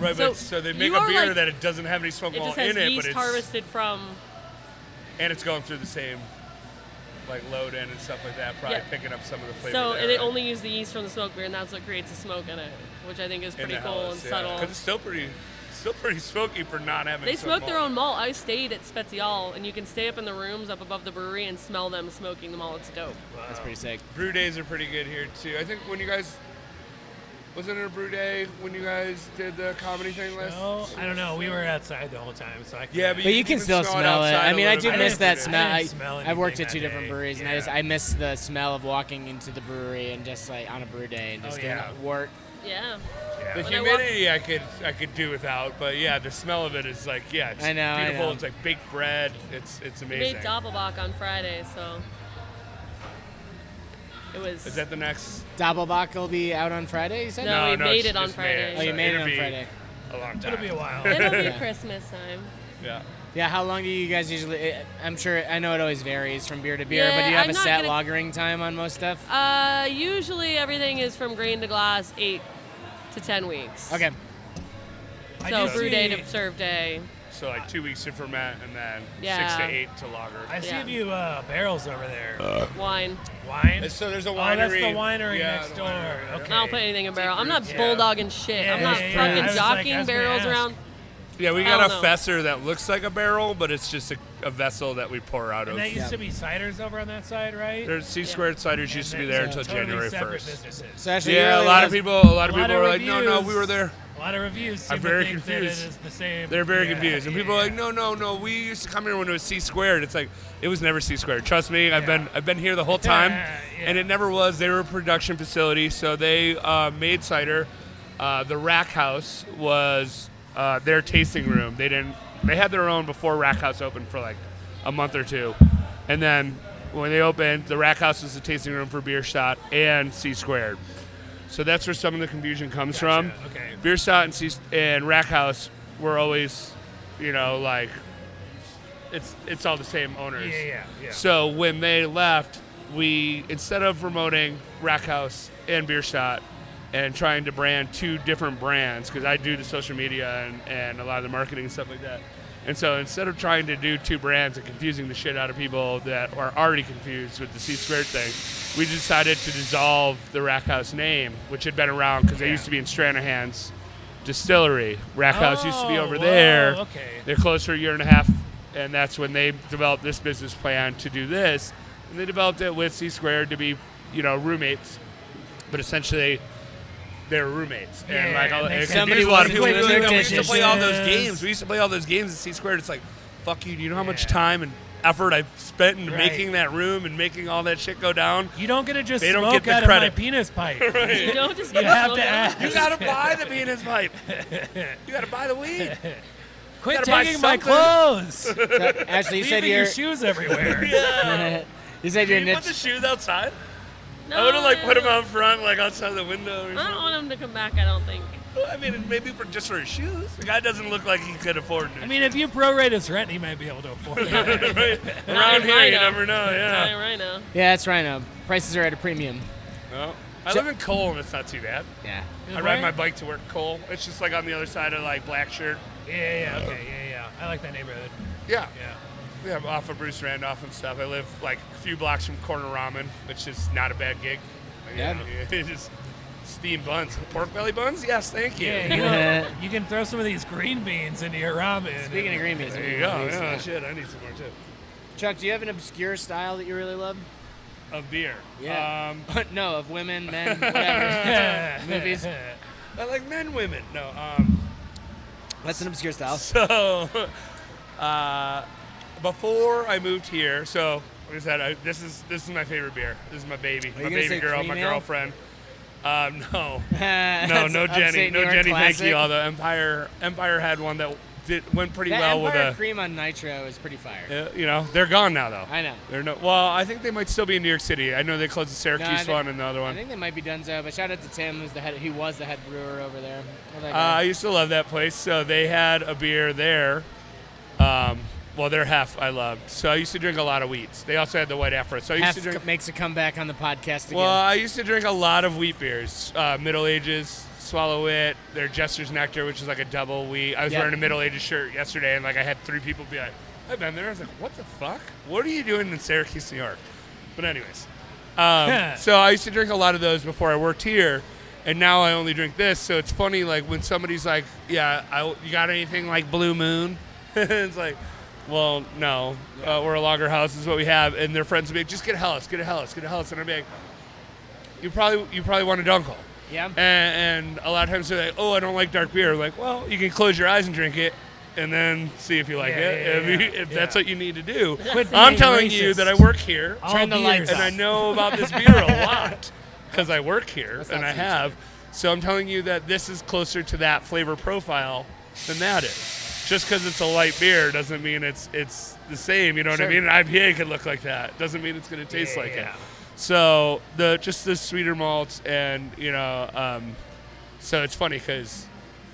S6: Right,
S5: So
S6: but so they make
S5: you
S6: a
S5: are,
S6: beer
S5: like-
S6: that it doesn't have any smoke
S5: it
S6: malt
S5: just has
S6: in it, but
S5: yeast
S6: it's
S5: harvested from.
S6: and it's going through the same like load in and stuff like that. Probably
S5: Yeah.
S6: picking up some of the flavor.
S5: So
S6: there,
S5: and it
S6: right?
S5: only used the yeast from the smoke beer, and that's what creates the smoke in it, which I think is
S6: In
S5: pretty
S6: the
S5: cool
S6: Hellas,
S5: and
S6: yeah.
S5: subtle.
S6: 'Cause it's still pretty, still pretty smoky for not having.
S5: They
S6: smoke
S5: smoke their
S6: malt.
S5: own malt. I stayed at Spezial, and you can stay up in the rooms up above the brewery and smell them smoking the malt. It's dope.
S4: That's pretty sick.
S6: brew days are pretty good here too. I think when you guys wasn't it a brew day when you guys did the comedy thing last.
S3: No, I don't know. We were outside the whole time, so I couldn't-
S6: Yeah, but
S4: But you can
S6: even
S4: still
S6: smell it
S4: smell it.
S6: outside
S4: I
S6: a
S4: mean, I
S6: little
S4: do
S6: bit.
S4: miss
S3: I
S4: that
S3: didn't-
S4: smell.
S3: I
S4: I,
S3: didn't smell
S4: I've worked
S3: anything
S4: at two
S3: that
S4: different
S3: day.
S4: breweries, and I just
S3: Yeah.
S4: I miss the smell of walking into the brewery and just like on a brew day and just
S3: Oh,
S4: doing
S3: yeah.
S4: a wort.
S5: Yeah.
S6: The
S5: When I walk-
S6: humidity I could I could do without, but yeah, the smell of it is like yeah, it's
S4: I know, I
S6: beautiful.
S4: know.
S6: It's like baked bread. It's it's
S5: We made
S6: amazing.
S5: Doppelbock on Friday, so it was.
S6: Is that the next? Oh,
S4: Doppelbock will be out on Friday. You said
S5: No, we Oh, made
S6: it's
S5: it on
S6: just
S5: Friday.
S4: Oh, you
S6: so
S4: made it
S6: it'll
S4: on
S6: be
S4: Friday.
S6: A long time.
S3: It'll be a while.
S5: It'll be
S4: Yeah.
S5: Christmas time.
S6: Yeah.
S4: Yeah, how long do you guys usually? I- I'm sure I know it always varies from beer to beer, but
S5: Yeah,
S4: do you have
S5: I'm
S4: a
S5: not
S4: set
S5: gonna-
S4: lagering time on most stuff?
S5: Uh, usually everything is from grain to glass, eight to ten weeks.
S4: Okay,
S3: I
S5: So
S3: do
S5: brew day
S3: see-
S5: to serve day.
S6: So like two weeks to ferment and then six
S5: Yeah.
S6: to eight to lager.
S3: I see
S5: Yeah.
S3: a few uh, barrels over there.
S5: Wine.
S3: Wine.
S6: Uh, So there's a
S3: Oh, that's the
S6: winery-
S3: winery
S6: yeah,
S3: next
S6: the
S3: door.
S6: winery, yeah.
S3: Okay.
S5: I don't put anything in barrel. I'm not
S3: Yeah.
S5: bulldogging shit. I'm
S3: Yeah,
S5: not
S3: yeah, yeah. I
S5: fucking
S3: was like,
S5: jockeying
S3: I was gonna
S5: barrels
S3: ask.
S5: around.
S6: Yeah, we
S5: I
S6: got a
S5: don't know.
S6: fesser that looks like a barrel, but it's just a, a vessel that we pour out of.
S3: And that used to be ciders over on that side, right?
S6: There's C squared ciders used to be there until
S3: totally
S6: January
S3: separate
S6: 1st.
S3: businesses.
S4: so actually, you
S6: Yeah, a
S4: really
S6: lot of
S4: was-
S6: people, a lot of
S3: A lot
S6: people
S3: of
S6: are like, no, no,
S3: reviews-
S6: we were there.
S3: A lot of reviews. seem
S6: I'm
S3: to
S6: very
S3: think that it
S6: confused.
S3: is the same.
S6: They're very
S3: Yeah,
S6: confused, and
S3: yeah,
S6: people are like,
S3: yeah.
S6: no, no, no, we used to come here when it was C squared. It's like it was never C squared. Trust me, I've been I've been here the whole time,
S3: Yeah,
S6: and
S3: yeah.
S6: it never was. They were a production facility, so they uh, made cider. Uh, the Rack House was uh, their tasting room. They didn't. They had their own before Rack House opened for like a month or two, and then when they opened, the Rack House was the tasting room for Bierstadt and C squared. So that's where some of the confusion comes
S3: Gotcha,
S6: from.
S3: okay.
S6: Bierstadt and, Seas- and Rack House were always, you know, like it's it's all the same owners.
S3: Yeah, yeah, yeah.
S6: So when they left, we instead of promoting Rack House and Bierstadt and trying to brand two different brands, because I do the social media and, and a lot of the marketing and stuff like that. And so instead of trying to do two brands and confusing the shit out of people that are already confused with the C squared thing, we decided to dissolve the Rack House name, which had been around because they
S3: Yeah.
S6: used to be in Stranahan's distillery. Rack House used to be
S3: Oh,
S6: over
S3: whoa,
S6: there.
S3: okay.
S6: They're closed for a year and a half, and that's when they developed this business plan to do this. And they developed it with C Squared to be, you know, roommates but essentially they were roommates. And
S3: Yeah,
S6: like all,
S3: and they
S6: it
S3: somebody
S6: confused a lot
S3: wasn't
S6: of people.
S3: doing
S6: They're
S3: their
S6: like, "No, we used to play all those
S3: dishes."
S6: games. We used to play all those games at C squared. It's like, fuck you. Do you know how much
S3: Yeah.
S6: time and effort I've spent in
S3: Right.
S6: making that room and making all that shit go down?
S3: You don't get to just
S6: They don't
S3: smoke
S6: get the
S3: out
S6: credit.
S3: of my penis pipe.
S5: You don't just
S3: You have to
S5: Okay.
S3: ask.
S6: You gotta buy the penis pipe. You gotta buy the weed.
S3: Quit
S6: Gotta buy
S3: taking my
S6: something.
S3: clothes.
S4: Ashley, you said
S3: leaving
S4: you're.
S3: your shoes everywhere.
S4: you said you're
S6: Can you put the
S4: niche.
S6: shoes outside?
S5: No,
S6: I would have like
S5: I
S6: put them
S5: don't-
S6: out front, like outside the window or
S5: I don't
S6: something.
S5: want him to come back. I don't think.
S6: I mean, maybe for just for his shoes. The guy doesn't look like he could afford it.
S3: I mean, if you prorate his rent, he might be able to afford it.
S6: Right?
S5: Not in
S6: Around here, you
S5: Rhino.
S6: never know.
S5: Not in
S6: Yeah.
S5: Rhino.
S4: Yeah, that's right. Now prices are at a premium.
S6: No. I live in Cole, and it's not too bad.
S4: Yeah.
S6: I ride my bike to work, Cole. It's just like on the other side of like Blackshirt.
S3: Yeah, yeah, yeah, okay, yeah, yeah. I like that neighborhood.
S6: Yeah.
S3: Yeah.
S6: Yeah, I'm off of Bruce Randolph and stuff. I live like a few blocks from Corner Ramen, which is not a bad gig. Like,
S4: Yeah.
S6: you know, just steam buns, pork belly buns. Yes, thank you.
S3: Yeah, you, know, you can throw some of these green beans into your ramen.
S4: Speaking of green beans,
S6: There you go. Yeah, shit, I need some more too.
S4: Chuck, do you have an obscure style that you really love?
S6: Of beer.
S4: Yeah.
S6: Um,
S4: no, of women, men, whatever. movies.
S6: I like men, women. No. Um,
S4: That's an obscure style.
S6: so uh, before I moved here, so like I said, I, this is this is my favorite beer. This is my baby,
S4: you
S6: my
S4: gonna
S6: baby
S4: say
S6: girl,
S4: cream
S6: my
S4: ale?
S6: girlfriend. Um, no. No,
S4: That's
S6: no Jenny,
S4: upstate
S6: no
S4: New York
S6: Jenny.
S4: classic.
S6: Thank you. Although Empire, Empire had one that did went pretty
S4: That
S6: well
S4: Empire
S6: with
S4: cream on nitro is pretty fire.
S6: a. uh, You know, they're gone now though.
S4: I know.
S6: They're no. Well, I think they might still be in New York City. I know they closed the
S4: No,
S6: Syracuse
S4: I think-
S6: one and the other
S4: I
S6: one.
S4: think they might be Dunzo, but shout out to Tim, who's the head. He was the head brewer over there. Well, that
S6: Uh, I
S4: guy-
S6: used to love that place. So they had a beer there. Um, well, their half I loved. So I used to drink a lot of wheats. They also had the white afro. So I used
S4: Half
S6: to drink.
S4: co- makes a comeback on the podcast again.
S6: Well, I used to drink a lot of wheat beers. Uh, Middle Ages, Swallow It, their Jester's Nectar, which is like a double wheat. I was
S4: Yep.
S6: wearing a Middle Ages shirt yesterday, and like I had three people be like, "I've been there." I was like, "What the fuck? What are you doing in Syracuse, New York?" But anyways, um, so I used to drink a lot of those before I worked here, and now I only drink this. So it's funny, like when somebody's like, "Yeah, I, you got anything like Blue Moon?" it's like. Well, no. Uh, we're a lager house, is what we have. And their friends would be like, just get a Hellas, get a Hellas, get a Hellas. And I'm like, you probably you probably want a dunkel.
S4: yeah.
S6: uh, And, and a lot of times they're like, oh, I don't like dark beer. I'm like, well, you can close your eyes and drink it, and then see if you like
S3: Yeah,
S6: it.
S3: yeah, yeah,
S6: if
S3: yeah.
S6: you- if that's
S3: Yeah.
S6: what you need to do.
S3: Quit
S6: I'm
S3: being
S6: telling you
S3: racist.
S6: that I work here,
S3: All
S4: Turn the
S3: beers
S4: lights
S6: and I
S3: off.
S6: know about this beer a lot because I work here and
S4: not
S6: I
S4: see each
S6: have. So I'm telling you that this is closer to that flavor profile than that is. Just because it's a light beer doesn't mean it's it's the same. You know what I
S4: Sure.
S6: mean? An IPA could look like that. Doesn't mean it's going to taste
S3: Yeah,
S6: like
S3: yeah.
S6: it. So the just the sweeter malts and you know, um, so it's funny because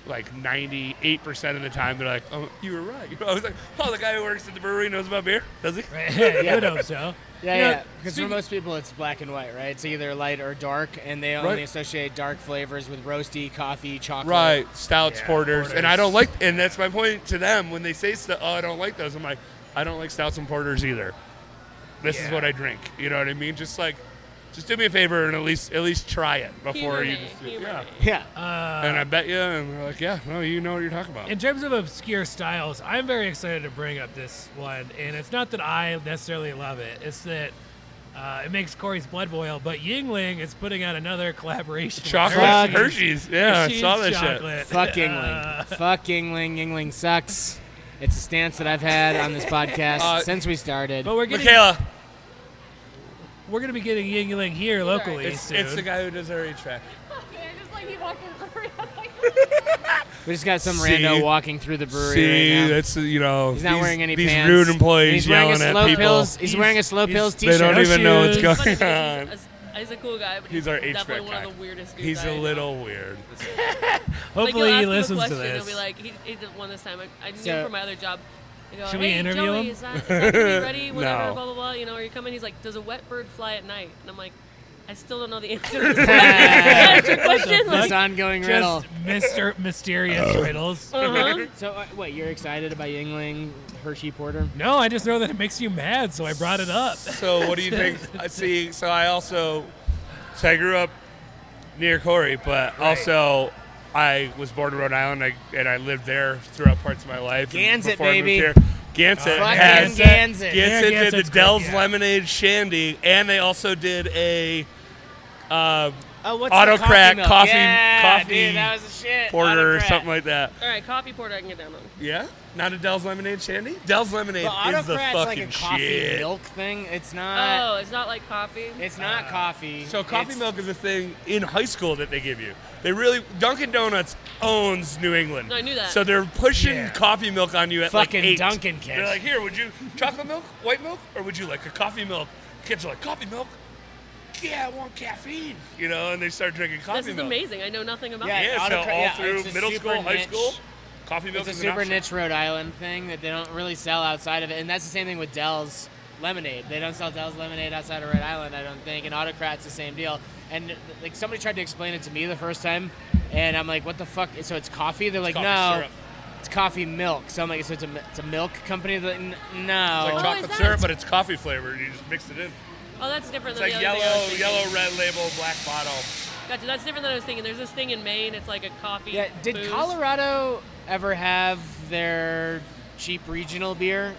S6: like 98% of the time they're like, oh, you were right. I was like, oh, the guy who works at the brewery knows about beer, does he?
S3: Right. you would hope so.
S4: Yeah,
S3: You know,
S4: yeah. Because for
S3: speaking-
S4: most people, it's black and white, right? It's either light or dark, and they only
S6: Right.
S4: associate dark flavors with roasty, coffee, chocolate.
S6: Right, stouts,
S3: Yeah,
S6: porters. and I
S3: porters.
S6: don't like, and that's my point to them when they say, stu- "Oh, I don't like those." I'm like, I don't like stouts and porters either. This is
S3: Yeah.
S6: what I drink. You know what I mean? Just like, just do me a favor and at least at least try it
S5: Humor
S6: before you.
S5: me,
S6: Just,
S5: humor
S6: yeah.
S5: me.
S4: Yeah.
S6: and I bet you, and they're like, yeah, no, you know what you're talking about.
S3: In terms of obscure styles, I'm very excited to bring up this one, and it's not that I necessarily love it. It's that uh, it makes Corey's blood boil. But Yingling is putting out another collaboration. with
S6: chocolate
S4: Fuck.
S3: Hershey's.
S6: Hershey's. Yeah, I saw
S3: Hershey's
S6: that shit.
S3: chocolate.
S4: Fuck Yingling. Fuck Yingling. Yingling sucks. It's a stance that I've had on this podcast
S6: Uh,
S4: since we started.
S3: But we're getting
S6: Michaela,
S3: we're gonna be getting Yingling here locally
S6: it's,
S3: soon.
S6: it's the guy who does our eight track.
S7: just like he walked in the brewery. I was like,
S4: We just got some
S6: See?
S4: rando walking through the brewery
S6: See,
S4: right now.
S6: that's you know.
S4: He's not
S6: these,
S4: wearing any
S6: these
S4: pants.
S6: rude
S4: And
S6: employees
S4: he's wearing a
S6: yelling
S4: slow
S6: at people.
S4: pills. He's,
S3: He's-
S4: wearing a slow
S3: he's-
S4: pills
S3: they
S4: t-shirt.
S6: They don't even know what's
S3: Hershey's.
S5: Funny
S6: going
S5: because
S6: on.
S5: He's, a- he's a cool guy, but
S6: He's our HVAC
S5: definitely one
S6: guy.
S5: of the weirdest dudes.
S6: He's
S5: I
S6: a
S5: know.
S6: little weird.
S3: Hopefully
S5: like,
S3: he
S5: you'll ask him
S3: listens
S5: a
S3: to
S5: question,
S3: this.
S5: He'll be like, he, he did one this time. I, I knew
S4: So-
S5: from my other job. I go,
S3: Should we
S5: hey,
S3: interview
S5: Joey,
S3: him?"
S5: Is that, is that gonna be ready? Whatever,
S6: No.
S5: blah blah blah. You know, are you coming? He's like, does a wet bird fly at night? And I'm like, I still don't know the answer. to this question. question.
S4: this
S5: Like,
S4: ongoing riddle.
S3: Just Mr.
S4: Oh.
S3: Mysterious riddles.
S5: uh-huh.
S4: So, uh, what, you're excited about Yingling Hershey Porter?
S3: No, I just know that it makes you mad, so I brought it up.
S6: So what do you think? I see. So I also, so I grew up near Corey, but also I was born in Rhode Island, I, and I lived there throughout parts of my life. and
S4: Gansett,
S6: before I moved
S4: baby.
S6: here. Gansett
S4: Fucking
S6: has
S4: Gansett.
S6: Gansett
S3: Yeah,
S6: did
S3: Gansett's
S6: the
S3: good,
S6: Dell's
S3: yeah.
S6: Lemonade Shandy, and they also did a. Uh,
S4: Oh, what's
S6: Auto
S4: the coffee
S6: crack,
S4: milk?
S6: coffee-
S4: yeah,
S6: coffee
S4: dude, that was the shit. Auto
S6: porter or
S4: crack.
S6: something like that.
S5: All right, coffee porter I can get down on.
S6: Yeah, not a Dell's lemonade shandy. Dell's lemonade
S4: But auto
S6: is the
S4: crack's
S6: fucking
S4: like a coffee
S6: shit.
S4: milk thing. It's not.
S5: Oh, it's not like coffee.
S4: It's not coffee.
S6: So coffee
S4: It's-
S6: milk is a thing in high school that they give you. They really Dunkin' Donuts owns New England.
S5: No, I knew that.
S6: So they're pushing
S3: Yeah.
S6: coffee milk on you at
S4: Fucking
S6: like eight.
S4: Dunkin' kids.
S6: They're like, here, would you chocolate milk, white milk, or would you like a coffee milk? Kids are like, coffee milk. Yeah, I want caffeine. You know, and they start drinking coffee
S5: This is
S6: milk.
S5: amazing. I know nothing about
S4: Yeah,
S5: it.
S6: Yeah, so
S4: Autocra-
S6: all
S4: yeah,
S6: through
S4: it's a
S6: middle
S4: super
S6: school, high
S4: niche-
S6: school, coffee
S4: It's
S6: milk
S4: a
S6: is an
S4: super
S6: option.
S4: niche Rhode Island thing that they don't really sell outside of it, and that's the same thing with Dell's lemonade. They don't sell Dell's lemonade outside of Rhode Island, I don't think. And Autocrat's the same deal. And like somebody tried to explain it to me the first time, and I'm like, "What the fuck?" So it's coffee. They're like,
S6: coffee
S4: "No,
S6: syrup."
S4: it's coffee milk." So I'm like, "So it's a, mi- it's a milk company?" They're like, "N-
S6: It's
S4: no,
S6: like
S5: Oh,
S6: chocolate
S5: is that-
S6: syrup, but it's coffee flavored. You just mix it in.
S5: Oh, that's different
S6: It's
S5: than
S6: like
S5: the other
S6: yellow,
S5: thing. I was
S6: yellow, red label, black bottle.
S5: thinking. Gotcha. That's different than I was thinking. There's this thing in Maine. It's like a coffee.
S4: Yeah, did
S5: booze.
S4: Colorado ever have their cheap regional beer?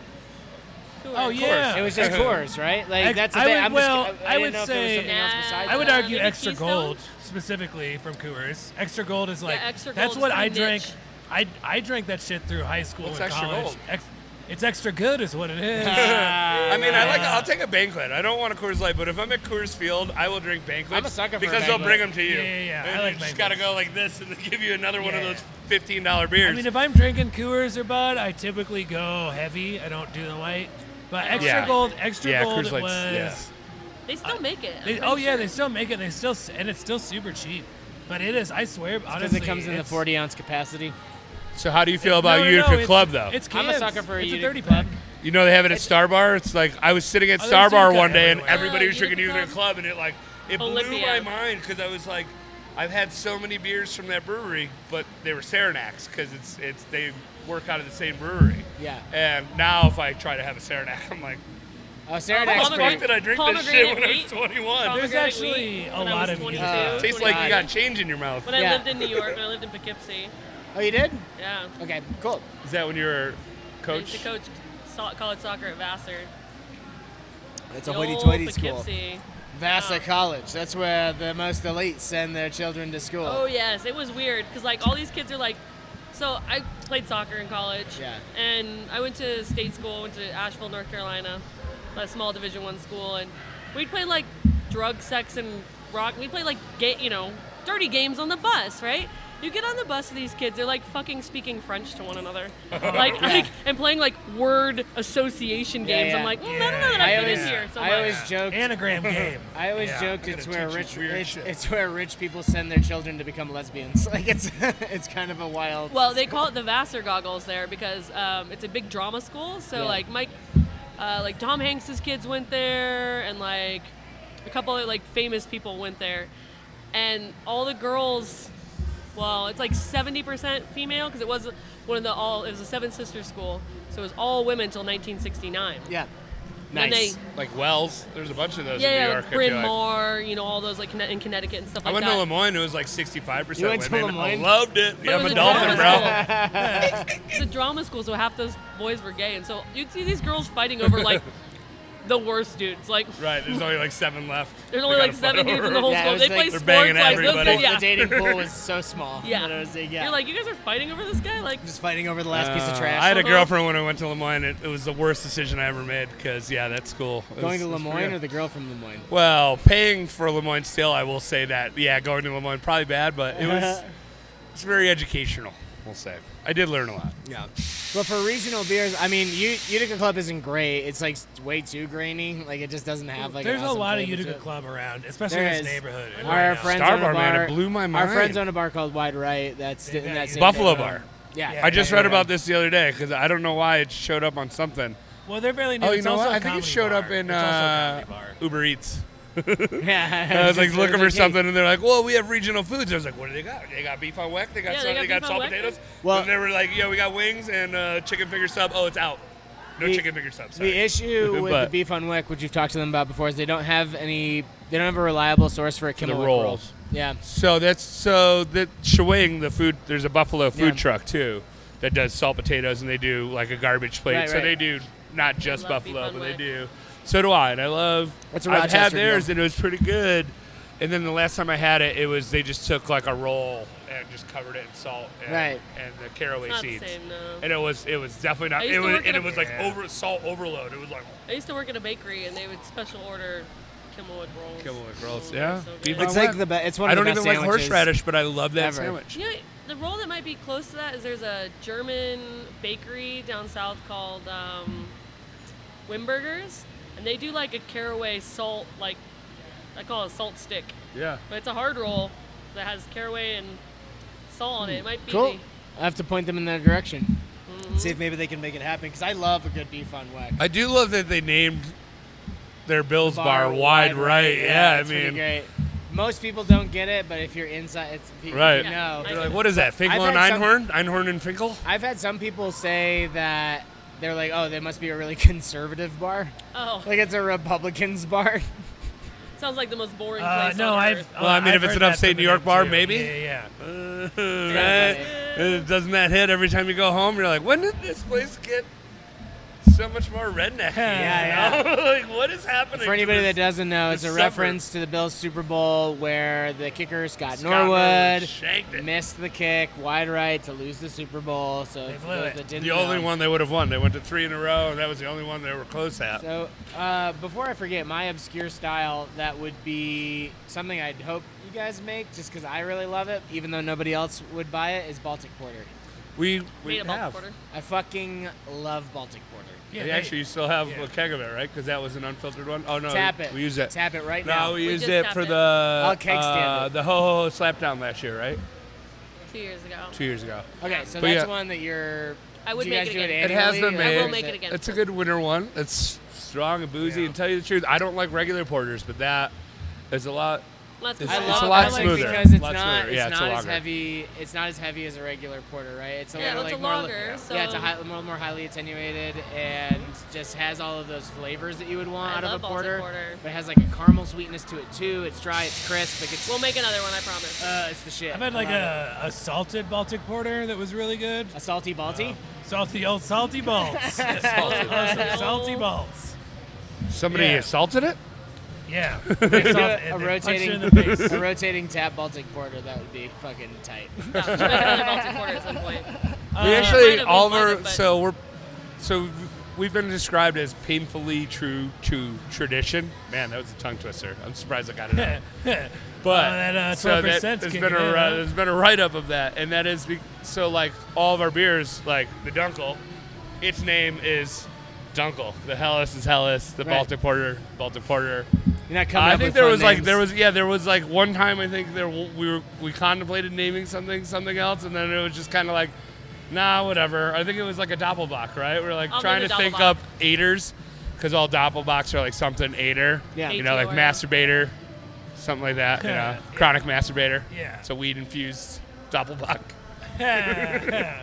S5: Coors.
S3: Oh, yeah.
S4: It was just Coors, right? Like
S3: I-
S4: that's the
S3: I
S4: thing.
S3: would-
S4: I'm
S3: well,
S4: just,
S3: I
S4: didn't
S3: would
S4: know if there was
S3: say-
S4: something else
S5: Nah.
S4: besides
S3: I would
S4: that.
S5: Uh,
S3: argue
S5: maybe
S3: extra
S5: Keystone?
S3: gold specifically from Coors. Extra gold is like
S5: Extra
S3: that's
S5: Gold
S3: what
S5: is
S3: I
S5: pretty
S3: drank.
S5: niche.
S3: I I drank that shit through high school
S6: What's
S3: and
S6: Extra
S3: college.
S6: Gold?
S3: Ex- it's extra good, is what it is.
S6: I mean, I like.
S3: Uh,
S6: I'll take a banquet. I don't want a Coors Light, but if I'm at Coors Field, I will drink banquets.
S4: I'm a sucker for a
S6: because they'll
S4: banquet.
S6: bring them to you.
S3: Yeah, yeah, yeah.
S6: And
S3: I like
S6: you just gotta
S3: banquets.
S6: go like this, and they give you another one of
S3: Yeah.
S6: those fifteen dollar beers.
S3: I mean, if I'm drinking Coors or Bud, I typically go heavy. I don't do the light. But extra
S6: Yeah.
S3: gold, extra
S6: Yeah,
S3: gold
S6: Coors
S3: it
S6: Light's-
S3: was.
S6: yeah.
S5: They still make it. I'm
S3: They,
S5: pretty
S3: oh yeah,
S5: sure.
S3: they still make it. They still s- and it's still super cheap. But it is, I swear,
S4: Because
S3: honestly,
S4: it comes in the
S3: it's-
S4: 40 ounce capacity.
S6: so how do you feel
S3: No,
S6: about
S3: no,
S6: Utica
S3: no, it's-
S6: Club though?
S3: It's
S4: I'm a
S3: cans.
S4: sucker for a
S3: it's
S4: Utica
S3: a 30 pack.
S4: Club.
S6: you know they have it at Star Bar. It's like I was sitting at
S3: Oh, there's
S6: Star Bar
S3: Utica
S6: one day, and
S3: everywhere.
S6: everybody
S5: Oh,
S6: was drinking
S5: Utica
S6: Utica Club, and it like it blew
S5: Olympia.
S6: my mind because I was like, I've had so many beers from that brewery, but they were Saranacs because it's it's they work out of the same brewery.
S4: Yeah.
S6: And now if I try to have a Saranac, I'm like.
S4: Oh,
S6: How
S4: Saranac's
S6: the
S5: Pomegranate-
S4: pretty.
S6: fuck did I drink this
S5: pomegranate
S6: shit when I was
S5: wheat.
S6: 21?
S3: There's
S5: Pomegranate
S3: actually
S5: wheat
S3: a
S5: when I
S3: lot
S5: was
S3: of
S5: 22,
S3: Utica.
S4: Uh,
S6: Tastes like you
S4: God.
S6: got change in your mouth.
S5: When
S4: Yeah.
S5: I lived in New York, when I lived in Poughkeepsie,
S4: Oh, you did?
S5: yeah,
S4: Okay, cool.
S6: Is that when you
S5: I
S6: were
S5: used
S6: coach?
S5: to coach so- college soccer at Vassar.
S4: It's
S5: The Oh.
S4: a
S5: old
S4: hoity-toity school.
S5: Poughkeepsie.
S4: Vassar College. That's where the most elite send their children to school.
S5: Oh yes, it was weird because like all these kids are like, so I played soccer in college.
S4: Yeah.
S5: And I went to state school, went to Asheville, North Carolina, a small Division One school, and we'd play like drug, sex, and rock. We played like ga- you know dirty games on the bus, right? You get on the bus with these kids, they're like fucking speaking French to one another, like, like and playing like word association
S4: Yeah,
S5: games.
S4: yeah.
S5: I'm like, mm, I don't know that
S4: I
S5: I've been
S4: always,
S5: in here so
S4: I
S5: much.
S4: always joked.
S3: Anagram game.
S4: I always
S6: Yeah,
S4: joked
S6: I'm gonna
S4: it's where
S6: teach you
S4: rich
S6: weird
S4: it's,
S6: shit.
S4: it's where rich people send their children to become lesbians. Like it's it's kind of a wild.
S5: Well, they call it the Vassar goggles there because um, it's a big drama school. So
S4: Yeah.
S5: like Mike, uh, like Tom Hanks's kids went there, and like a couple of like famous people went there, and all the girls. Well, it's like seventy percent female because it was one of the all. It was a Seven Sisters school, so it was all women till nineteen sixty nine.
S4: yeah,
S5: Then
S4: nice.
S5: they-
S6: Like Wells. There's a bunch of those in
S5: Yeah,
S6: New
S5: yeah,
S6: York.
S5: like
S6: I feel
S5: Bryn
S6: like.
S5: Mawr, you know, all those like Conne- in Connecticut and stuff
S6: I
S5: like
S6: went
S5: that.
S6: to Lemoyne. It was like 65%
S4: You went to
S6: women. I
S4: Lemoyne?
S6: loved it.
S5: But
S6: yeah,
S5: it
S6: I'm
S5: was
S6: a
S5: a
S6: dolphin,
S5: drama
S6: bro.
S5: school. it's a drama school, so half those boys were gay, and so you'd see these girls fighting over like the worst dudes. Like
S6: Right. There's only like seven left.
S5: there's
S6: We
S5: only
S6: gotta
S5: like
S6: fight
S5: seven dudes in
S6: over
S5: the whole
S4: Yeah, it
S5: school.
S4: was
S5: They
S4: like-
S5: play
S6: They're
S5: sports
S6: banging
S5: like those
S6: everybody.
S5: guys.
S4: Well,
S5: Oh, Yeah.
S4: the dating pool was so small.
S5: Yeah.
S4: that it was like, yeah.
S5: You're like, you guys are fighting over this guy. Like,
S4: just fighting over the last piece of
S6: Uh,
S4: trash.
S6: I had a
S5: Uh-huh.
S6: girlfriend when I went to Lemoyne. It, it was the worst decision I ever made because, yeah, that school. it
S4: Going
S6: was-
S4: to
S6: it was pretty
S4: Lemoyne
S6: good.
S4: or the girl from Lemoyne?
S6: Well, paying for Lemoyne still, I will say that. Yeah, going to Lemoyne probably bad, but it was it's very educational. We'll say I did learn a lot.
S4: Yeah. But for regional beers, I mean, U- Utica Club isn't great. It's like way too grainy. Like it just doesn't have like. an
S3: There's a
S4: awesome
S3: lot of
S4: flavor to
S3: Utica
S4: it.
S3: Club around, especially
S4: There
S3: in this
S4: is.
S3: neighborhood. and
S4: Our
S3: right now.
S4: friends
S6: Star
S4: own a
S6: Bar,
S4: bar,
S6: man, it blew my
S4: Our
S6: mind.
S4: friends own a bar called Wide Right. That's
S3: They've
S4: in
S3: got
S4: that same
S6: Buffalo
S4: neighborhood.
S6: Bar.
S4: Yeah.
S3: Yeah.
S6: I just read about this the other day because I don't know why it showed up on something.
S3: Well, they're fairly new.
S6: Oh, you
S3: It's
S6: know
S3: also
S6: what?
S3: a
S6: I think it
S3: comedy
S6: showed up
S3: bar.
S6: in
S3: It's also a
S6: uh,
S3: comedy bar.
S6: Uber Eats.
S4: yeah.
S6: I was
S4: It's
S6: like
S4: just-
S6: looking
S4: it
S6: for
S4: was like, hey,
S6: something, and they're like, "Well, we have regional foods." I was like, "What do they got? They got beef on weck. They got
S5: Yeah, they
S6: salt,
S5: got
S6: they got
S5: beef on
S6: salt
S5: weck.
S6: potatoes."
S4: Well-
S6: and they were like, "Yo, we got wings and uh, chicken finger sub." Oh, it's out. No
S4: The-
S6: chicken finger sub. Sorry.
S4: The issue with the
S6: But-
S4: beef on wick, which you've talked to them about before, is they don't have any. They don't have a reliable source for a Kimmel Wick roll.
S6: rolls.
S4: Yeah.
S6: So that's so that Shawing, the food. There's a Buffalo food
S4: Yeah.
S6: truck too that does salt potatoes, and they do like a garbage plate.
S4: Right,
S6: so
S4: right.
S6: they do not just
S5: love beef
S6: Buffalo,
S5: on
S6: but they
S5: whack.
S6: do. So do I, and I love.
S4: That's a
S6: I've had
S4: Rochester deal.
S6: theirs, and it was pretty good. And then the last time I had it, it was they just took like a roll and just covered it in salt and,
S4: Right.
S6: and the caraway
S5: Not the
S6: seeds.
S5: same, no.
S6: And it was it was definitely
S5: I
S6: not.
S5: used
S6: It
S5: to
S6: was
S5: work at
S6: and
S5: a-
S6: it was like
S3: Yeah.
S6: over salt overload. It was like
S5: I used to work at a bakery, and they would special order Kimmelwood rolls.
S6: Kimmelwood rolls,
S5: Oh,
S6: yeah.
S5: they're so good.
S6: Beef
S4: It's
S6: I
S4: like
S6: went-
S4: the best. It's one
S6: I
S4: of the
S6: don't
S4: best
S6: even like
S4: sandwiches.
S6: horseradish, but I love that
S4: ever.
S6: sandwich.
S5: You know, the roll that might be close to that is there's a German bakery down south called um, Wimbergers, and they do like a caraway salt, like I call it a salt stick,
S6: Yeah.
S5: but it's a hard roll that has caraway and salt
S6: Hmm.
S5: on it. It might be
S4: Cool.
S5: the-
S4: I have to point them in that direction. See if maybe they can make it happen because I love a good beef on whack.
S6: I do love that they named their Bills bar,
S4: Bar wide
S6: wide right. Yeah,
S4: it's
S6: I
S4: pretty
S6: mean,
S4: great. most people don't get it, but if you're inside, it's if you-
S6: Right.
S4: You
S5: Yeah.
S4: know.
S6: they're like, what is that? Finkel
S4: I've
S6: and
S4: had some-
S6: Einhorn? Einhorn and Finkel?
S4: I've had some people say that they're like, oh, they must be a really conservative bar.
S5: oh,
S4: Like it's a Republicans bar.
S5: sounds like the most boring
S3: Uh,
S5: place.
S3: no,
S5: on
S3: I've.
S5: earth.
S3: uh,
S6: Well, I mean,
S3: I've
S6: if it's
S3: heard
S6: an
S3: that
S6: upstate
S3: from
S6: New
S3: them,
S6: York bar,
S3: too.
S6: maybe?
S3: Yeah, yeah.
S6: Uh, right? Uh, Doesn't that hit every time you go home? You're like, when did this place get so much more redneck?
S4: Yeah,
S6: You know? like, what is happening?
S4: For
S6: to
S4: anybody
S6: this-
S4: that doesn't know, it's a
S6: December.
S4: reference to the Bills Super Bowl where the kicker Scott,
S6: Scott
S4: Norwood
S6: Norwood shanked it.
S4: missed the kick wide right to lose the Super Bowl. So for
S3: blew
S4: those
S3: it.
S4: that didn't
S6: The only
S4: know-
S6: one they would have won. They went to three in a row, and that was the only one they were close at.
S4: So uh, before I forget, my obscure style that would be something I'd hope you guys make just because I really love it, even though nobody else would buy it. Is Baltic Porter.
S6: we we
S5: made a bulk
S6: have.
S5: quarter.
S4: I fucking love Baltic Porter.
S3: Yeah,
S6: we
S3: they-
S6: actually still have
S3: yeah.
S6: a keg of it, right? Because that was an unfiltered one. Oh no,
S4: Tap
S6: we,
S4: it.
S6: We use it.
S4: Tap it right now.
S6: No, we,
S5: We
S6: used
S5: just
S6: it
S5: tap
S6: for
S5: it.
S6: the
S4: I'll keg stand
S6: uh,
S4: it.
S6: the ho ho ho slapdown last year, right?
S5: Two years ago.
S6: Two years ago.
S4: Okay, so
S6: But
S4: that's
S6: yeah.
S4: one that you're.
S5: I would
S4: do you
S5: make
S4: guys
S5: it
S4: do
S5: again.
S6: It has
S4: annually,
S6: been
S4: or
S6: made. I
S4: is
S6: will
S5: make it again.
S6: It's a good winter one. It's strong and boozy.
S3: Yeah.
S6: And tell you the truth, I don't like regular porters, but that is a lot.
S5: Let's
S6: It's-
S4: I
S5: go.
S4: love
S6: it's a
S4: it.
S6: lot
S4: I like it
S6: smoother.
S4: because it's
S6: Lot
S4: not,
S6: smoother. Yeah,
S4: it's
S6: it's a
S4: not as
S6: lager.
S4: heavy. It's not as heavy as a regular porter, right? It's a
S5: Yeah,
S4: little
S5: it's
S4: like
S5: a
S4: more li-
S5: lager,
S4: yeah. Yeah, it's a
S5: so-
S4: high, a little more highly attenuated and just has all of those flavors that you would want
S5: I
S4: out of
S5: love
S4: a
S5: Baltic
S4: porter.
S5: Porter.
S4: But it has like a caramel sweetness to it too. It's dry, it's crisp, like it's
S5: We'll make another one. I promise.
S4: uh, it's the shit.
S3: I've had like
S4: Love
S3: a, a salted Baltic porter that was really good.
S4: it. a salty balti.
S3: Salty old salty balls.
S5: Balls.
S3: salty balls.
S6: Somebody
S3: Yeah.
S6: assaulted it.
S3: Yeah.
S4: Do
S3: Salt-
S4: a, a
S3: and they punch you
S4: rotating,
S3: in the face.
S4: a rotating tap Baltic porter. That would be fucking tight.
S5: No, we make another Baltic quarter at some point.
S6: we
S5: it might
S6: actually
S5: have
S6: all of
S5: been
S6: our
S5: mine, but-
S6: so we're so we've been described as painfully true to tradition. Man, that was a tongue twister. I'm surprised I got it. out. But
S3: Uh, that, uh,
S6: so
S3: 12%
S6: that
S3: 's
S6: there's
S3: kicking
S6: been a
S3: in,
S6: ri-
S3: huh?
S6: there's been a write up of that, and that is be, so like all of our beers, like the Dunkel, its name is Dunkel. The Hellas is Hellas. The
S4: Right.
S6: Baltic Porter, Baltic Porter.
S4: You're not
S6: Uh,
S4: coming.
S6: I
S4: up
S6: think
S4: with
S6: there
S4: fun
S6: was like
S4: names.
S6: there was yeah there was like one time I think there w- we were we contemplated naming something something else and then it was just kind of like nah whatever I think it was like a doppelbock right we are like
S5: I'll
S6: trying to
S5: name a
S6: think
S5: Doppelbock.
S6: up eighters because all doppelbocks are like something eighter
S4: Yeah.
S6: you know like
S5: ATOR.
S6: masturbator something like that you know
S3: Yeah.
S6: chronic masturbator
S3: Yeah.
S6: so weed infused doppelbock
S3: Yeah.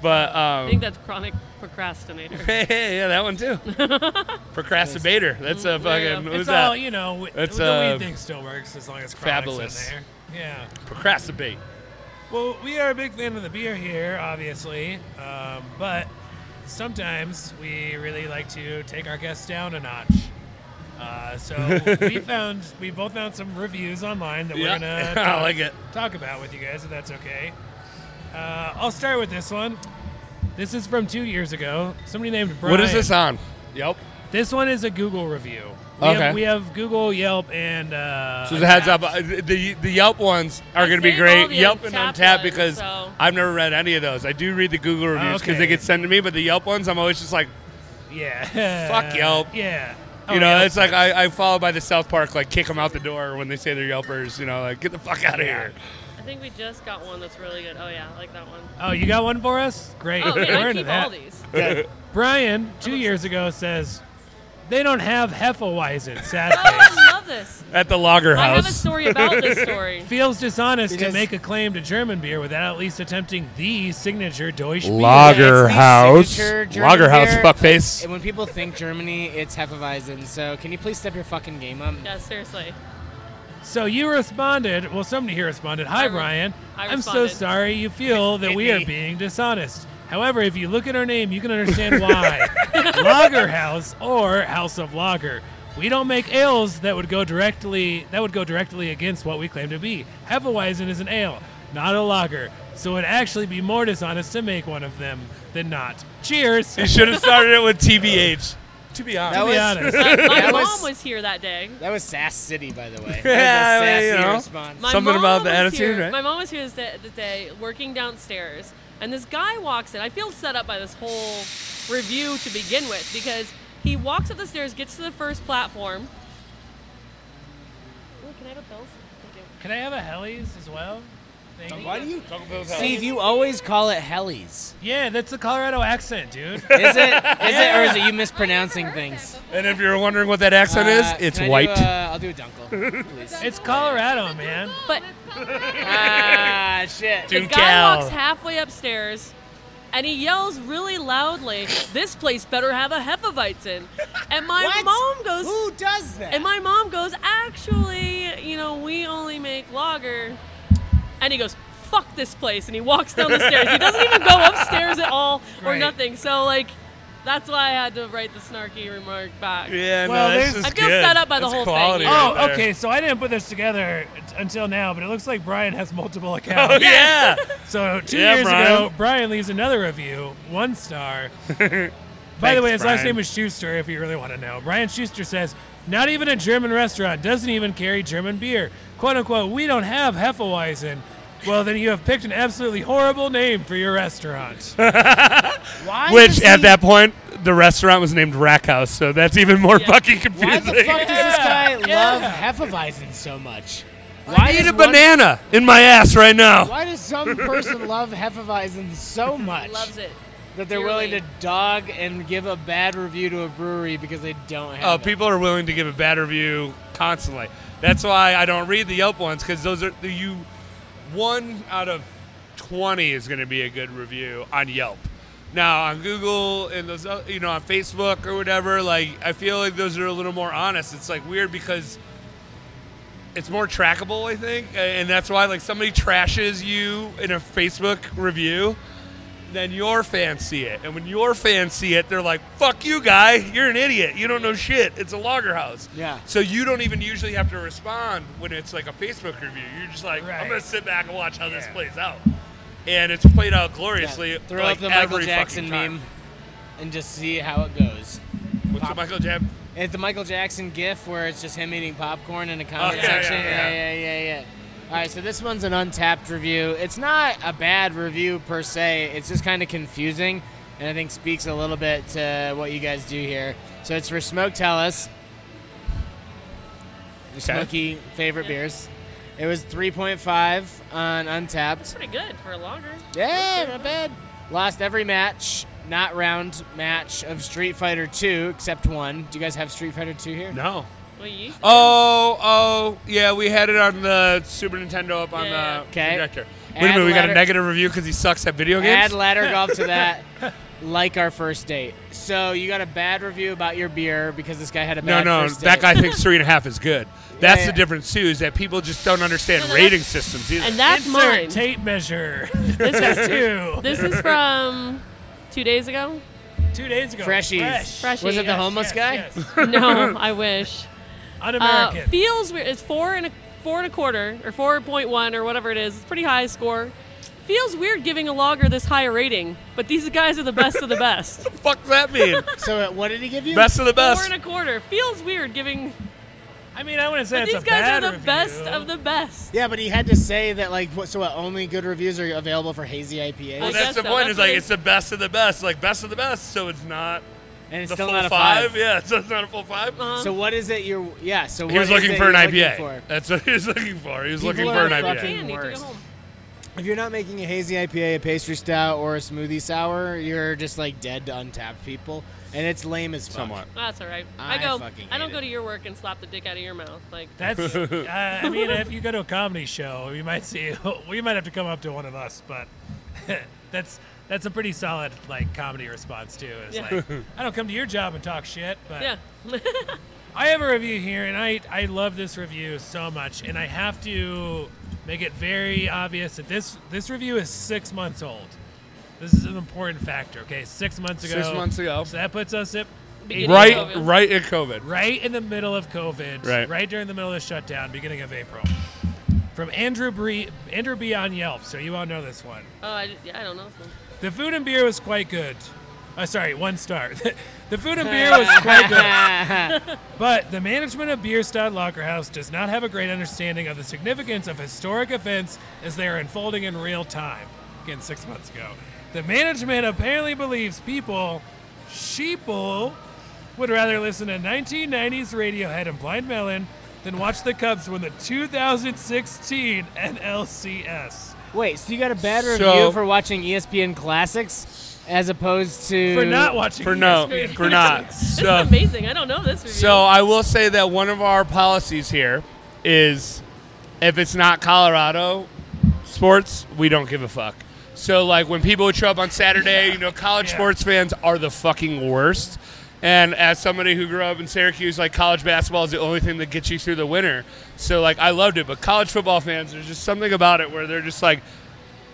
S6: but um
S5: I think that's chronic procrastinator.
S6: hey, hey, yeah that one too procrastinator that's
S5: there
S6: a
S5: you
S6: fucking
S5: go.
S6: who's
S3: it's
S6: that
S3: all you know. wi-
S6: That's,
S3: the
S6: uh,
S3: weed thing still works as long as chronic's
S6: fabulous.
S3: in there. Yeah.
S6: procrastinate
S3: Well, we are a big fan of the beer here, obviously, um, but sometimes we really like to take our guests down a notch. Uh, so we found we both found some reviews online that
S6: Yeah.
S3: we're gonna
S6: I
S3: talk,
S6: like it.
S3: talk about with you guys, if that's okay. Uh, I'll start with this one. This is from two years ago. Somebody named Brian.
S6: what is this on yep
S3: This one is a Google review. We
S6: Okay.
S3: Have, we have Google, Yelp, and uh,
S6: Just a heads up, uh, the the Yelp ones are
S5: I
S6: going to be
S5: saved all
S6: great.
S5: the
S6: Yelp and
S5: Untappd
S6: Untapped
S5: ones,
S6: because
S5: so-
S6: I've never read any of those. I do read the Google reviews because they
S3: Oh, Okay.
S6: get sent to me, but the Yelp ones, I'm always just like,
S3: yeah.
S6: Fuck Yelp.
S3: Yeah.
S6: you
S3: Oh,
S6: know,
S3: Yelp's
S6: it's like I, I follow by the South Park, like kick them out the door when they say they're Yelpers. You know, like get the fuck out of here.
S5: I think we just got one that's really good. Oh yeah, I like that one.
S3: Oh, you got one for us? Great.
S5: Oh man,
S3: We're
S5: I
S3: into
S5: keep all
S3: that.
S5: these. Oh,
S3: Brian, two years ago, says they don't have Hefeweizen,
S5: Oh,
S3: sadly.
S5: I love this.
S6: At the Logger
S5: I have a
S6: House.
S5: story about this story.
S3: Feels dishonest to
S4: Because-
S3: make a claim to German beer without at least attempting the signature Deutsch beer.
S6: Lager
S4: It's the
S6: House.
S4: signature German
S6: Lager House,
S4: beer.
S6: fuckface.
S4: And when people think Germany, it's Hefeweizen. So can you please step your fucking game up?
S5: Yeah, seriously.
S3: So you responded. Well, somebody here responded. Hi,
S5: I re-
S3: Brian.
S5: I
S3: I'm so
S5: responded.
S3: sorry you feel that we are being dishonest. However, if you look at our name, you can understand why. Lagerhaus or House of Lager. We don't make ales that would go directly that would go directly against what we claim to be. Hefeweizen is an ale, not a lager, so it would actually be more dishonest to make one of them than not. Cheers.
S6: You should have started it with TBH. To be honest.
S4: That
S3: To be
S4: was-
S3: honest.
S5: My, my
S4: That
S5: mom
S4: was-
S5: was, here that day.
S4: That was Sass City, by the way. That was a
S6: Yeah, well, you
S4: sassy
S6: know.
S4: response.
S5: My
S6: Something
S5: mom
S6: about the
S5: was
S6: attitude,
S5: here-
S6: right?
S5: My mom was here the, the day working downstairs, and this guy walks in. I feel set up by this whole review to begin with because he walks up the stairs, gets to the first platform. Ooh, can I have a pills? Thank you.
S3: Uh, Can I have a Helly's as well? Thank you.
S4: do you?
S6: Taco Bell's out.
S4: Steve, you always call it Hellies.
S3: Yeah, that's a Colorado accent, dude.
S4: Is it? Is it? Or is it you mispronouncing things?
S6: And if you're wondering what that accent
S4: Uh,
S6: is, it's
S4: can I do,
S6: white.
S4: uh, I'll do a Dunkel, please.
S3: it's Colorado, man.
S4: Oh,
S5: But
S4: ah, shit.
S5: the
S6: Duke
S5: guy
S6: Al.
S5: walks halfway upstairs, and he yells really loudly, "This place better have a hefeweizen." And my
S4: What?
S5: mom goes,
S4: Who does that?
S5: And my mom goes, actually, you know, we only make lager. And he goes, fuck this place. And he walks down the stairs. He doesn't even go upstairs at all or
S4: Right.
S5: nothing. So, like, that's why I had to write the snarky remark back.
S6: yeah,
S3: Well,
S6: no, this
S3: there's-
S6: is
S5: I feel
S6: good.
S5: set up by the
S6: That's
S5: whole thing,
S6: quality
S5: you know.
S6: right
S3: Oh,
S6: there.
S3: okay. So I didn't put this together t- until now, but it looks like Brian has multiple accounts.
S6: Oh, yeah.
S3: So two
S6: Yeah,
S3: years
S6: Brian.
S3: ago, Brian leaves another review, one star. By the way, his last
S6: Brian.
S3: name is Schuster, if you really want to know. Brian Schuster says, not even a German restaurant doesn't even carry German beer. Quote unquote, we don't have Hefeweizen. Well, then you have picked an absolutely horrible name for your restaurant.
S4: Why
S6: Which
S4: does
S6: at
S4: he-
S6: that point the restaurant was named Rack House, so that's even more
S5: Yeah.
S6: fucking
S4: Why
S6: confusing.
S4: the fuck does this guy love
S3: Yeah.
S4: Hefeweizen so much? Why
S6: I need
S4: does
S6: a
S4: one-
S6: banana in my ass right now.
S4: Why does some person love Hefeweizen so much
S5: Loves it.
S4: that they're willing to dog and give a bad review to a brewery because they don't
S6: Oh,
S4: have it?
S6: people are willing to give a bad review constantly. That's why I don't read the Yelp ones because those are the you. One out of twenty is going to be a good review on Yelp. Now on Google and those, oth- you know, on Facebook or whatever, like I feel like those are a little more honest. It's like weird because it's more trackable, I think, a- and that's why like somebody trashes you in a Facebook review, then your fans see it, and when your fans see it, they're like, "Fuck you, guy! You're an idiot! You don't know shit! It's a logger house."
S4: Yeah.
S6: So you don't even usually have to respond when it's like a Facebook review. You're just like, "I'm
S3: Right.
S6: gonna sit back and watch how this
S3: Yeah.
S6: plays out," and it's played out gloriously.
S4: Yeah, Throw
S6: like,
S4: up the
S6: every
S4: Michael Jackson
S6: fucking time.
S4: meme and just see how it goes.
S6: What's the Michael Jackson?
S4: It's the Michael Jackson gif where it's just him eating popcorn in a comment
S6: Oh, yeah, yeah,
S4: section.
S6: yeah.
S4: yeah, yeah, yeah. All right, so this one's an untapped review. It's not a bad review per se. It's just kind of confusing, and I think speaks a little bit to what you guys do here. So it's for Smoke Tell Us. Your
S6: Okay.
S4: Smoky favorite
S5: Yeah.
S4: beers. It was 3.5 on Untapped.
S5: Pretty good for a lager.
S4: Yeah, not bad. Lost every match, not round match of Street Fighter 2 except one. Do you guys have Street Fighter 2 here?
S6: No.
S5: Well, you used to.
S6: Oh, oh, yeah, we had it on the Super Nintendo up on
S5: Yeah.
S6: the
S4: 'Kay.
S6: projector. Wait a
S4: Add
S6: minute, we got
S4: ladder-
S6: a negative review because he sucks at video games?
S4: Add ladder golf to that, like our first date. So you got a bad review about your beer because this guy had a
S6: no,
S4: bad
S6: no,
S4: first date.
S6: that guy thinks three and a half is good. That's
S4: yeah.
S6: the difference, too, is that people just don't understand
S5: No, no,
S6: rating systems either.
S5: And that's mine.
S3: Insert tape measure.
S5: This is,
S3: Two.
S5: this is from two days ago.
S3: Two days ago.
S4: Freshies.
S3: Fresh.
S5: Freshie.
S4: Was it the homeless
S3: Yes,
S4: guy?
S3: yes.
S5: No, I wish. Uh,
S3: Un-American.
S5: feels weird. It's four and a four and a quarter or four point one or whatever it is. It's a pretty high score. Feels weird giving a logger this high a rating, but these guys are the best of the best.
S6: Fuck that mean?
S4: So uh, what did he give you?
S6: best of the
S5: Four
S6: best.
S5: and a quarter. Feels weird giving.
S3: I mean, I wouldn't say
S5: But
S3: it's
S5: these
S3: a
S5: guys are
S3: bad
S5: the
S3: review.
S5: best of the best.
S4: Yeah, but he had to say that like what, so what, only good reviews are available for hazy IPAs,
S6: well,
S5: I
S6: that's
S5: guess
S6: the
S5: so.
S6: point.
S5: That's
S6: Is
S5: what
S6: like
S5: they-
S6: it's the best of the best. Like best of the best, so it's not
S4: and it's
S6: the
S4: still
S6: full
S4: not a 5
S6: Yeah, so it's not a full five.
S5: Uh-huh.
S4: So what is it you're? Yeah. So
S6: he was
S4: what is
S6: looking
S4: it
S6: for an
S4: you're looking
S6: IPA.
S4: for?
S6: That's what he was looking for. He was
S4: People
S6: looking
S4: are
S6: for an
S4: fucking-
S6: IPA.
S5: Candy, take it
S4: worst.
S5: home.
S4: If you're not making a hazy IPA, a pastry stout, or a smoothie sour, you're just like dead to untapped people, and it's lame as fuck.
S6: Somewhat.
S5: That's all right.
S4: I
S5: I go.
S4: fucking
S5: I don't
S4: hate
S5: go
S4: it.
S5: to your work and slap the dick out of your mouth. Like
S3: That's. Uh, I mean, if you go to a comedy show, you might see. We might have to come up to one of us, but that's that's a pretty solid like comedy response too. It's
S5: Yeah.
S3: like I don't come to your job and talk shit, but
S5: yeah.
S3: I have a review here, and I I love this review so much, and I have to make it very obvious that this this review is six months old. This is an important factor. Okay, six months ago.
S6: Six months ago.
S3: So that puts us at
S5: Beginning of
S6: right,
S5: COVID.
S6: right at COVID.
S3: right in the middle of COVID,
S6: Right.
S3: during the middle of the shutdown, beginning of April. From Andrew Bree, Andrew B on Yelp, so you all know this one.
S5: Oh, I, yeah, I don't know. this one.
S3: The food and beer was quite good. Uh, sorry, one star. the food and beer was quite good. but the management of Bierstadt Lagerhaus does not have a great understanding of the significance of historic events as they are unfolding in real time. Again, six months ago. The management apparently believes people, sheeple, would rather listen to 1990s Radiohead and Blind Melon than watch the Cubs win the 2016 NLCS.
S4: Wait, so you got a bad review
S6: So-
S4: for watching E ESPN Classics as opposed to
S3: For not watching E
S6: For no,
S3: ESPN.
S6: for not.
S5: This
S6: So,
S5: is amazing. I don't know this review.
S6: so I will say that one of our policies here is if it's not Colorado sports, we don't give a fuck. So like when people would show up on Saturday, you know, college
S3: Yeah.
S6: sports fans are the fucking worst. And as somebody who grew up in Syracuse, like college basketball is the only thing that gets you through the winter. So like I loved it, but college football fans, there's just something about it where they're just like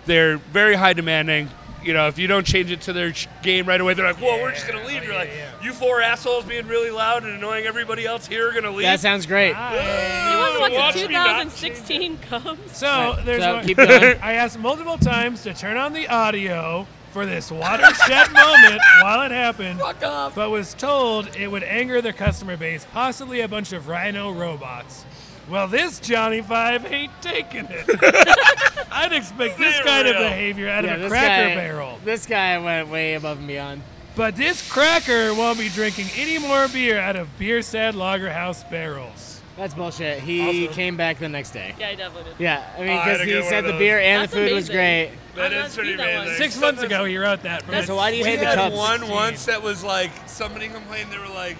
S6: they're very high demanding. You know, if you don't change it to their sh- game right away, they're like, "Whoa, we're just gonna leave." You're like, "You four assholes being really loud and annoying everybody else here are gonna leave."
S4: That sounds great.
S5: you
S6: Whoa,
S5: want to watch
S6: watch
S5: the
S6: me not change it.
S5: 2016 Cubs?
S3: So there's
S4: so
S3: one-
S4: keep going.
S3: I asked multiple times to turn on the audio for this watershed moment while it happened,
S6: Fuck off.
S3: but was told it would anger their customer base, possibly a bunch of rhino robots. Well, this Johnny Five ain't taking it. I'd expect this
S6: They're
S3: kind of
S6: real.
S3: behavior out
S4: Yeah,
S3: of a
S4: this
S3: cracker
S4: guy-
S3: barrel.
S4: This guy went way above and beyond.
S3: But this cracker won't be drinking any more beer out of beer sad lager house barrels.
S4: That's bullshit. He came back the next day.
S5: Yeah, I definitely did.
S4: Yeah, I mean,
S6: Oh, I had
S4: because
S6: to
S4: he
S6: get one
S4: said
S6: of
S4: the
S6: those.
S4: beer and
S5: That's
S4: the food was
S5: amazing.
S4: great.
S6: That
S5: I'm not
S6: is pretty
S5: seeing that one.
S6: amazing.
S3: Six months
S6: Sometimes-
S3: ago, he wrote that. From
S4: That's
S3: his
S4: why do you
S6: We
S4: hate the
S6: had
S4: Cubs.
S6: one once
S3: 16.
S6: that was like somebody complained. They were like,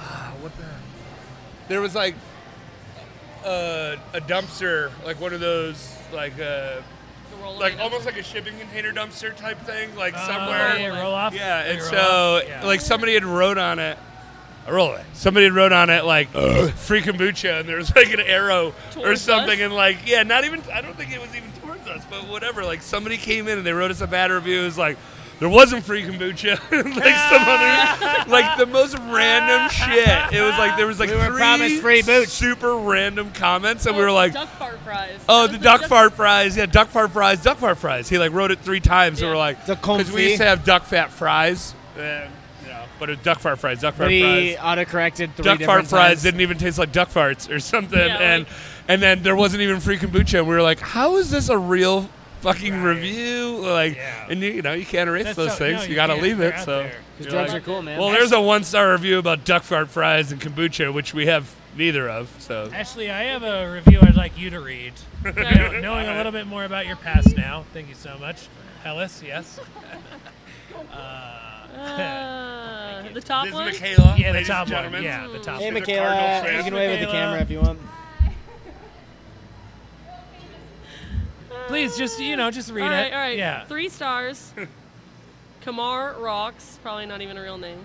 S6: ah, "What the?" There was like uh, a dumpster, like one of those, like uh,
S5: The roller
S6: like
S5: coaster.
S6: almost like a shipping container dumpster type thing, like
S3: Uh,
S6: somewhere.
S3: yeah, roll off.
S6: Yeah, and
S3: Roll
S6: so
S3: off, yeah.
S6: like somebody had wrote on it. I roll it. Somebody had wrote on it like
S4: Uh.
S6: free kombucha, and there was like an arrow or
S5: Towards
S6: something,
S5: us?
S6: and like yeah, not even. I don't think it was even towards us, but whatever. Like somebody came in and they wrote us a bad review. It was like there wasn't free kombucha, like some other, like the most random shit. It was like there was like
S4: We were
S6: three
S4: promised free booch.
S6: super random comments, and we were like,
S5: Oh, duck fart fries.
S6: Oh,
S5: That
S6: the
S5: was
S6: duck fart fries. Yeah, duck fart fries, duck fart fries. He like wrote it three times. And
S5: Yeah.
S6: we're like,
S4: The confit.
S6: because we used to have duck fat fries. And, you know, but it duck fart fries, duck fart
S4: But he
S6: fries.
S4: auto-corrected three
S6: Duck fart
S4: different
S6: fries
S4: times.
S6: didn't even taste like duck farts or something.
S5: Yeah,
S6: and
S5: like-
S6: and then there wasn't even free kombucha. And we were like, how is this a real fucking review? Like,
S3: Yeah.
S6: and you, you know, you can't erase
S3: That's
S6: those
S3: so-
S6: things.
S3: no,
S6: you
S3: you
S6: gotta
S3: can't.
S6: leave
S3: They're
S6: it.
S3: out
S6: So
S3: there.
S4: His
S6: you're
S4: drugs
S6: like,
S4: are cool, man.
S6: Well, there's a one star review about duck fart fries and kombucha, which we have neither of. So
S3: Ashley, I have a review I'd like you to read.
S5: Okay.
S3: Now, knowing a little bit more about your past now, thank you so much. Hellas, yes. Uh,
S5: Uh, the top
S6: this
S5: one.
S6: is Michaela.
S3: yeah, the
S6: ladies
S3: top
S6: and
S3: one.
S6: gentlemen.
S3: Yeah, the top
S4: Hey,
S3: one.
S6: She's a
S4: Michaela,
S6: Cardinals fan.
S4: you can wave at the
S3: Michaela.
S4: camera if you want.
S3: Please, just, you know, just read
S5: all
S3: it.
S5: right, all right.
S3: Yeah.
S5: Three stars. Kamar Rocks, probably not even a real name.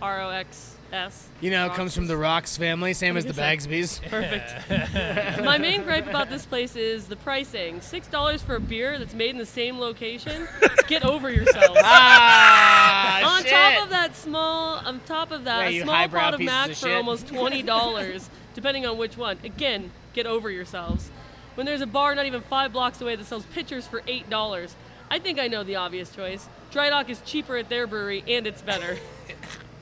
S5: R O X S.
S4: You know, it comes from the Rocks family, same as the Bagsby's.
S5: Perfect. My main gripe about this place is the pricing. Six dollars for a beer that's made in the same location. Get over yourselves.
S4: ah,
S5: on top of that small, on top of that,
S4: Yeah,
S5: a
S4: you
S5: small
S4: highbrow
S5: pot of
S4: pieces
S5: mac
S4: of
S5: for
S4: shit.
S5: almost twenty dollars, depending on which one. Again, get over yourselves. When there's a bar not even five blocks away that sells pitchers for eight dollars, I think I know the obvious choice. Dry Dock is cheaper at their brewery and it's better.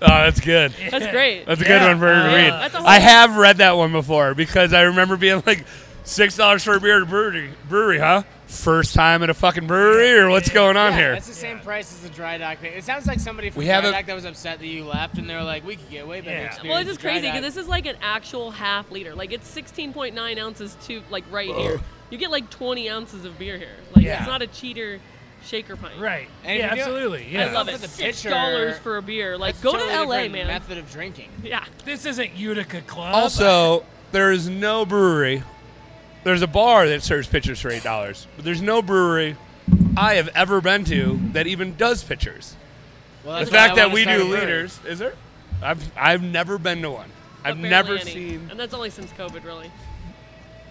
S6: Oh, that's good.
S5: That's great.
S6: That's a good one for
S4: Oh.
S6: her to
S5: Yeah,
S6: read.
S5: that's a whole-
S6: I have read that one before because I remember being like six dollars for a beer at a brewery. Brewery, huh? First time at a fucking brewery, or what's going on here?
S4: That's the same price as the dry dock thing. It sounds like somebody from
S6: We
S4: dry
S6: have a-
S4: dock that was upset that you left, and they were like, "We could get way better
S3: Yeah.
S4: experience."
S5: Well, it's just
S4: at Dry
S5: crazy
S4: Dock."
S5: because this is like an actual half liter. Like it's 16.9 ounces to like right here. You get like 20 ounces of beer here. Like
S3: Yeah.
S5: it's not a cheater shaker pint.
S3: Right.
S4: And
S3: yeah,
S4: if you do-
S3: absolutely. Yeah.
S5: I love
S4: For
S5: it.
S4: the
S5: Six
S4: pitcher,
S5: dollars for a beer. Like
S4: It's
S5: go
S4: totally
S5: to LA,
S4: different
S5: man.
S4: Method of drinking.
S5: Yeah.
S3: This isn't Utica Club.
S6: Also, there is no brewery. There's a bar that serves pitchers for eight dollars, but there's no brewery I have ever been to that even does pitchers.
S4: Well, that's
S6: The
S4: why I
S6: fact that
S4: wanna
S6: we
S4: start a
S6: do
S4: brewery.
S6: leaders is there? I've I've never been to one. I've
S5: But barely
S6: never
S5: any.
S6: seen.
S5: And that's only since COVID, really.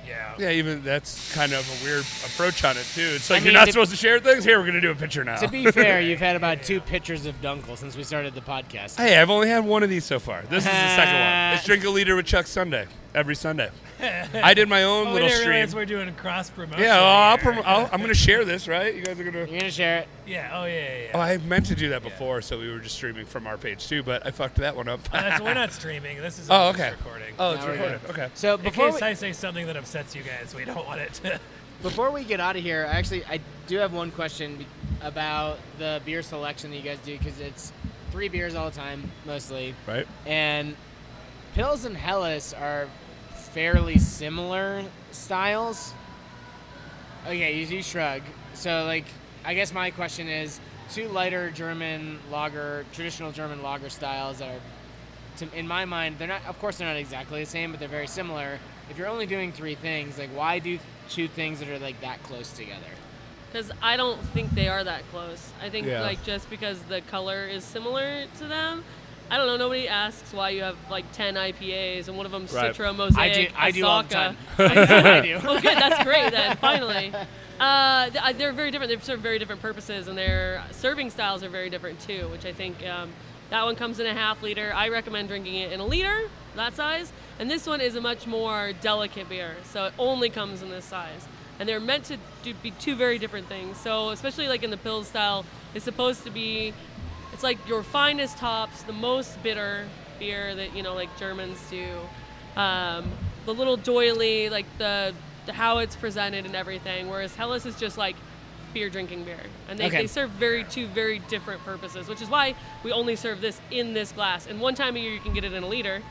S3: Yeah.
S6: Yeah, even that's kind of a weird approach on it too. It's like
S4: I
S6: you're
S4: mean,
S6: not
S4: to-
S6: supposed to share things. Here, we're gonna do a picture now.
S4: To be fair, you've had about two pitchers of Dunkel since we started the podcast.
S6: hey, I've only had one of these so far. This is the second one. Let's drink a liter with Chuck Sunday every Sunday. I did my own
S3: Oh,
S6: little
S3: I didn't
S6: stream.
S3: realize we're doing cross promotion.
S6: Yeah, well, I'll
S3: here.
S6: prom- I'll, I'm gonna share this, right? You guys are gonna.
S4: You're gonna share it.
S3: Yeah. Oh yeah. Yeah.
S6: Oh,
S3: yeah.
S6: I meant to do that before, so we were just streaming from our page too, but I fucked that one up.
S3: Oh, That's- we're not streaming. This is
S6: oh,
S3: just
S6: okay.
S3: recording.
S6: Oh, it's
S4: Now we're
S6: recorded.
S4: good.
S6: Okay.
S4: So
S3: in
S4: before
S3: case
S4: we,
S3: I say something that upsets you guys, we don't want it to.
S4: before we get out of here, actually, I do have one question be- about the beer selection that you guys do because it's three beers all the time, mostly,
S6: Right.
S4: and Pills and Hellas are fairly similar styles. Okay, you do shrug. So, like, I guess my question is two lighter German lager, traditional German lager styles that are, to, in my mind, they're not, of course, they're not exactly the same, but they're very similar. If you're only doing three things, like, why do two things that are, like, that close together?
S5: because I don't think they are that close. I think
S6: Yeah.
S5: like just because the color is similar to them. I don't know. Nobody asks why you have like ten IPAs and one of them's
S6: Right.
S5: Citra, Mosaic,
S4: I do, I do all the
S5: Asaka.
S4: time. I do.
S5: Well, good. That's great then. Finally, uh, th- uh, they're very different. They serve very different purposes, and their serving styles are very different too. Which I think um, that one comes in a half liter. I recommend drinking it in a liter, that size. And this one is a much more delicate beer, so it only comes in this size. And they're meant to do, be two very different things. So especially like in the pill style, it's supposed to be it's like your finest hops, the most bitter beer that you know, like Germans do. Um, the little doily, like the, the how it's presented and everything. Whereas Hellas is just like beer drinking beer, and they,
S4: Okay.
S5: they serve very two very different purposes, which is why we only serve this in this glass. And one time a year you can get it in a liter.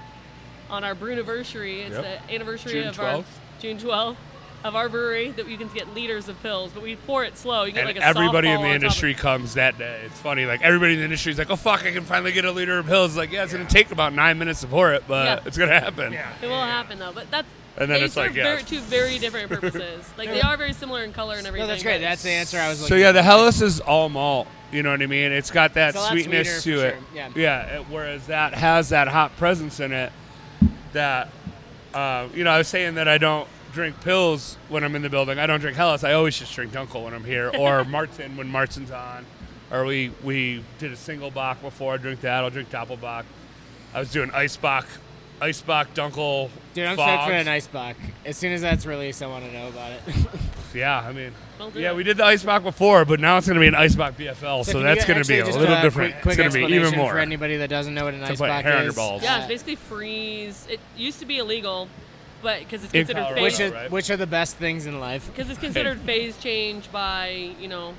S5: On our Bruniversary, it's
S6: Yep.
S5: the anniversary
S6: June
S5: of
S6: 12th.
S5: our June 12th of our brewery that you can get liters of pills, but we pour it slow. You get
S6: And
S5: like a
S6: everybody
S5: softball
S6: in
S5: on top
S6: the
S5: of
S6: industry comes that day. It's funny, like everybody in the industry is like, "Oh fuck, I can finally get a liter of pills." Like, yeah, it's gonna take about nine minutes to pour it, but
S5: Yeah.
S6: it's gonna happen.
S3: Yeah.
S5: It will happen though, but that's
S6: And then
S5: they
S6: it's
S5: serve
S6: like, yeah.
S5: very, two very different purposes. like they are very similar in color and everything.
S4: No, that's great.
S5: but-
S4: That's the answer I was looking
S6: So yeah, the Hellas is all malt. You know what I mean? It's got that
S4: It's a lot
S6: sweetness
S4: sweeter,
S6: to
S4: for
S6: it.
S4: sure. Yeah.
S6: it- whereas that has that hot presence in it. That uh, you know, I was saying that I don't drink pills when I'm in the building. I don't drink Hellas. I always just drink Dunkel when I'm here, or Martin when Martin's on. Or we we did a single Bach before. I drink that. I'll drink Doppelbach. I was doing Ice Bach, Ice Bach Dunkel.
S4: Dude, I'm
S6: Fogs.
S4: stoked for an ice buck. As soon as that's released, I want to know about it.
S6: Yeah, I mean,
S5: Well, do
S6: yeah,
S5: it.
S6: we did the ice box before, but now it's going to be an ice box BFL, so,
S4: can you
S6: that's
S4: get-
S6: going to
S4: actually
S6: be a
S4: just
S6: little
S4: a
S6: different.
S4: Quick, quick
S6: it's going to be
S4: explanation
S6: even more.
S4: for anybody that doesn't know what an ice
S6: put
S4: buck
S6: hair on
S4: is.
S6: your balls.
S5: Yeah,
S4: Uh,
S5: it's basically freeze. It used to be illegal, but because it's
S6: In
S5: considered
S6: Colorado,
S4: which,
S5: phase,
S4: is,
S6: right?
S4: which are the best things in life?
S5: because it's considered phase change by you know.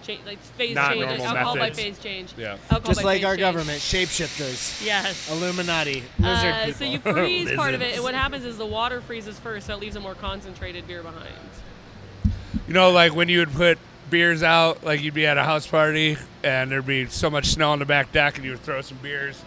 S5: Cha- like phase
S6: Not
S5: change, like
S6: normal
S5: alcohol
S6: methods.
S5: by phase change.
S6: Yeah.
S5: Alcohol
S4: Just
S5: by
S4: like
S5: phase
S4: our
S5: change.
S4: government, shapeshifters,
S5: Yes.
S4: Illuminati, lizard
S5: Uh,
S4: people.
S5: so you freeze part of it,
S6: Lizards.
S5: and what happens is the water freezes first, so it leaves a more concentrated beer behind.
S6: You know, like when you would put beers out, like you'd be at a house party, and there'd be so much snow on the back deck, and you would throw some beers.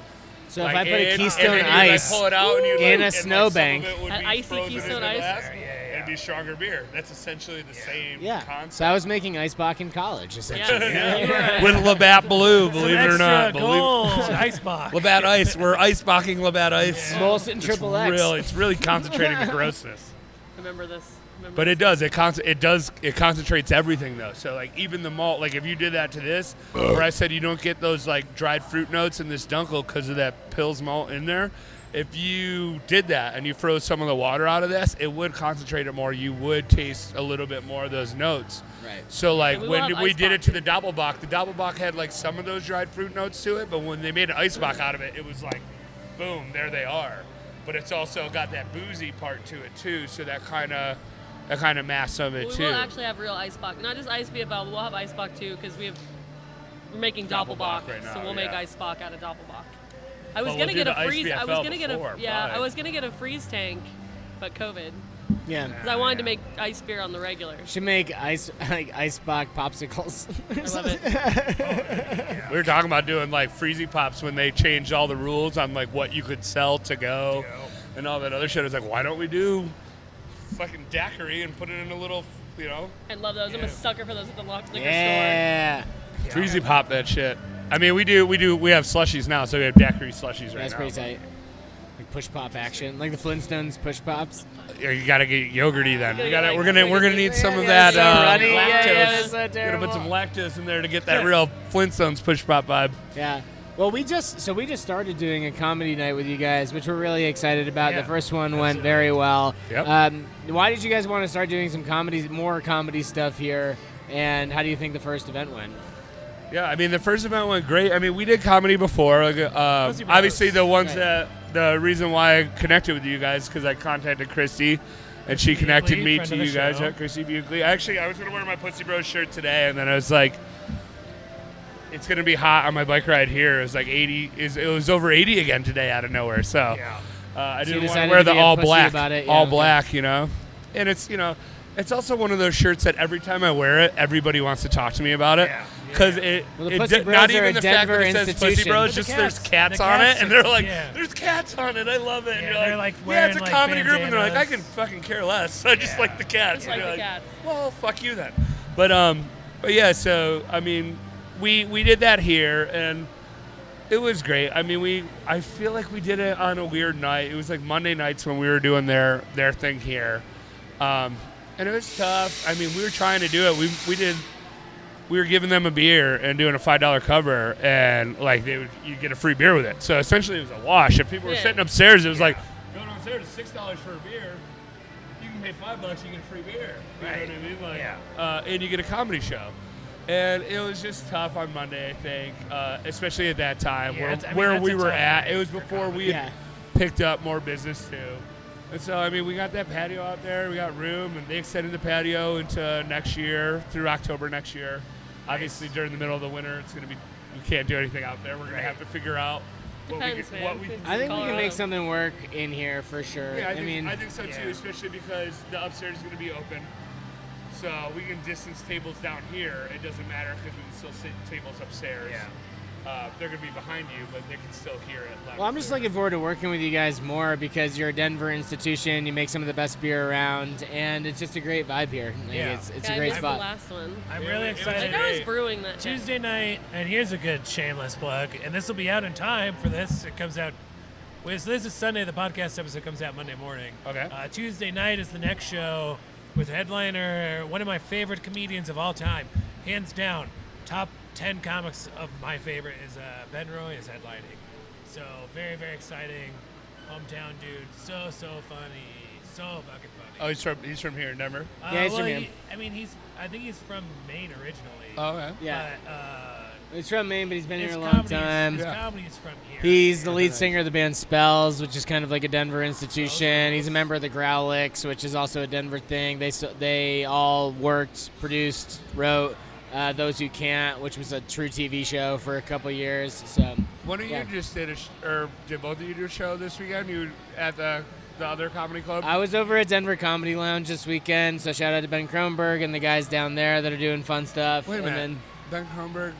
S4: so
S6: like,
S4: if I put
S6: in,
S4: a
S6: and
S4: Keystone
S6: then you'd, like,
S4: Ice,
S6: pull it out, and you'd, like-
S4: in a
S6: and, like, some
S4: snowbank.
S6: of it would
S5: An
S6: be
S5: icy
S6: frozen in
S5: Keystone
S6: the
S5: Ice.
S6: glass.
S3: Yeah, yeah, yeah.
S6: It'd be stronger beer. That's essentially the same
S4: yeah.
S6: concept.
S4: So I was making ice buck in college, essentially.
S5: Yeah. you are-
S6: With Labatt Blue, believe it or not.
S3: Extra
S6: Believe,
S3: gold. Ice box.
S6: Labatt Ice. We're ice bocking Labatt Ice.
S4: Molson Triple X.
S6: Really, it's really concentrating the grossness.
S5: Remember this. Remember
S6: But
S5: this.
S6: it does. It con- it does. It concentrates everything though. So like even the malt. Like if you did that to this, where I said you don't get those like dried fruit notes in this dunkel because of that pills malt in there. If you did that and you froze some of the water out of this, it would concentrate it more. You would taste a little bit more of those notes.
S4: Right.
S6: So like
S5: we will
S6: when
S5: have
S6: we
S5: ice
S6: did it
S5: bock,
S6: to the Doppelbock, the Doppelbock had like some of those dried fruit notes to it, but when they made an ice bock out of it, it was like, boom, there they are. But it's also got that boozy part to it too, so that kind of that kind of masks some of it
S5: We
S6: too.
S5: will actually have real ice buck, not just ice BFL. but We'll have ice buck too because we have we're making doppelbock,
S6: Doppelbock right now,
S5: so we'll make
S6: yeah.
S5: ice buck out of doppelbock. I was
S6: But we'll
S5: gonna
S6: do
S5: get
S6: the
S5: a
S6: ice
S5: freeze. I was
S6: BFL
S5: gonna get
S6: before,
S5: a yeah.
S6: but- Ah,
S5: I was gonna get a freeze tank, but COVID.
S4: Yeah.
S5: 'Cause I wanted to make ice beer on the regular.
S4: Should make ice like ice buck popsicles.
S5: I love it.
S6: We were talking about doing like freezy pops when they changed all the rules on like what you could sell to go, and all that other shit. It's like, why don't we do fucking daiquiri and put it in a little, you know,
S5: I love those. I'm a sucker for those at the lo- liquor
S4: yeah.
S6: freezy pop that shit. I mean, we do, we do, we have slushies now, so we have daiquiri slushies right
S4: That's
S6: now.
S4: pretty tight. Like push pop action, like the Flintstones push pops.
S6: Yeah, You gotta get yogurty then.
S5: Gotta
S6: We
S5: get,
S6: gotta,
S5: like,
S6: we're gonna we're gonna need some of that.
S4: so
S6: um,
S4: runny. Yeah, yeah,
S6: lactose.
S4: it's so
S6: We're gonna
S4: terrible.
S6: put some lactose in there to get that real Flintstones push pop vibe.
S4: Yeah. Well, we just so we just started doing a comedy night with you guys, which we're really excited about.
S3: Yeah,
S4: the first one went very well.
S6: Yep.
S4: Um, why did you guys want to start doing some comedy, more comedy stuff here? And how do you think the first event went?
S6: Yeah, I mean the first event went great. I mean we did comedy before. Like, uh,
S3: Pussy Brothers.
S6: obviously the ones
S4: Right.
S6: that the reason why I connected with you guys because I contacted Christy, and she connected
S3: Buckley,
S6: me
S3: friend
S6: to
S3: of the
S6: you guys.
S3: show.
S6: Yeah, Christy Buckley. Actually, I was gonna wear my Pussy Bros shirt today, and then I was like, it's gonna be hot on my bike ride here. It was like 80. Is it was over 80 again today out of nowhere. So
S3: Yeah.
S6: uh, I
S4: So you
S6: didn't want to
S4: decided
S6: wear
S4: to
S6: the
S4: be a
S6: all
S4: pussy
S6: black,
S4: about it, yeah,
S6: all
S4: okay.
S6: black, you know. And it's you know, it's also one of those shirts that every time I wear it, everybody wants to talk to me about it
S3: Yeah.
S6: because it,
S4: Well, the
S6: it
S4: Pussy
S6: di-
S4: Bros
S6: not
S4: are
S6: even
S4: a
S6: the fact that
S4: Denver
S6: it says Pussy
S4: institution.
S6: Bros,
S4: But
S3: the
S6: just there's
S3: cats-
S6: cats
S3: the
S6: on
S3: cats
S6: it, and they're
S3: are-
S6: like,
S3: yeah.
S6: there's cats on it. I love it. And
S3: Yeah,
S6: you're
S3: they're,
S6: like,
S3: like,
S6: yeah, it's
S3: wearing,
S6: a
S3: like,
S6: comedy group, and they're like, I can
S3: bandanas.
S6: fucking care less. I just like the cats.
S5: like
S6: And you're
S5: the cats.
S6: Well, fuck you then. But um, but yeah, so I mean, we we did that here and. It was great. I mean, we I feel like we did it on a weird night. It was like Monday nights when we were doing their their thing here, um, and it was tough. I mean, we were trying to do it. We we did. We were giving them a beer and doing a five dollar cover, and like they would you get a free beer with it. So essentially, it was a wash. If people were
S5: Yeah.
S6: sitting upstairs, it was like go downstairs six dollars for a beer. You can pay five bucks, you get a free beer. You
S3: Right.
S6: know what I mean? Like,
S3: Yeah.
S6: uh, and you get a comedy show. And it was just tough on Monday, I think, uh, especially at that time
S3: Yeah,
S6: where,
S3: it's- I mean,
S6: where
S3: that's
S6: we
S3: a
S6: were
S3: tough
S6: at.
S3: night
S6: It was
S3: for
S6: before
S4: comedy.
S6: we had picked up more business too. And so, I mean, we got that patio out there. We got room, and they extended the patio into next year through October next year. Obviously, during the middle of the winter, it's going to be we can't do anything out there. We're going to have to figure out what
S5: Depends,
S6: we,
S5: man.
S6: can- what we can
S4: I think we can
S5: Colorado.
S4: make something work in here for sure.
S6: yeah, I, think,
S4: mean,
S6: I think so too,
S3: yeah.
S6: especially because the upstairs is going to be open. So we can distance tables down here. It doesn't matter because we can still sit tables upstairs. Yeah. Uh, they're going to be behind you, but they can still hear it. loud
S4: well, I'm
S6: and
S4: just
S6: clear.
S4: looking forward to working with you guys more because you're a Denver institution. You make some of the best beer around, and it's just a great vibe here. Like,
S3: Yeah.
S4: it's it's
S5: Yeah,
S4: a
S5: I
S4: great
S5: missed the
S4: spot.
S5: last one.
S3: I'm
S6: Yeah,
S3: really
S6: it was
S3: excited.
S5: Like I was brewing that day.
S3: Tuesday night, and here's a good shameless plug, and this will be out in time for this. It comes out. Well, so this is Sunday. The podcast episode comes out Monday morning.
S6: Okay.
S3: Uh, Tuesday night is the next show with headliner, one of my favorite comedians of all time, hands down. Top ten comics of my favorite is uh, Ben Roy is headlining. So very very exciting, hometown dude. So so funny, so fucking funny.
S6: Oh, he's from he's from here in Denver.
S3: Uh,
S4: Yeah, he's
S3: well,
S4: your man.
S3: he- I mean, he's. I think he's from Maine originally.
S6: okay.
S4: Yeah,
S3: But, uh,
S4: it's from Maine, but he's been
S3: his
S4: here a long
S3: comedy is-
S4: time.
S3: His comedy is from here.
S4: He's the lead singer of the band Spells, which is kind of like a Denver institution. He's a member of the Growlix, which is also a Denver thing. They so, they all worked, produced, wrote uh, Those Who Can't, which was a true TV show for a couple years. So
S6: One of
S4: Yeah.
S6: you just did a sh- or did both of you do a show this weekend? You at the the other comedy club?
S4: I was over at Denver Comedy Lounge this weekend, so shout out to Ben Kronberg and the guys down there that are doing fun stuff.
S6: Wait a
S4: and
S6: minute.
S4: Then,
S6: ben Kronberg,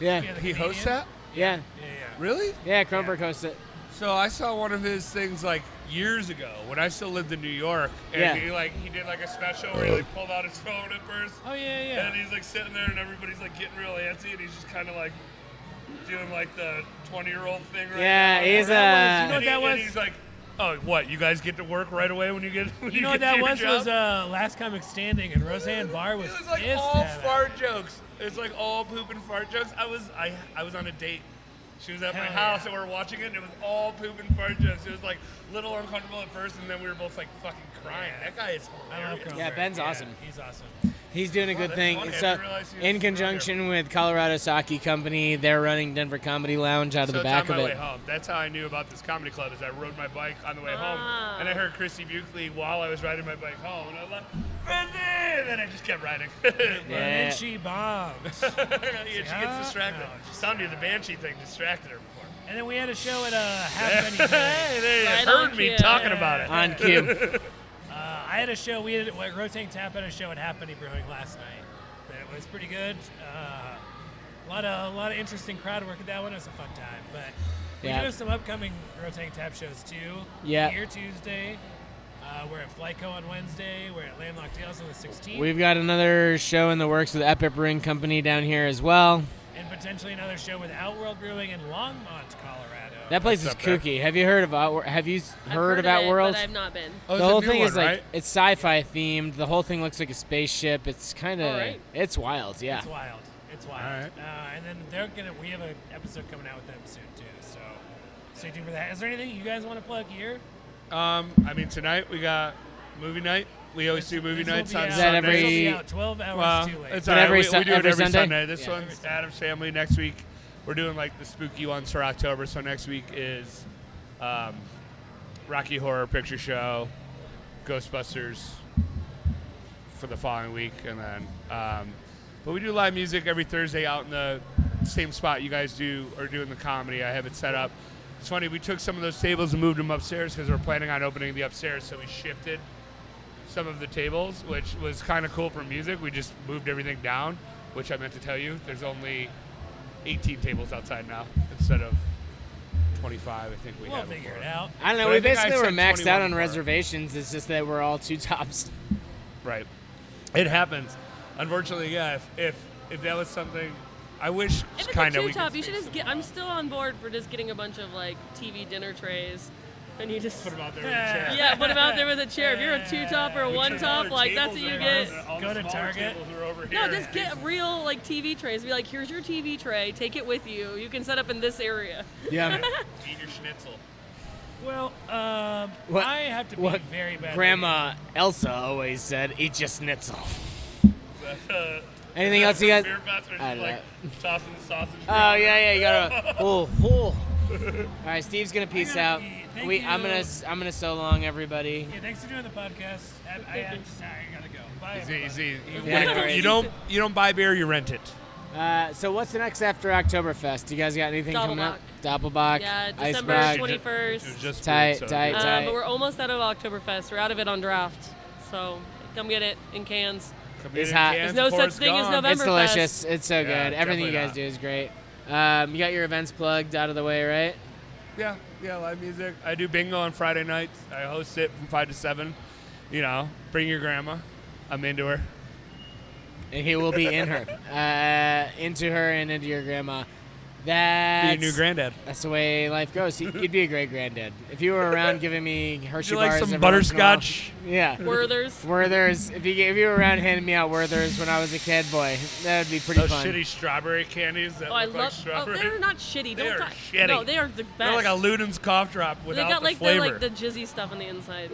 S4: yeah,
S3: Yeah, the
S6: he hosts
S3: comedian?
S6: that?
S4: yeah,
S3: Yeah, yeah.
S6: Really?
S4: yeah. Kronberg hosts it.
S6: So I saw one of his things like years ago when I still lived in New York, and
S4: Yeah.
S6: he like he did like a special where he like pulled out his phone at first,
S3: Oh yeah,
S6: and
S3: yeah.
S6: he's like sitting there and everybody's like getting real antsy, and he's just kind of like doing like the twenty year old thing. Right
S4: Yeah,
S6: now.
S4: he's uh,
S3: You know
S4: a.
S3: what that was?
S6: And he- and he's like, oh, what? You guys get to work right away when you get. When you,
S3: You know what that
S6: get to your
S3: was?
S6: job?
S3: Was uh, last comic standing, and Roseanne Barr was,
S6: It was like
S3: pissed
S6: all
S3: at her.
S6: fart jokes. It's like all poop and fart jokes. I was I I was on a date. She was at my
S3: Hell
S6: house
S3: yeah.
S6: and we were watching it and it was all poop and fart jokes. It was like little uncomfortable at first and then we were both like fucking crying. That guy is
S3: I love
S6: hilarious.
S3: Kronberg.
S4: Yeah, Ben's awesome.
S3: He's awesome.
S4: He's doing a
S6: Well,
S4: good
S6: Oh, that's
S4: thing.
S6: funny. I
S4: So,
S6: didn't realize he was
S4: in
S6: from
S4: conjunction with Colorado Sake Company, they're running Denver Comedy Lounge out of
S6: so
S4: the
S6: it's
S4: back
S6: on
S4: of
S6: my way
S4: it.
S6: home. That's how I knew about this comedy club. Is I rode my bike on the way
S5: Ah.
S6: home, and I heard Christy Buckley while I was riding my bike home, and I was like, "Christy!" And then I just kept riding.
S4: Yeah.
S3: And then she bombed.
S6: yeah, she
S3: Yeah.
S6: gets distracted.
S3: No, just-
S6: Sonia the banshee thing distracted her before.
S3: and then we had a show at uh, Half Penny Hill.
S6: hey, they
S5: Right
S6: heard
S5: on
S6: me
S5: cue.
S6: talking about it.
S4: On cue.
S3: Uh, I had a show. We had well, Rotating Tap had a show at Halfpenny Brewing last night. That was pretty good. Uh, a lot of a lot of interesting crowd work at that one. It was a fun time. But we
S4: Yeah.
S3: do have some upcoming Rotating Tap shows too.
S4: Yeah.
S3: Here Tuesday. Uh, we're at Flyco on Wednesday. We're at Landlocked Tales on the 16th.
S4: We've got another show in the works with Epic Brewing Company down here as well.
S3: and potentially another show with Outworld Brewing in Longmont, Colorado.
S4: That place is
S6: That's up
S4: kooky. Have you heard of Outworld? Have you s-
S5: I've
S4: heard,
S5: heard
S4: of
S5: about
S4: Outworld?
S5: But I've not been.
S6: Oh,
S4: the
S6: it's a
S4: whole
S6: new
S4: thing
S6: one,
S4: is like
S6: right?
S4: it's sci-fi themed. The whole thing looks like a spaceship. It's kind of
S5: All right.
S4: it's wild. Yeah.
S3: It's wild. It's wild.
S6: All right.
S3: Uh, and then they're gonna. We have an episode coming out with them soon too. So stay tuned for that. Is there anything you guys want to plug here?
S6: Um, I mean, tonight we got movie night. We always do movie
S3: This will
S6: nights
S3: be
S6: on
S3: out-
S4: Is that
S6: Sundays.
S4: every-
S3: This will be out 12 hours
S6: Well,
S3: too late.
S6: it's
S4: But
S6: all right.
S4: every
S6: we,
S4: Sun-
S6: we do it
S4: every
S6: every
S4: Sunday?
S6: Sunday. This
S3: Yeah.
S6: one's Adam's Family. Next week, we're doing like the spooky ones for October. So next week is um, Rocky Horror Picture Show, Ghostbusters for the following week, and then. Um, but we do live music every Thursday out in the same spot you guys do are doing the comedy. I have it set up. It's funny. We took some of those tables and moved them upstairs because we're planning on opening the upstairs. So we shifted some of the tables, which was kind of cool for music. We just moved everything down, which I meant to tell you. There's only 18 tables outside now instead of 25. I think we
S3: we'll
S6: had
S3: figure
S6: before.
S3: it out.
S4: I don't know.
S6: But
S4: we
S6: I think I
S4: basically were
S6: said
S4: maxed out
S6: 21
S4: on
S6: for-
S4: reservations. It's just that we're all two tops.
S6: Right. It happens. Unfortunately, yeah. If if, if that was something, I wish
S5: If it's
S6: kind
S5: a
S6: of we
S5: two
S6: could
S5: top, you should
S6: space
S5: just get. I'm still on board for just getting a bunch of like TV dinner trays, and you just.
S6: Put them out there in the chair.
S5: yeah, put them out there with a chair. If you're a two top or a one top, like that's what you get.
S3: Go to Target.
S5: No, just get real like TV trays. Be like, here's your TV tray. Take it with you. You can set up in this area.
S4: Yeah.
S6: Eat your schnitzel.
S3: Well, um,
S4: What-
S3: I have to be
S4: what
S3: very bad.
S4: Grandma Elsa always said, "Eat your schnitzel."
S6: uh,
S4: Anything else you guys? I don't
S6: like,
S4: know.
S6: tossing the sausage.
S4: Oh yeah, yeah. You gotta. Oh, oh. All right, Steve's gonna peace
S3: gotta
S4: out.
S3: pee. Thank
S4: we, I'm
S3: you.
S4: gonna, s- I'm gonna so long, everybody.
S3: Yeah, thanks for doing the podcast. I, I, I, I gotta go. Bye.
S6: Easy,
S3: everybody.
S6: easy. You,
S4: Yeah,
S6: win it.
S4: no worries.
S6: you don't you don't buy beer, you rent it.
S4: Uh, so what's the next after Oktoberfest? You guys got anything coming up? Doppelbach,
S5: Yeah, December
S4: Icebach.
S5: 20
S6: It was just- it was just
S4: Tight,
S6: food, so-
S4: tight.
S5: Uh,
S4: Tight.
S5: but we're almost out of Oktoberfest. We're out of it on draft. So come get it in cans.
S6: Come in
S4: It's
S6: and
S4: hot.
S6: can
S4: There's
S5: no
S6: before
S5: such
S6: it's
S5: thing as
S6: gone.
S5: November.
S4: It's delicious. It's so
S6: Yeah,
S4: good. Everything you guys do is
S6: definitely
S4: great. Um, you got your events plugged out of the way, right?
S6: Yeah, yeah, live music. I do bingo on Friday nights. I host it from five to seven. You know, bring your grandma. I'm into her.
S4: And he will be in her, uh, into her, and into your grandma. That's
S6: be your new granddad.
S4: That's the way life goes. You- You'd be a great granddad if you were around giving me
S6: Would
S4: Hershey
S6: you like
S4: bars.
S6: some
S4: every once in a while.
S6: butterscotch?
S4: Yeah.
S5: Werther's.
S4: Werther's. If you if you were around handing me out Werther's when I was a kid, boy, that would be pretty
S6: Those
S4: fun.
S6: shitty strawberry candies that
S5: Oh,
S6: look
S5: I
S6: like
S5: love. Oh,
S6: strawberry.
S5: they're not shitty.
S6: They
S5: Don't
S6: are
S5: talk-
S6: shitty.
S5: No, they are the best.
S6: They're like a Luden's cough drop
S5: They
S6: without
S5: got like
S6: the flavor.
S5: the like the jizzy stuff on the inside.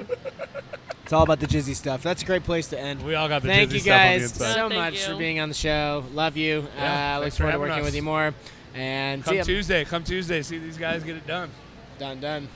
S4: It's all about the jizzy stuff. That's a great place to end.
S6: we all got the
S4: Thank
S6: jizzy
S4: you
S6: stuff on the
S4: guys
S6: inside.
S5: Yeah,
S4: so
S5: thank
S4: much for
S5: you.
S4: being on the show. Love you.
S6: Yeah,
S4: uh, look
S6: thanks for
S4: forward to
S6: having
S4: working
S6: us.
S4: with you more. And see
S6: Come
S4: ya.
S6: Tuesday, come Tuesday, see these guys get it done.
S4: Done, done.